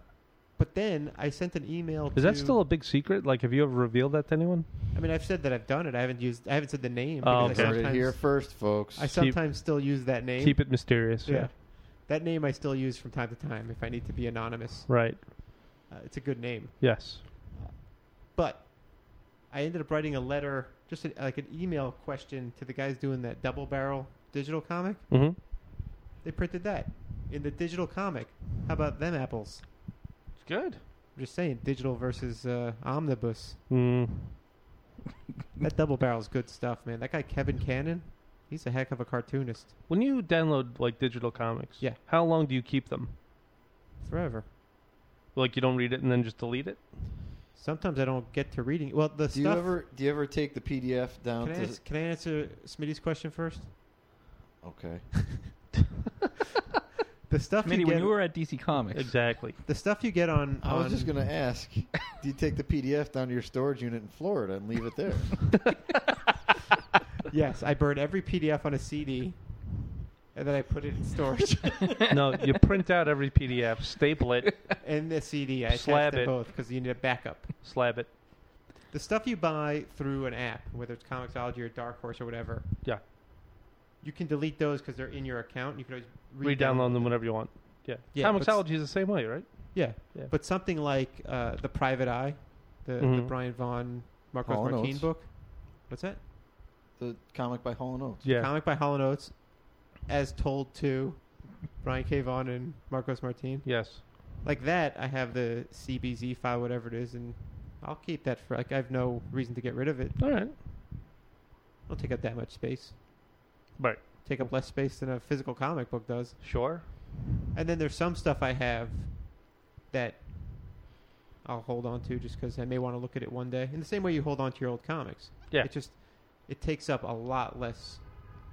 Speaker 1: but then I sent an email.
Speaker 2: Is
Speaker 1: to,
Speaker 2: that still a big secret? Like, have you ever revealed that to anyone?
Speaker 1: I mean, I've said that I've done it. I haven't used. I haven't said the name.
Speaker 2: Oh,
Speaker 1: because
Speaker 2: okay.
Speaker 1: I
Speaker 3: Heard it
Speaker 1: sometimes,
Speaker 3: here first, folks.
Speaker 1: I sometimes still use that name.
Speaker 2: Keep it mysterious.
Speaker 1: yeah.
Speaker 2: Yeah.
Speaker 1: That name I still use from time to time if I need to be anonymous.
Speaker 2: Right.
Speaker 1: Uh, it's a good name.
Speaker 2: Yes.
Speaker 1: But I ended up writing a letter, just a, like an email question to the guys doing that double barrel digital comic.
Speaker 2: hmm
Speaker 1: They printed that in the digital comic. How about them apples?
Speaker 5: It's good.
Speaker 1: I'm just saying, digital versus uh, omnibus.
Speaker 2: Mm.
Speaker 1: That double barrel's good stuff, man. That guy Kevin Cannon, he's a heck of a cartoonist.
Speaker 2: When you download like digital comics,
Speaker 1: Yeah.
Speaker 2: how long do you keep them?
Speaker 1: Forever.
Speaker 2: Like you don't read it and then just delete it?
Speaker 1: Sometimes I don't get to reading. Well, the
Speaker 3: do you
Speaker 1: stuff.
Speaker 3: ever do you ever take the PDF down
Speaker 1: can, I
Speaker 3: to?
Speaker 1: ans- can I answer Smitty's question first?
Speaker 3: Okay.
Speaker 1: The stuff
Speaker 4: Manny,
Speaker 1: you
Speaker 4: when
Speaker 1: get.
Speaker 4: you were at DC Comics,
Speaker 2: Exactly.
Speaker 1: the stuff you get on.
Speaker 3: I was
Speaker 1: on-
Speaker 3: just gonna ask. Do you take the PDF down to your storage unit in Florida and leave it there?
Speaker 1: Yes, I burn every PDF on a CD, and then I put it in storage.
Speaker 2: no, you print out every PDF, staple it,
Speaker 1: and the CD, I attach
Speaker 2: Slab
Speaker 1: them
Speaker 2: it.
Speaker 1: both because you need a backup.
Speaker 2: slab it.
Speaker 1: The stuff you buy through an app, whether it's Comixology or Dark Horse or whatever.
Speaker 2: Yeah.
Speaker 1: You can delete those because they're in your account. You can always
Speaker 2: Redownload
Speaker 1: re-download
Speaker 2: them whenever you want. Yeah.
Speaker 1: Yeah, but s-
Speaker 2: Comixology is the same way, right?
Speaker 1: Yeah.
Speaker 2: Yeah.
Speaker 1: But something like uh, The Private Eye, the, the
Speaker 2: Mhm.
Speaker 1: Brian Vaughn, Marcos
Speaker 3: Hall and
Speaker 1: Martin
Speaker 3: Oates.
Speaker 1: book. What's that?
Speaker 3: The comic by Hall and Oates.
Speaker 2: Yeah.
Speaker 1: Comic by Hollow Notes, as told to Brian K. Vaughn and Marcos Martin.
Speaker 2: yes.
Speaker 1: Like that, I have the CBZ file, whatever it is, and I'll keep that for, like, I have no reason to get rid of it.
Speaker 2: All right.
Speaker 1: It'll take up that much space.
Speaker 2: Right.
Speaker 1: Take up less space than a physical comic book does.
Speaker 2: Sure.
Speaker 1: And then there's some stuff I have that I'll hold on to just because I may want to look at it one day. In the same way you hold on to your old comics.
Speaker 2: Yeah.
Speaker 1: It just it takes up a lot less.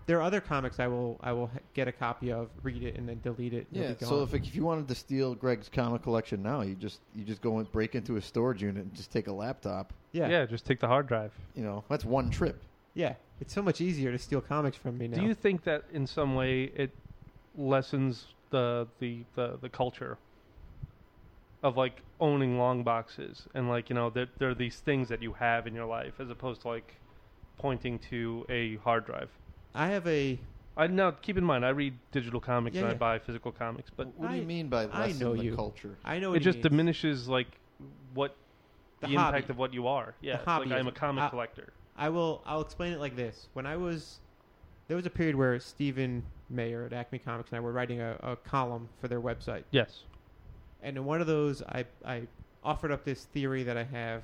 Speaker 1: There are other comics I will I will ha- get a copy of, read it, and then delete it. and
Speaker 3: Yeah.
Speaker 1: it'll be
Speaker 3: So
Speaker 1: gone.
Speaker 3: if, if you wanted to steal Greg's comic collection now, you just you just go and break into his storage unit and just take a laptop.
Speaker 1: yeah, yeah,
Speaker 2: Yeah, just take the hard drive.
Speaker 3: You know, that's one trip.
Speaker 1: it's so much easier to steal comics from me now.
Speaker 2: Do you think that in some way it lessens the the the, the culture of like owning long boxes and like you know that there are these things that you have in your life as opposed to like pointing to a hard drive.
Speaker 1: I have a
Speaker 2: I now keep in mind I read digital comics
Speaker 1: Yeah,
Speaker 2: and
Speaker 1: yeah.
Speaker 2: I buy physical comics, but
Speaker 3: what do
Speaker 1: I-
Speaker 3: you mean by
Speaker 1: I
Speaker 3: lessen
Speaker 1: know
Speaker 3: the
Speaker 1: you.
Speaker 3: culture?
Speaker 1: I know
Speaker 2: it
Speaker 1: what he
Speaker 2: just
Speaker 1: means.
Speaker 2: diminishes like what
Speaker 1: The
Speaker 2: the,
Speaker 1: hobby.
Speaker 2: impact of what you are. Yeah, it's like
Speaker 1: hobby Ah.
Speaker 2: I'm
Speaker 1: is-
Speaker 2: a comic
Speaker 1: I-
Speaker 2: collector.
Speaker 1: I will I'll explain it like this. When I was there was a period where Stephen Mayer at Acme Comics and I were writing a, a column for their website.
Speaker 2: Yes.
Speaker 1: And in one of those, I, I offered up this theory that I have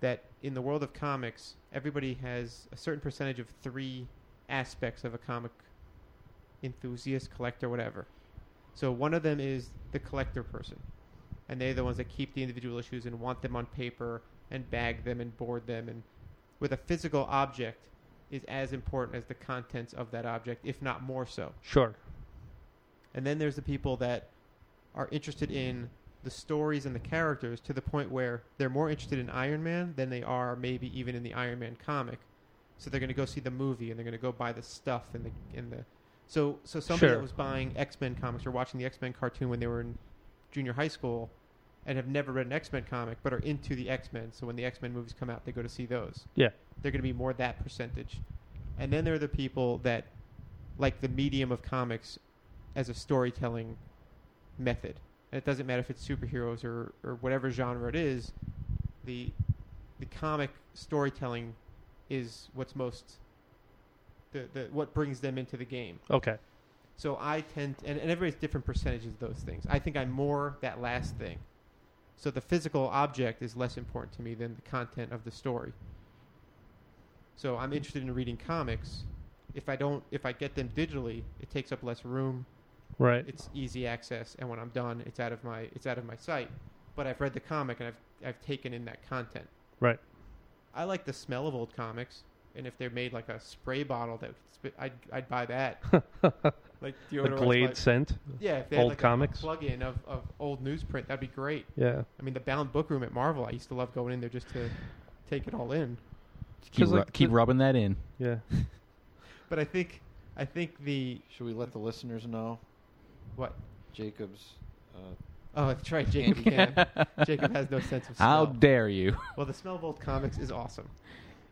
Speaker 1: that in the world of comics, everybody has a certain percentage of three aspects of a comic enthusiast, collector, whatever. So one of them is the collector person, and they're the ones that keep the individual issues and want them on paper and bag them and board them. And with a physical object, is as important as the contents of that object, if not more so.
Speaker 2: Sure.
Speaker 1: And then there's the people that are interested in the stories and the characters to the point where they're more interested in Iron Man than they are maybe even in the Iron Man comic. So they're going to go see the movie and they're going to go buy the stuff and the and the so so somebody
Speaker 2: Sure.
Speaker 1: that was buying X Men comics or watching the X Men cartoon when they were in junior high school and have never read an X Men comic but are into the X Men. So when the X Men movies come out, they go to see those.
Speaker 2: Yeah.
Speaker 1: They're going to be more that percentage. And then there are the people that like the medium of comics as a storytelling method. And it doesn't matter if it's superheroes or, or whatever genre it is, the the comic storytelling is what's most the, the what brings them into the game.
Speaker 2: Okay.
Speaker 1: So I tend and, and everybody's different percentages of those things. I think I'm more that last thing. So the physical object is less important to me than the content of the story. So I'm interested in reading comics. If I don't if I get them digitally, it takes up less room
Speaker 2: Right.
Speaker 1: it's easy access and when i'm done it's out of my it's out of my sight but i've read the comic and i've i've taken in that content
Speaker 2: Right.
Speaker 1: i like the smell of old comics and if they're made like a spray bottle that would spit, I'd, I'd buy that like
Speaker 2: the
Speaker 1: deodorant
Speaker 2: Glade scent.
Speaker 1: yeah if they had
Speaker 2: old
Speaker 1: like
Speaker 2: comics.
Speaker 1: a plug-in of, of old newsprint that'd be great
Speaker 2: Yeah.
Speaker 1: i mean the bound book room at marvel i used to love going in there just to take it all in
Speaker 4: Keep,
Speaker 2: 'Cause,
Speaker 4: ru-
Speaker 2: like,
Speaker 4: keep
Speaker 2: the-
Speaker 4: rubbing that in.
Speaker 2: Yeah.
Speaker 1: but i think i think the
Speaker 3: Should we let the listeners know
Speaker 1: what
Speaker 3: Jacob's? Uh,
Speaker 1: oh that's right jacob can jacob has no sense of smell
Speaker 4: How dare you?
Speaker 1: well the smell of old comics is awesome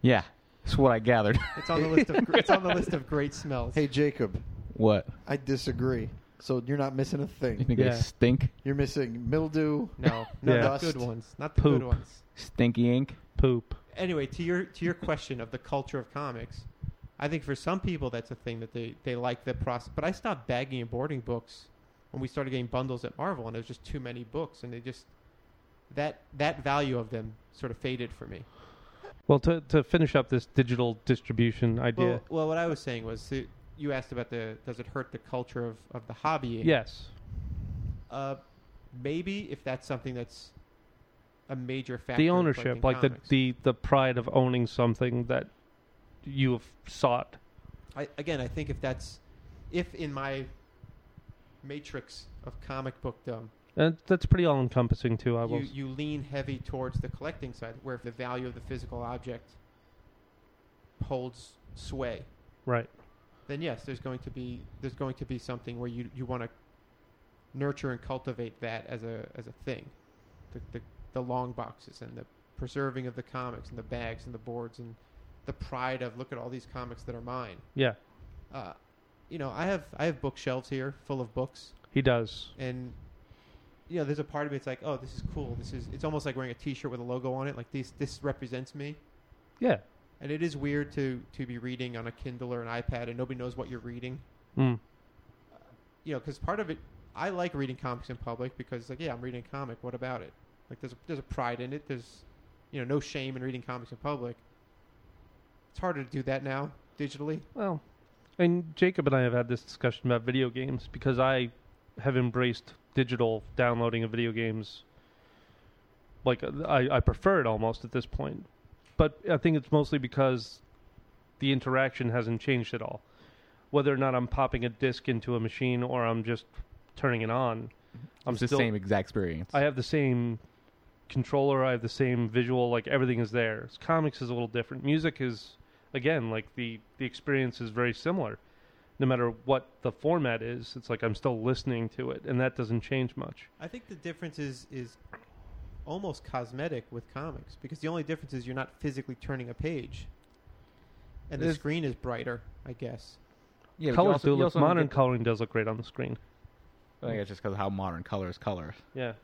Speaker 4: Yeah, that's what I gathered.
Speaker 1: It's on the list of gr- it's on the list of great smells.
Speaker 3: hey, Jacob,
Speaker 4: what?
Speaker 3: I disagree. So you're not missing a
Speaker 4: You
Speaker 3: thing.
Speaker 4: think
Speaker 2: Yeah.
Speaker 4: they stink?
Speaker 3: You're missing mildew.
Speaker 1: no, no,
Speaker 2: Yeah.
Speaker 1: not
Speaker 3: Dust.
Speaker 1: good ones, not the
Speaker 2: Poop.
Speaker 1: good ones.
Speaker 4: Stinky ink?
Speaker 2: Poop.
Speaker 1: Anyway, to your to your question of the culture of comics, I think for some people that's a thing that they they like the process. But I stopped bagging and boarding books when we started getting bundles at Marvel, and it was just too many books, and they just that that value of them sort of faded for me.
Speaker 2: Well, to to finish up this digital distribution idea.
Speaker 1: Well, well, what I was saying was that you asked about the does it hurt the culture of of the hobby?
Speaker 2: Yes.
Speaker 1: Uh, maybe if that's something that's a major factor.
Speaker 2: The
Speaker 1: in
Speaker 2: ownership,
Speaker 1: collecting
Speaker 2: like the,
Speaker 1: comics.
Speaker 2: the the pride of owning something that you have sought.
Speaker 1: I, again, I think if that's if in my matrix of comic bookdom,
Speaker 2: And that's pretty all encompassing too, I
Speaker 1: you,
Speaker 2: will. s-
Speaker 1: you lean heavy towards the collecting side, where if the value of the physical object holds sway,
Speaker 2: right.
Speaker 1: then yes, there's going to be there's going to be something where you, you want to nurture and cultivate that as a as a thing, the, the the long boxes and the preserving of the comics and the bags and the boards and the pride of look at all these comics that are mine.
Speaker 2: Yeah.
Speaker 1: Uh, you know, I have I have bookshelves here full of books,
Speaker 2: He does.
Speaker 1: and you know, there's a part of me that's like, oh, this is cool. This is it's almost like wearing a T-shirt with a logo on it. Like this this represents me.
Speaker 2: Yeah.
Speaker 1: And it is weird to to be reading on a Kindle or an iPad and nobody knows what you're reading
Speaker 2: Mm.
Speaker 1: you know, because part of it, I like reading comics in public because, like, yeah, I'm reading a comic. What about it? Like, there's a, there's a pride in it. There's, you know, no shame in reading comics in public. It's harder to do that now digitally.
Speaker 2: Well, and Jacob and I have had this discussion about video games because I have embraced digital downloading of video games. Like uh, I, I prefer it almost at this point, but I think it's mostly because the interaction hasn't changed at all. Whether or not I'm popping a disc into a machine or I'm just turning it on, I'm
Speaker 4: it's the
Speaker 2: still
Speaker 4: same exact experience.
Speaker 2: I have the same controller. I have the same visual. Like everything is there. It's- Comics is a little different. Music is again like the the experience is very similar, no matter what the format is. It's like I'm still listening to it, and that doesn't change much.
Speaker 1: I think the difference is is almost cosmetic with comics because the only difference is you're not physically turning a page, and the
Speaker 2: There's-
Speaker 1: screen is brighter, I guess.
Speaker 4: yeah, but you
Speaker 2: colors
Speaker 4: also-
Speaker 2: do
Speaker 4: you
Speaker 2: look
Speaker 4: also don't
Speaker 2: modern.
Speaker 4: get- Oh,
Speaker 2: Coloring does look great on the screen.
Speaker 4: I think it's just because of how modern colors color.
Speaker 2: Yeah,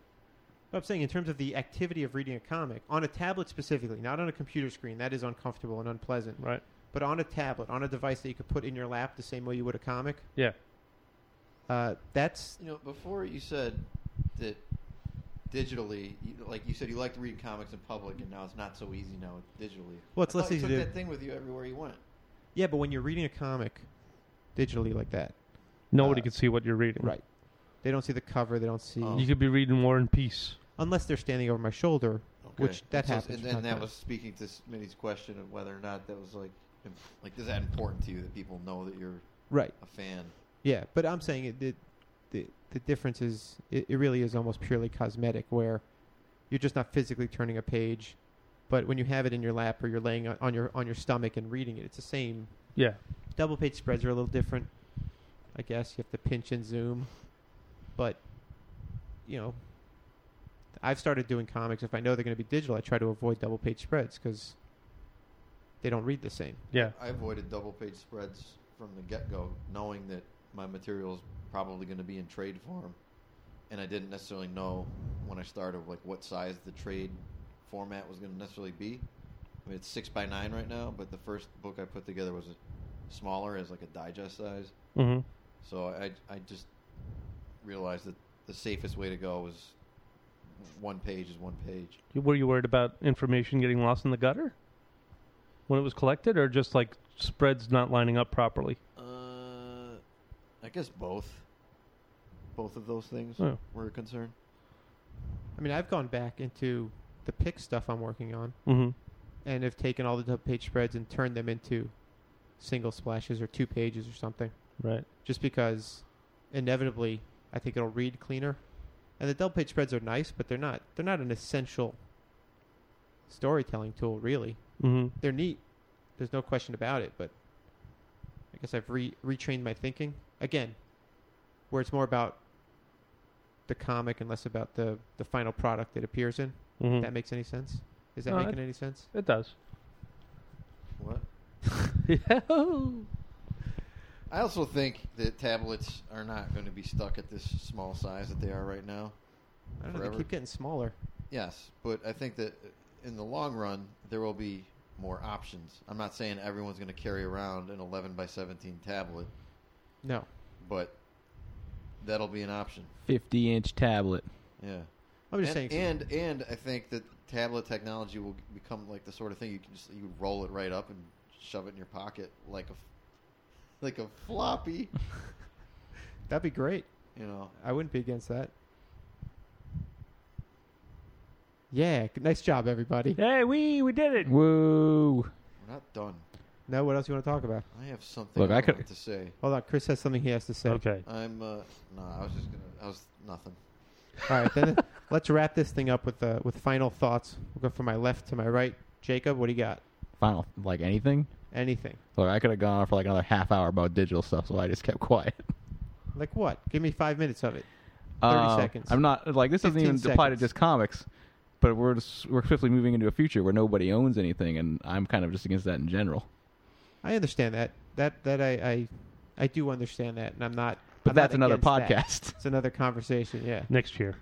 Speaker 1: But I'm saying in terms of the activity of reading a comic on a tablet specifically, not on a computer screen, that is uncomfortable and unpleasant.
Speaker 2: right.
Speaker 1: but on a tablet, on a device that you could put in your lap the same way you would a comic.
Speaker 2: Yeah.
Speaker 1: Uh, that's
Speaker 3: You know, before you said that digitally, you, like you said, you like to read comics in public, and now it's not so easy now digitally.
Speaker 1: Well, it's
Speaker 3: I
Speaker 1: less
Speaker 3: thought you
Speaker 1: easy
Speaker 3: took
Speaker 1: to-
Speaker 3: that thing with you everywhere you went.
Speaker 1: yeah, but when you're reading a comic digitally like that,
Speaker 2: Nobody
Speaker 1: Uh,
Speaker 2: could see what you're reading.
Speaker 1: They don't see the cover. They don't see
Speaker 3: Oh.
Speaker 2: You could be reading War and Peace.
Speaker 1: unless they're standing over my shoulder.
Speaker 3: Okay.
Speaker 1: Which- that
Speaker 3: So-
Speaker 1: happens
Speaker 3: And, and that
Speaker 1: sometimes.
Speaker 3: was speaking to Smitty's question of whether or not that was like, im- like is that important to you that people know that you're
Speaker 1: Right.
Speaker 3: a fan?
Speaker 1: Yeah, but I'm saying it, the the the difference is it, it really is almost purely cosmetic, where you're just not physically turning a page, but when you have it in your lap or you're laying on, on your on your stomach and reading it, it's the same.
Speaker 2: Yeah.
Speaker 1: Double page spreads are a little different, I guess. You have to pinch and zoom, but you know, I've started doing comics. If I know they're going to be digital, I try to avoid double page spreads because they don't read the same.
Speaker 2: Yeah.
Speaker 3: I avoided double page spreads from the get go, knowing that my material is probably going to be in trade form, and I didn't necessarily know when I started like what size the trade format was going to necessarily be. I mean, it's six by nine right now, but the first book I put together was a smaller, as like a digest size.
Speaker 2: Mm-hmm.
Speaker 3: So I, I just realized that the safest way to go was one page is one page.
Speaker 2: Were you worried about information getting lost in the gutter when it was collected, or just like spreads not lining up properly?
Speaker 3: Uh, I guess both. Both of those things
Speaker 2: Oh.
Speaker 3: were a concern.
Speaker 1: I mean, I've gone back into the pick stuff I'm working on.
Speaker 2: Mm-hmm.
Speaker 1: and have taken all the double page spreads and turned them into single splashes or two pages or something
Speaker 2: Right.
Speaker 1: just because inevitably i think it'll read cleaner and the double page spreads are nice but they're not they're not an essential storytelling tool really
Speaker 2: Mm-hmm.
Speaker 1: they're neat there's no question about it but i guess i've re- retrained my thinking again where it's more about the comic and less about the the final product it appears in
Speaker 2: Mm-hmm.
Speaker 1: if that makes any sense is that
Speaker 2: No, I-
Speaker 1: making any sense
Speaker 2: it does.
Speaker 3: What?
Speaker 2: yeah.
Speaker 3: I also think that tablets are not going to be stuck at this small size that they are right now.
Speaker 1: I don't know. They
Speaker 3: Forever.
Speaker 1: keep getting smaller.
Speaker 3: Yes, but I think that in the long run, there will be more options. I'm not saying everyone's going to carry around an 11 by 17 tablet,
Speaker 1: No.
Speaker 3: but that'll be an option.
Speaker 4: 50 inch tablet.
Speaker 3: Yeah.
Speaker 1: I'm just
Speaker 3: and,
Speaker 1: saying.
Speaker 3: And and I think that tablet technology will become like the sort of thing you can just you roll it right up and shove it in your pocket like a like a floppy,
Speaker 1: That'd be great.
Speaker 3: you know.
Speaker 1: I wouldn't be against that. Yeah. g- Nice job, everybody.
Speaker 2: Hey, we we did it.
Speaker 4: Woo!
Speaker 3: We're not done.
Speaker 1: Now, what else you want to talk about?
Speaker 3: I have something
Speaker 4: Look,
Speaker 3: I
Speaker 4: I could-
Speaker 3: want to say.
Speaker 1: Hold on. Chris has something he has to say.
Speaker 2: Okay.
Speaker 3: I'm uh no, I was just gonna I was nothing.
Speaker 1: All right. Then uh, let's wrap this thing up with uh, with final thoughts. We'll go from my left to my right. Jacob, what do you got?
Speaker 4: Final, like anything?
Speaker 1: Anything?
Speaker 4: Look, I could have gone on for like another half hour about digital stuff, so I just kept quiet.
Speaker 1: Like what? Give me five minutes of it. 30
Speaker 4: Uh,
Speaker 1: seconds.
Speaker 4: I'm not like this doesn't
Speaker 1: 15
Speaker 4: even apply to
Speaker 1: seconds.
Speaker 4: just comics, but we're just, we're swiftly moving into a future where nobody owns anything, and I'm kind of just against that in general.
Speaker 1: I understand that. That that I I, I do understand that, and I'm not.
Speaker 4: But
Speaker 1: I'm not
Speaker 4: that's another
Speaker 1: against that.
Speaker 4: podcast.
Speaker 1: It's another conversation. Yeah.
Speaker 2: Next year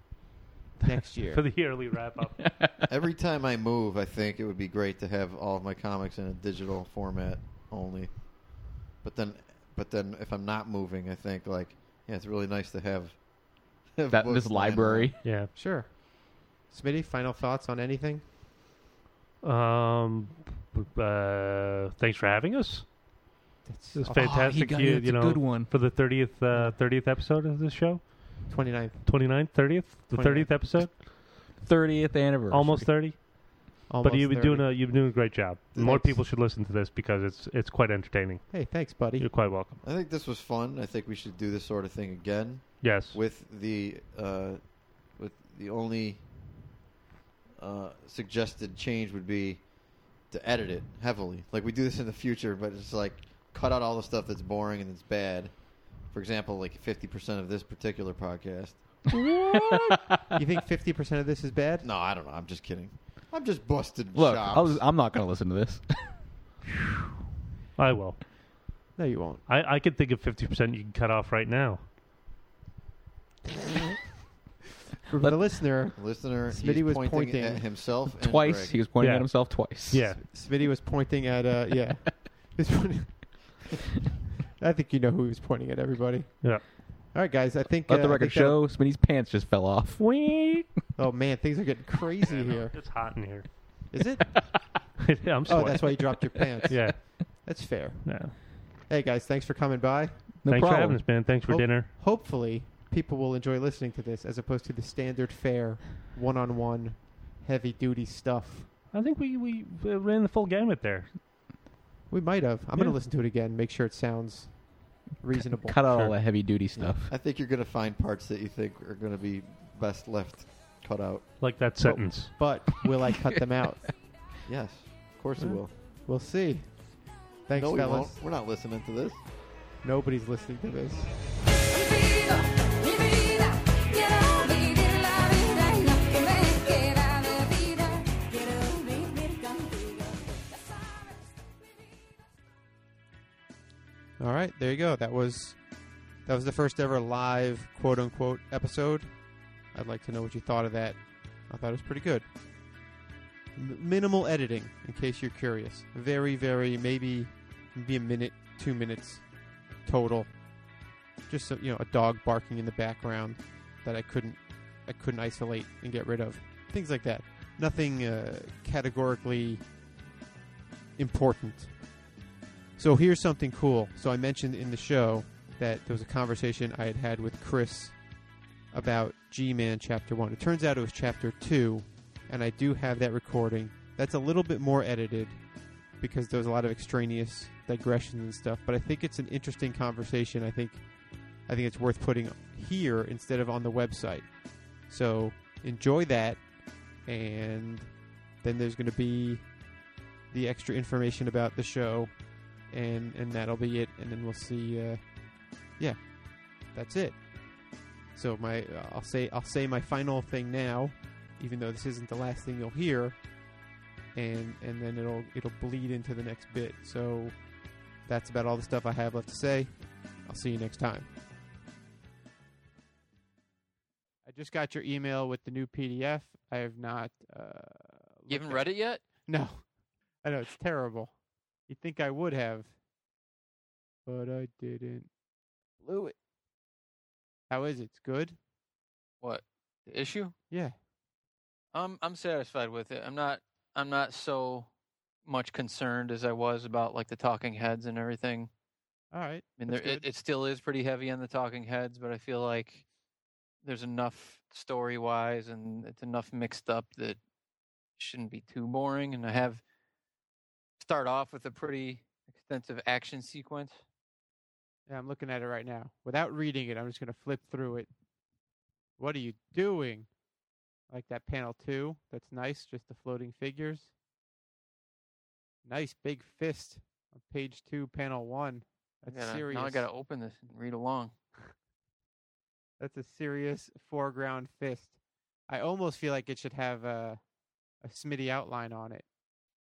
Speaker 1: Next year.
Speaker 2: for the yearly wrap up.
Speaker 3: Every time I move, I think it would be great to have all of my comics in a digital format only. But then, but then if I'm not moving, I think like yeah, it's really nice to have, have
Speaker 4: that
Speaker 3: books
Speaker 4: this
Speaker 3: lying around.
Speaker 4: library.
Speaker 2: yeah.
Speaker 1: Sure. Smitty, final thoughts on anything?
Speaker 2: Um. Uh, thanks for having us.
Speaker 1: That's
Speaker 2: It was
Speaker 1: oh,
Speaker 2: fantastic.
Speaker 4: got
Speaker 2: you,
Speaker 4: it. It's
Speaker 2: you
Speaker 4: a
Speaker 2: know,
Speaker 4: good one.
Speaker 2: for the thirtieth uh, thirtieth episode of this show.
Speaker 1: 29th.
Speaker 2: 29th, 30th, the
Speaker 1: 29th.
Speaker 2: 30th episode,
Speaker 4: 30th anniversary.
Speaker 2: almost 30.
Speaker 1: Almost
Speaker 2: but you've been
Speaker 1: 30.
Speaker 2: doing a you've been doing a great job. More
Speaker 1: Thanks.
Speaker 2: people should listen to this because it's it's quite entertaining.
Speaker 1: Hey, thanks, buddy.
Speaker 2: You're quite welcome.
Speaker 3: I think this was fun. I think we should do this sort of thing again
Speaker 2: Yes.
Speaker 3: with the uh, with the only uh, suggested change would be to edit it heavily. Like we do this in the future, but it's like cut out all the stuff that's boring and that's bad. For example, like fifty percent of this particular podcast.
Speaker 1: you think 50% of this is bad?
Speaker 3: No, I don't know. I'm just kidding. I'm just busted.
Speaker 4: Look,
Speaker 3: chops.
Speaker 4: I was, I'm not going to listen to this.
Speaker 2: I will.
Speaker 1: No, you won't.
Speaker 2: I, I could think of 50% you can cut off right now.
Speaker 1: For the listener,
Speaker 3: listener.
Speaker 1: Smitty
Speaker 3: he's
Speaker 1: was
Speaker 3: pointing,
Speaker 1: pointing.
Speaker 3: at himself and
Speaker 4: twice.
Speaker 3: Greg.
Speaker 4: He was pointing
Speaker 2: Yeah.
Speaker 4: at himself twice.
Speaker 2: Yeah.
Speaker 1: Smitty was pointing at, uh, yeah. He's pointing- I think you know who he was pointing at. Everybody.
Speaker 2: Yeah.
Speaker 1: All right, guys. I think
Speaker 4: Let
Speaker 1: uh,
Speaker 4: the
Speaker 1: I
Speaker 4: record
Speaker 1: think that'll-
Speaker 4: show Smitty's pants just fell off.
Speaker 2: Wee.
Speaker 1: Oh man, things are getting crazy here.
Speaker 5: It's hot in here.
Speaker 1: Is it?
Speaker 2: yeah, I'm
Speaker 1: Oh,
Speaker 2: sweating.
Speaker 1: that's why you dropped your pants.
Speaker 2: yeah.
Speaker 1: that's fair.
Speaker 2: yeah.
Speaker 1: Hey guys, thanks for coming by.
Speaker 4: No
Speaker 2: Thanks for
Speaker 4: problem.
Speaker 2: having us, man. Thanks for
Speaker 1: Oh.
Speaker 2: dinner.
Speaker 1: Hopefully, people will enjoy listening to this as opposed to the standard fare, one-on-one, heavy-duty stuff.
Speaker 2: I think we, we uh, ran the full gamut there.
Speaker 1: We might have. I'm
Speaker 2: Yeah.
Speaker 1: gonna listen to it again, make sure it sounds reasonable.
Speaker 4: Cut out all
Speaker 2: Sure.
Speaker 4: the heavy duty stuff.
Speaker 3: I think you're going to find parts that you think are going to be best left cut out.
Speaker 2: Like that sentence.
Speaker 1: But will I cut them out?
Speaker 3: Yes, of course it will.
Speaker 1: We'll see. Thanks,
Speaker 3: no, we
Speaker 1: fellas.
Speaker 3: won't. We're not listening to this.
Speaker 1: Nobody's listening to this.
Speaker 6: Olvido mi vida, quiero vivir la vida y lo que me queda de vida, quiero vivir contigo. Ya sabes, mi vida.
Speaker 1: All right, there you go. That was that was the first ever live quote unquote episode. I'd like to know what you thought of that. I thought it was pretty good. M- minimal editing, in case you're curious. Very, very maybe maybe a minute, two minutes total. Just so, you know, a dog barking in the background that I couldn't I couldn't isolate and get rid of. Things like that. Nothing uh, categorically important. So here's something cool. So I mentioned in the show that there was a conversation I had had with Chris about G-Man Chapter One. It turns out it was Chapter Two, and I do have that recording. That's a little bit more edited because there was a lot of extraneous digressions and stuff. But I think it's an interesting conversation. I think I think it's worth putting here instead of on the website. So enjoy that, and then there's going to be the extra information about the show and and that'll be it and then we'll see uh, yeah that's it so my uh, i'll say i'll say my final thing now even though this isn't the last thing you'll hear and and then it'll it'll bleed into the next bit so that's about all the stuff i have left to say i'll see you next time i just got your email with the new pdf i have not uh
Speaker 7: You haven't read it yet?
Speaker 1: no, I know it's terrible. You'd think I would have, but I didn't.
Speaker 7: Blew it.
Speaker 1: How is it? It's good.
Speaker 7: What? The issue?
Speaker 1: Yeah.
Speaker 7: Um, I'm satisfied with it. I'm not I'm not so much concerned as I was about like the talking heads and everything.
Speaker 1: All right.
Speaker 7: I mean, there,
Speaker 1: That's
Speaker 7: it,
Speaker 1: good.
Speaker 7: it still is pretty heavy on the talking heads, but I feel like there's enough story wise and it's enough mixed up that it shouldn't be too boring. And I have start off with a pretty extensive action sequence.
Speaker 1: Yeah, I'm looking at it right now. Without reading it, I'm just gonna flip through it. What are you doing? I Like that panel two. That's nice. Just the floating figures. Nice big fist on page two, panel one.
Speaker 7: I
Speaker 1: That's
Speaker 7: gotta-
Speaker 1: serious.
Speaker 7: Now I got to open this and read along.
Speaker 1: That's a serious foreground fist. I almost feel like it should have a, a Smitty outline on it.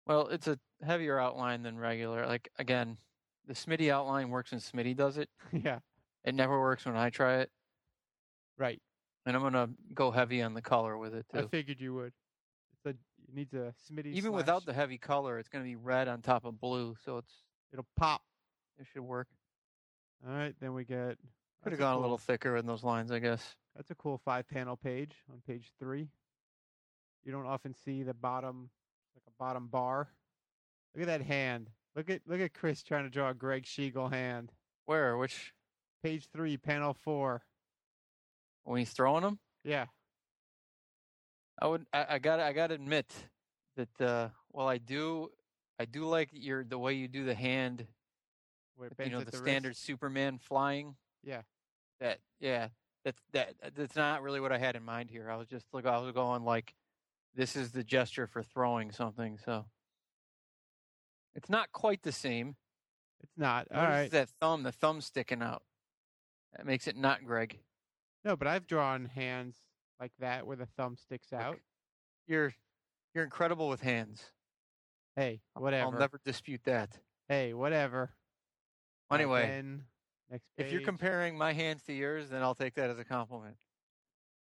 Speaker 7: Well, it's a heavier outline than regular. Like again, the Smitty outline works when Smitty does it.
Speaker 1: yeah,
Speaker 7: It never works when I try it.
Speaker 1: right.
Speaker 7: And I'm gonna go heavy on the color with it
Speaker 1: I
Speaker 7: too.
Speaker 1: figured you would. It's a, it needs a Smitty.
Speaker 7: Even without the
Speaker 1: slash-
Speaker 7: heavy color, it's gonna be red on top of blue, so it's
Speaker 1: it'll pop.
Speaker 7: it should work.
Speaker 1: All right, then we get.
Speaker 7: Could
Speaker 1: that's
Speaker 7: have gone
Speaker 1: cool,
Speaker 7: a little thicker in those lines, I guess.
Speaker 1: That's a cool five-panel page on page three. You don't often see the bottom, like a bottom bar. Look at that hand. Look at look at Chris trying to draw a Greg Schiegel hand.
Speaker 7: Where? Which?
Speaker 1: Page three, panel four.
Speaker 7: When he's throwing them?
Speaker 1: Yeah,
Speaker 7: I would. I, I gotta. I gotta admit that. uh Well, I do. I do like your the way you do the hand.
Speaker 1: where it
Speaker 7: You
Speaker 1: bends
Speaker 7: know,
Speaker 1: at
Speaker 7: the,
Speaker 1: wrist.
Speaker 7: standard Superman flying.
Speaker 1: Yeah.
Speaker 7: That. Yeah. That's that. uh, That's not really what I had in mind here. I was just look. I was going like, this is the gesture for throwing something. So. It's not quite the same.
Speaker 1: It's not. All
Speaker 7: Notice
Speaker 1: right.
Speaker 7: That thumb, the thumb sticking out. That makes it not Greg.
Speaker 1: No, but I've drawn hands like that where the thumb sticks out.
Speaker 7: You're you're incredible with hands.
Speaker 1: Hey, whatever.
Speaker 7: I'll never dispute that.
Speaker 1: Hey, whatever. Uh,
Speaker 7: Anyway,
Speaker 1: then, next page.
Speaker 7: if you're comparing my hands to yours, then I'll take that as a compliment.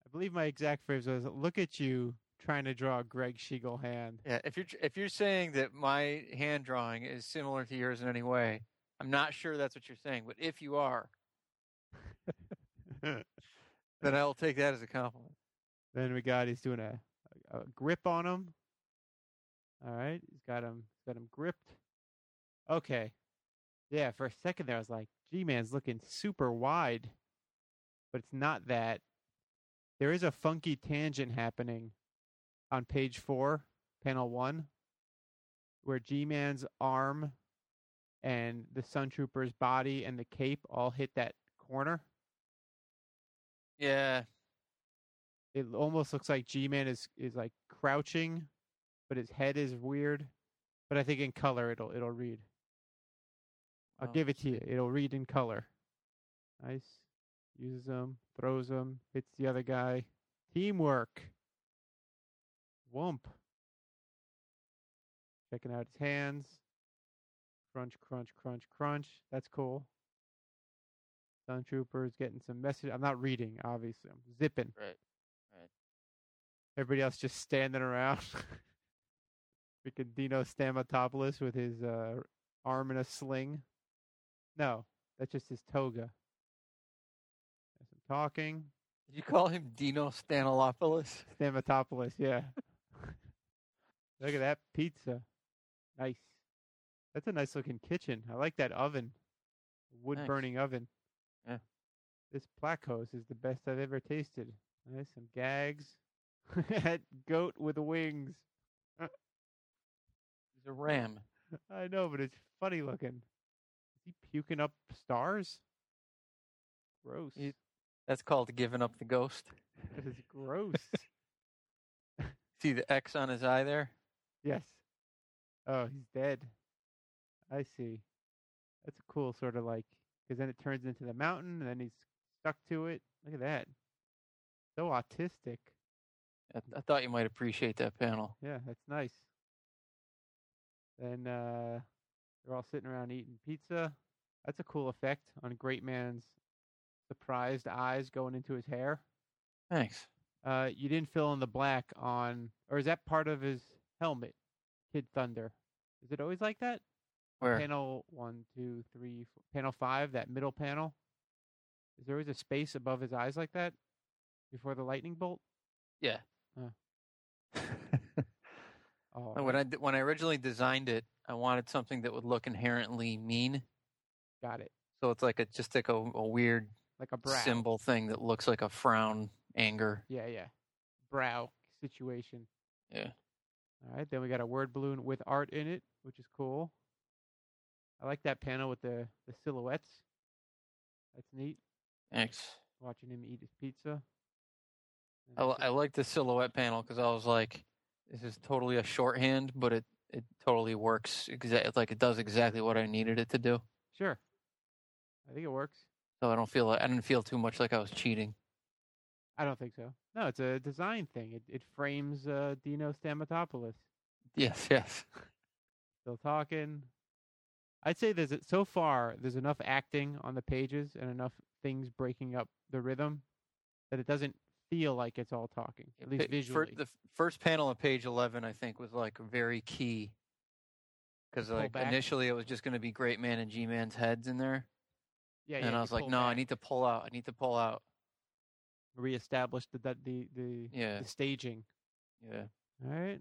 Speaker 1: I believe my exact phrase was, "Look at you trying to draw a Greg Schiegel hand.
Speaker 7: Yeah, if you're if you're saying that my hand drawing is similar to yours in any way, I'm not sure that's what you're saying. But if you are, then I'll take that as a compliment.
Speaker 1: Then we got he's doing a, a, a grip on him. All right, he's got him got him gripped. Okay, yeah. For a second there, I was like, "G man's looking super wide," but it's not that. There is a funky tangent happening on page four, panel one, where G man's arm and the Sun Trooper's body and the cape all hit that corner.
Speaker 7: Yeah,
Speaker 1: it l- almost looks like G-Man is is like crouching, but his head is weird. But I think in color it'll it'll read. I'll
Speaker 7: Oh,
Speaker 1: give it to you. It'll read in color. Nice. Uses him, throws him, hits the other guy. Teamwork. Wump. Checking out his hands. Crunch, crunch, crunch, crunch. That's cool. Sun Troopers getting some message. I'm not reading, obviously. I'm zipping.
Speaker 7: right.
Speaker 1: Everybody else just standing around. Freaking Dino Stamatopoulos with his uh, arm in a sling. No, that's just his toga. That's him talking.
Speaker 7: Did you call him Dino Stanilopoulos?
Speaker 1: Stamatopoulos, yeah. Look at that pizza. Nice. That's a nice looking kitchen. I like that oven. Wood
Speaker 7: Nice.
Speaker 1: burning oven.
Speaker 7: Yeah.
Speaker 1: This Placos is the best I've ever tasted. Nice, some gags. that goat with wings.
Speaker 7: He's a ram.
Speaker 1: I know, but it's funny looking. Is he puking up stars? Gross.
Speaker 7: He- That's called giving up the ghost.
Speaker 1: That is gross.
Speaker 7: See the X on his eye there?
Speaker 1: yes. Oh, he's dead. I see. That's a cool sort of like because then it turns into the mountain, and then he's stuck to it. Look at that. So autistic.
Speaker 7: I, I thought you might appreciate that panel.
Speaker 1: Yeah, that's nice. Then uh, they're all sitting around eating pizza. That's a cool effect on Great Man's surprised eyes going into his hair.
Speaker 7: Thanks.
Speaker 1: Uh, you didn't fill in the black on, or is that part of his helmet? Kid Thunder. Is it always like that?
Speaker 7: Where?
Speaker 1: Panel one, two, three, four, panel five, that middle panel. Is there always a space above his eyes like that before the lightning bolt?
Speaker 7: Yeah.
Speaker 1: Oh. Oh,
Speaker 7: uh, when I d- when I originally designed it, I wanted something that would look inherently mean.
Speaker 1: got it.
Speaker 7: So it's like a just like a, a weird
Speaker 1: Like a brow.
Speaker 7: symbol thing that looks like a frown, anger.
Speaker 1: Yeah, yeah. Brow situation.
Speaker 7: Yeah.
Speaker 1: All right, then we got a word balloon with art in it, which is cool. I like that panel with the, the silhouettes. That's neat.
Speaker 7: Thanks.
Speaker 1: Watching him eat his pizza. And
Speaker 7: I, li-
Speaker 1: it's
Speaker 7: I like the silhouette panel because I was like, this is totally a shorthand, but it it totally works exactly like it does exactly what I needed it to do.
Speaker 1: a- Sure. I think it works.
Speaker 7: So I don't feel I didn't feel too much like I was cheating.
Speaker 1: I don't think so. No, it's a design thing. It it frames uh, Dino Stamatopoulos.
Speaker 7: Yes, yes.
Speaker 1: Still talking. I'd say there's a- so far there's enough acting on the pages and enough things breaking up the rhythm that it doesn't feel like it's all talking, at least
Speaker 7: Pa- fir-
Speaker 1: visually.
Speaker 7: the f- first panel of page 11, I think, was like very key because
Speaker 1: Pull
Speaker 7: like
Speaker 1: back.
Speaker 7: initially it was just going to be Great Man and G Man's heads in there,
Speaker 1: yeah,
Speaker 7: and
Speaker 1: yeah,
Speaker 7: I
Speaker 1: you
Speaker 7: was like,
Speaker 1: pull
Speaker 7: no, I
Speaker 1: back,
Speaker 7: need to pull out. I need to pull out.
Speaker 1: reestablish the the the, the,
Speaker 7: Yeah,
Speaker 1: the staging.
Speaker 7: yeah.
Speaker 1: All right.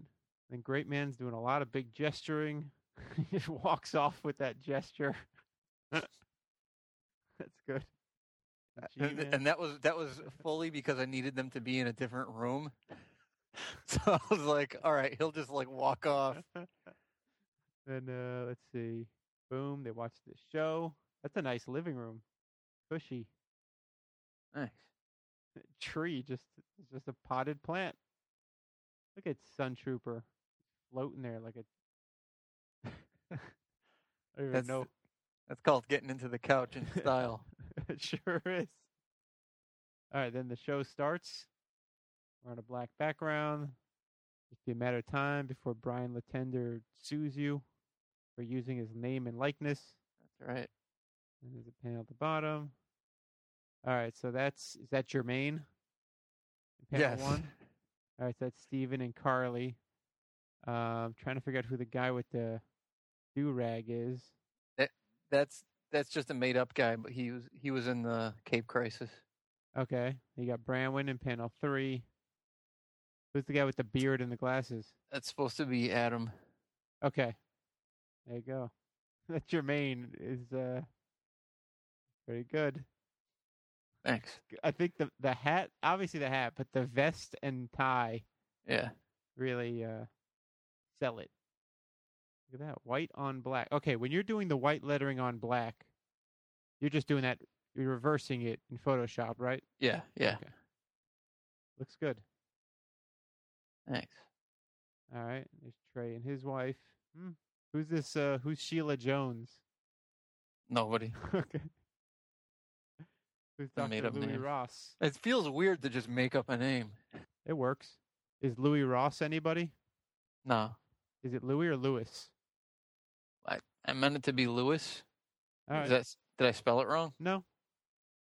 Speaker 1: And Great Man's doing a lot of big gesturing. he just walks off with that gesture. That's good. And
Speaker 7: And, th-
Speaker 1: G-Man-
Speaker 7: and that was that was fully because I needed them to be in a different room. So I was like, all right, he'll just like walk off.
Speaker 1: Then uh, let's see. Boom, they watch the show. That's a nice living room. Cushy.
Speaker 7: Nice.
Speaker 1: Tree just it's just a potted plant. Look at Sun Trooper floating there like a I don't even
Speaker 7: That's-
Speaker 1: know.
Speaker 7: That's called getting into the couch in style.
Speaker 1: it sure is. All right, then the show starts. We're on a black background. Just be a matter of time before Brian Latender sues you for using his name and likeness.
Speaker 7: That's right.
Speaker 1: And there's a panel at the bottom. All right, so that's is that your main? Panel
Speaker 7: yes.
Speaker 1: one. All right, so that's Steven and Carly. Um, trying to figure out who the guy with the do rag is.
Speaker 7: That's that's just a made up guy, but he was he was in the Cape Crisis.
Speaker 1: Okay, you got Branwen in panel three. Who's the guy with the beard and the glasses?
Speaker 7: That's supposed to be Adam.
Speaker 1: Okay, there you go. That's your main is uh pretty good.
Speaker 7: Thanks.
Speaker 1: I think the the hat, obviously the hat, but the vest and tie
Speaker 7: Yeah.
Speaker 1: really uh sell it. Look at that. White on black. Okay, when you're doing the white lettering on black, you're just doing that you're reversing it in Photoshop, right?
Speaker 7: Yeah. Yeah.
Speaker 1: Okay. Looks good.
Speaker 7: Thanks.
Speaker 1: All right. There's Trey and his wife. Hmm. Who's this uh who's Sheila Jones?
Speaker 7: Nobody.
Speaker 1: okay. Who's
Speaker 7: A made
Speaker 1: Dr.
Speaker 7: up
Speaker 1: Louis
Speaker 7: name.
Speaker 1: Ross?
Speaker 7: It feels weird to just make up a name.
Speaker 1: It works. Is Louis Ross anybody?
Speaker 7: No.
Speaker 1: Is it Louis or Lewis?
Speaker 7: I meant it to be Lewis.
Speaker 1: All right.
Speaker 7: Is that, did I spell it wrong?
Speaker 1: no.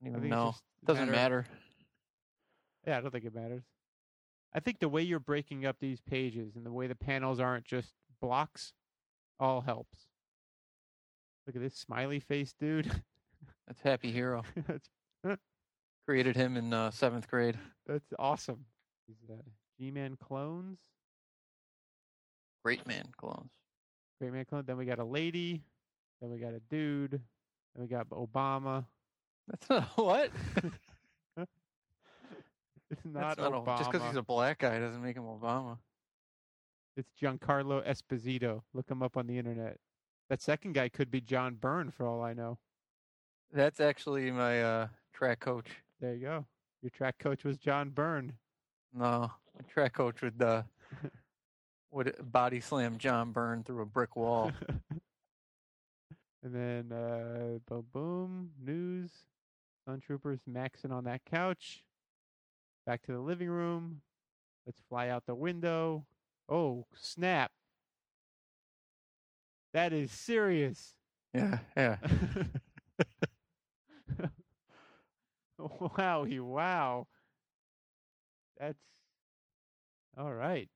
Speaker 7: I
Speaker 1: I
Speaker 7: don't
Speaker 1: think
Speaker 7: even
Speaker 1: it's
Speaker 7: know.
Speaker 1: just a
Speaker 7: Doesn't
Speaker 1: of-
Speaker 7: matter.
Speaker 1: Yeah, I don't think it matters. I think the way you're breaking up these pages and the way the panels aren't just blocks all helps. Look at this smiley face dude.
Speaker 7: That's Happy Hero.
Speaker 1: that's
Speaker 7: Created him in uh, seventh grade.
Speaker 1: that's awesome. These uh, G-Man clones.
Speaker 7: Great man clones.
Speaker 1: Great man clone. Then we got a lady. Then we got a dude. Then we got Obama.
Speaker 7: That's not what.
Speaker 1: It's not,
Speaker 7: That's not
Speaker 1: Obama.
Speaker 7: a- just because he's a black guy doesn't make him Obama.
Speaker 1: It's Giancarlo Esposito. Look him up on the internet. That second guy could be John Byrne for all I know.
Speaker 7: That's actually my uh, track coach.
Speaker 1: There you go. Your track coach was John Byrne.
Speaker 7: No, my track coach would uh, would body slam John Byrne through a brick wall.
Speaker 1: and then uh boom boom news. Sun troopers maxing on that couch. Back to the living room. Let's fly out the window. Oh, snap. That is serious.
Speaker 7: yeah, yeah.
Speaker 1: Wowie, wow. That's all right.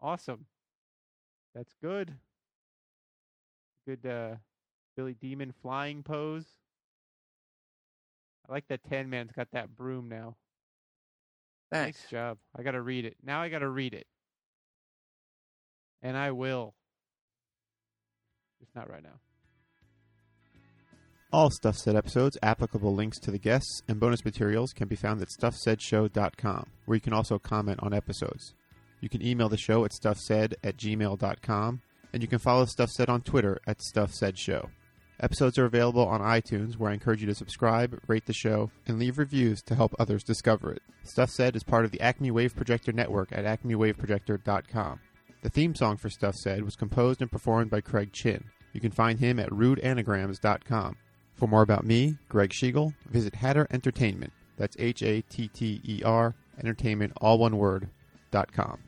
Speaker 1: Awesome. That's good. Good uh Billy Demon flying pose. I like that Tan Man's got that broom now.
Speaker 7: Thanks.
Speaker 1: Nice job. I gotta read it. Now I gotta read it. And I will. Just not right now.
Speaker 3: All Stuff Said episodes, applicable links to the guests, and bonus materials can be found at stuffsaidshow.com, where you can also comment on episodes. You can email the show at stuffsaid at gmail.com, and you can follow Stuff Said on Twitter at Stuff Said Show. Episodes are available on iTunes, where I encourage you to subscribe, rate the show, and leave reviews to help others discover it. Stuff Said is part of the Acme Wave Projector Network at acmewaveprojector.com. The theme song for Stuff Said was composed and performed by Craig Chin. You can find him at rudeanagrams.com. For more about me, Greg Schiegel, visit Hatter Entertainment. That's H A T T E R, entertainment, all one word, dot com.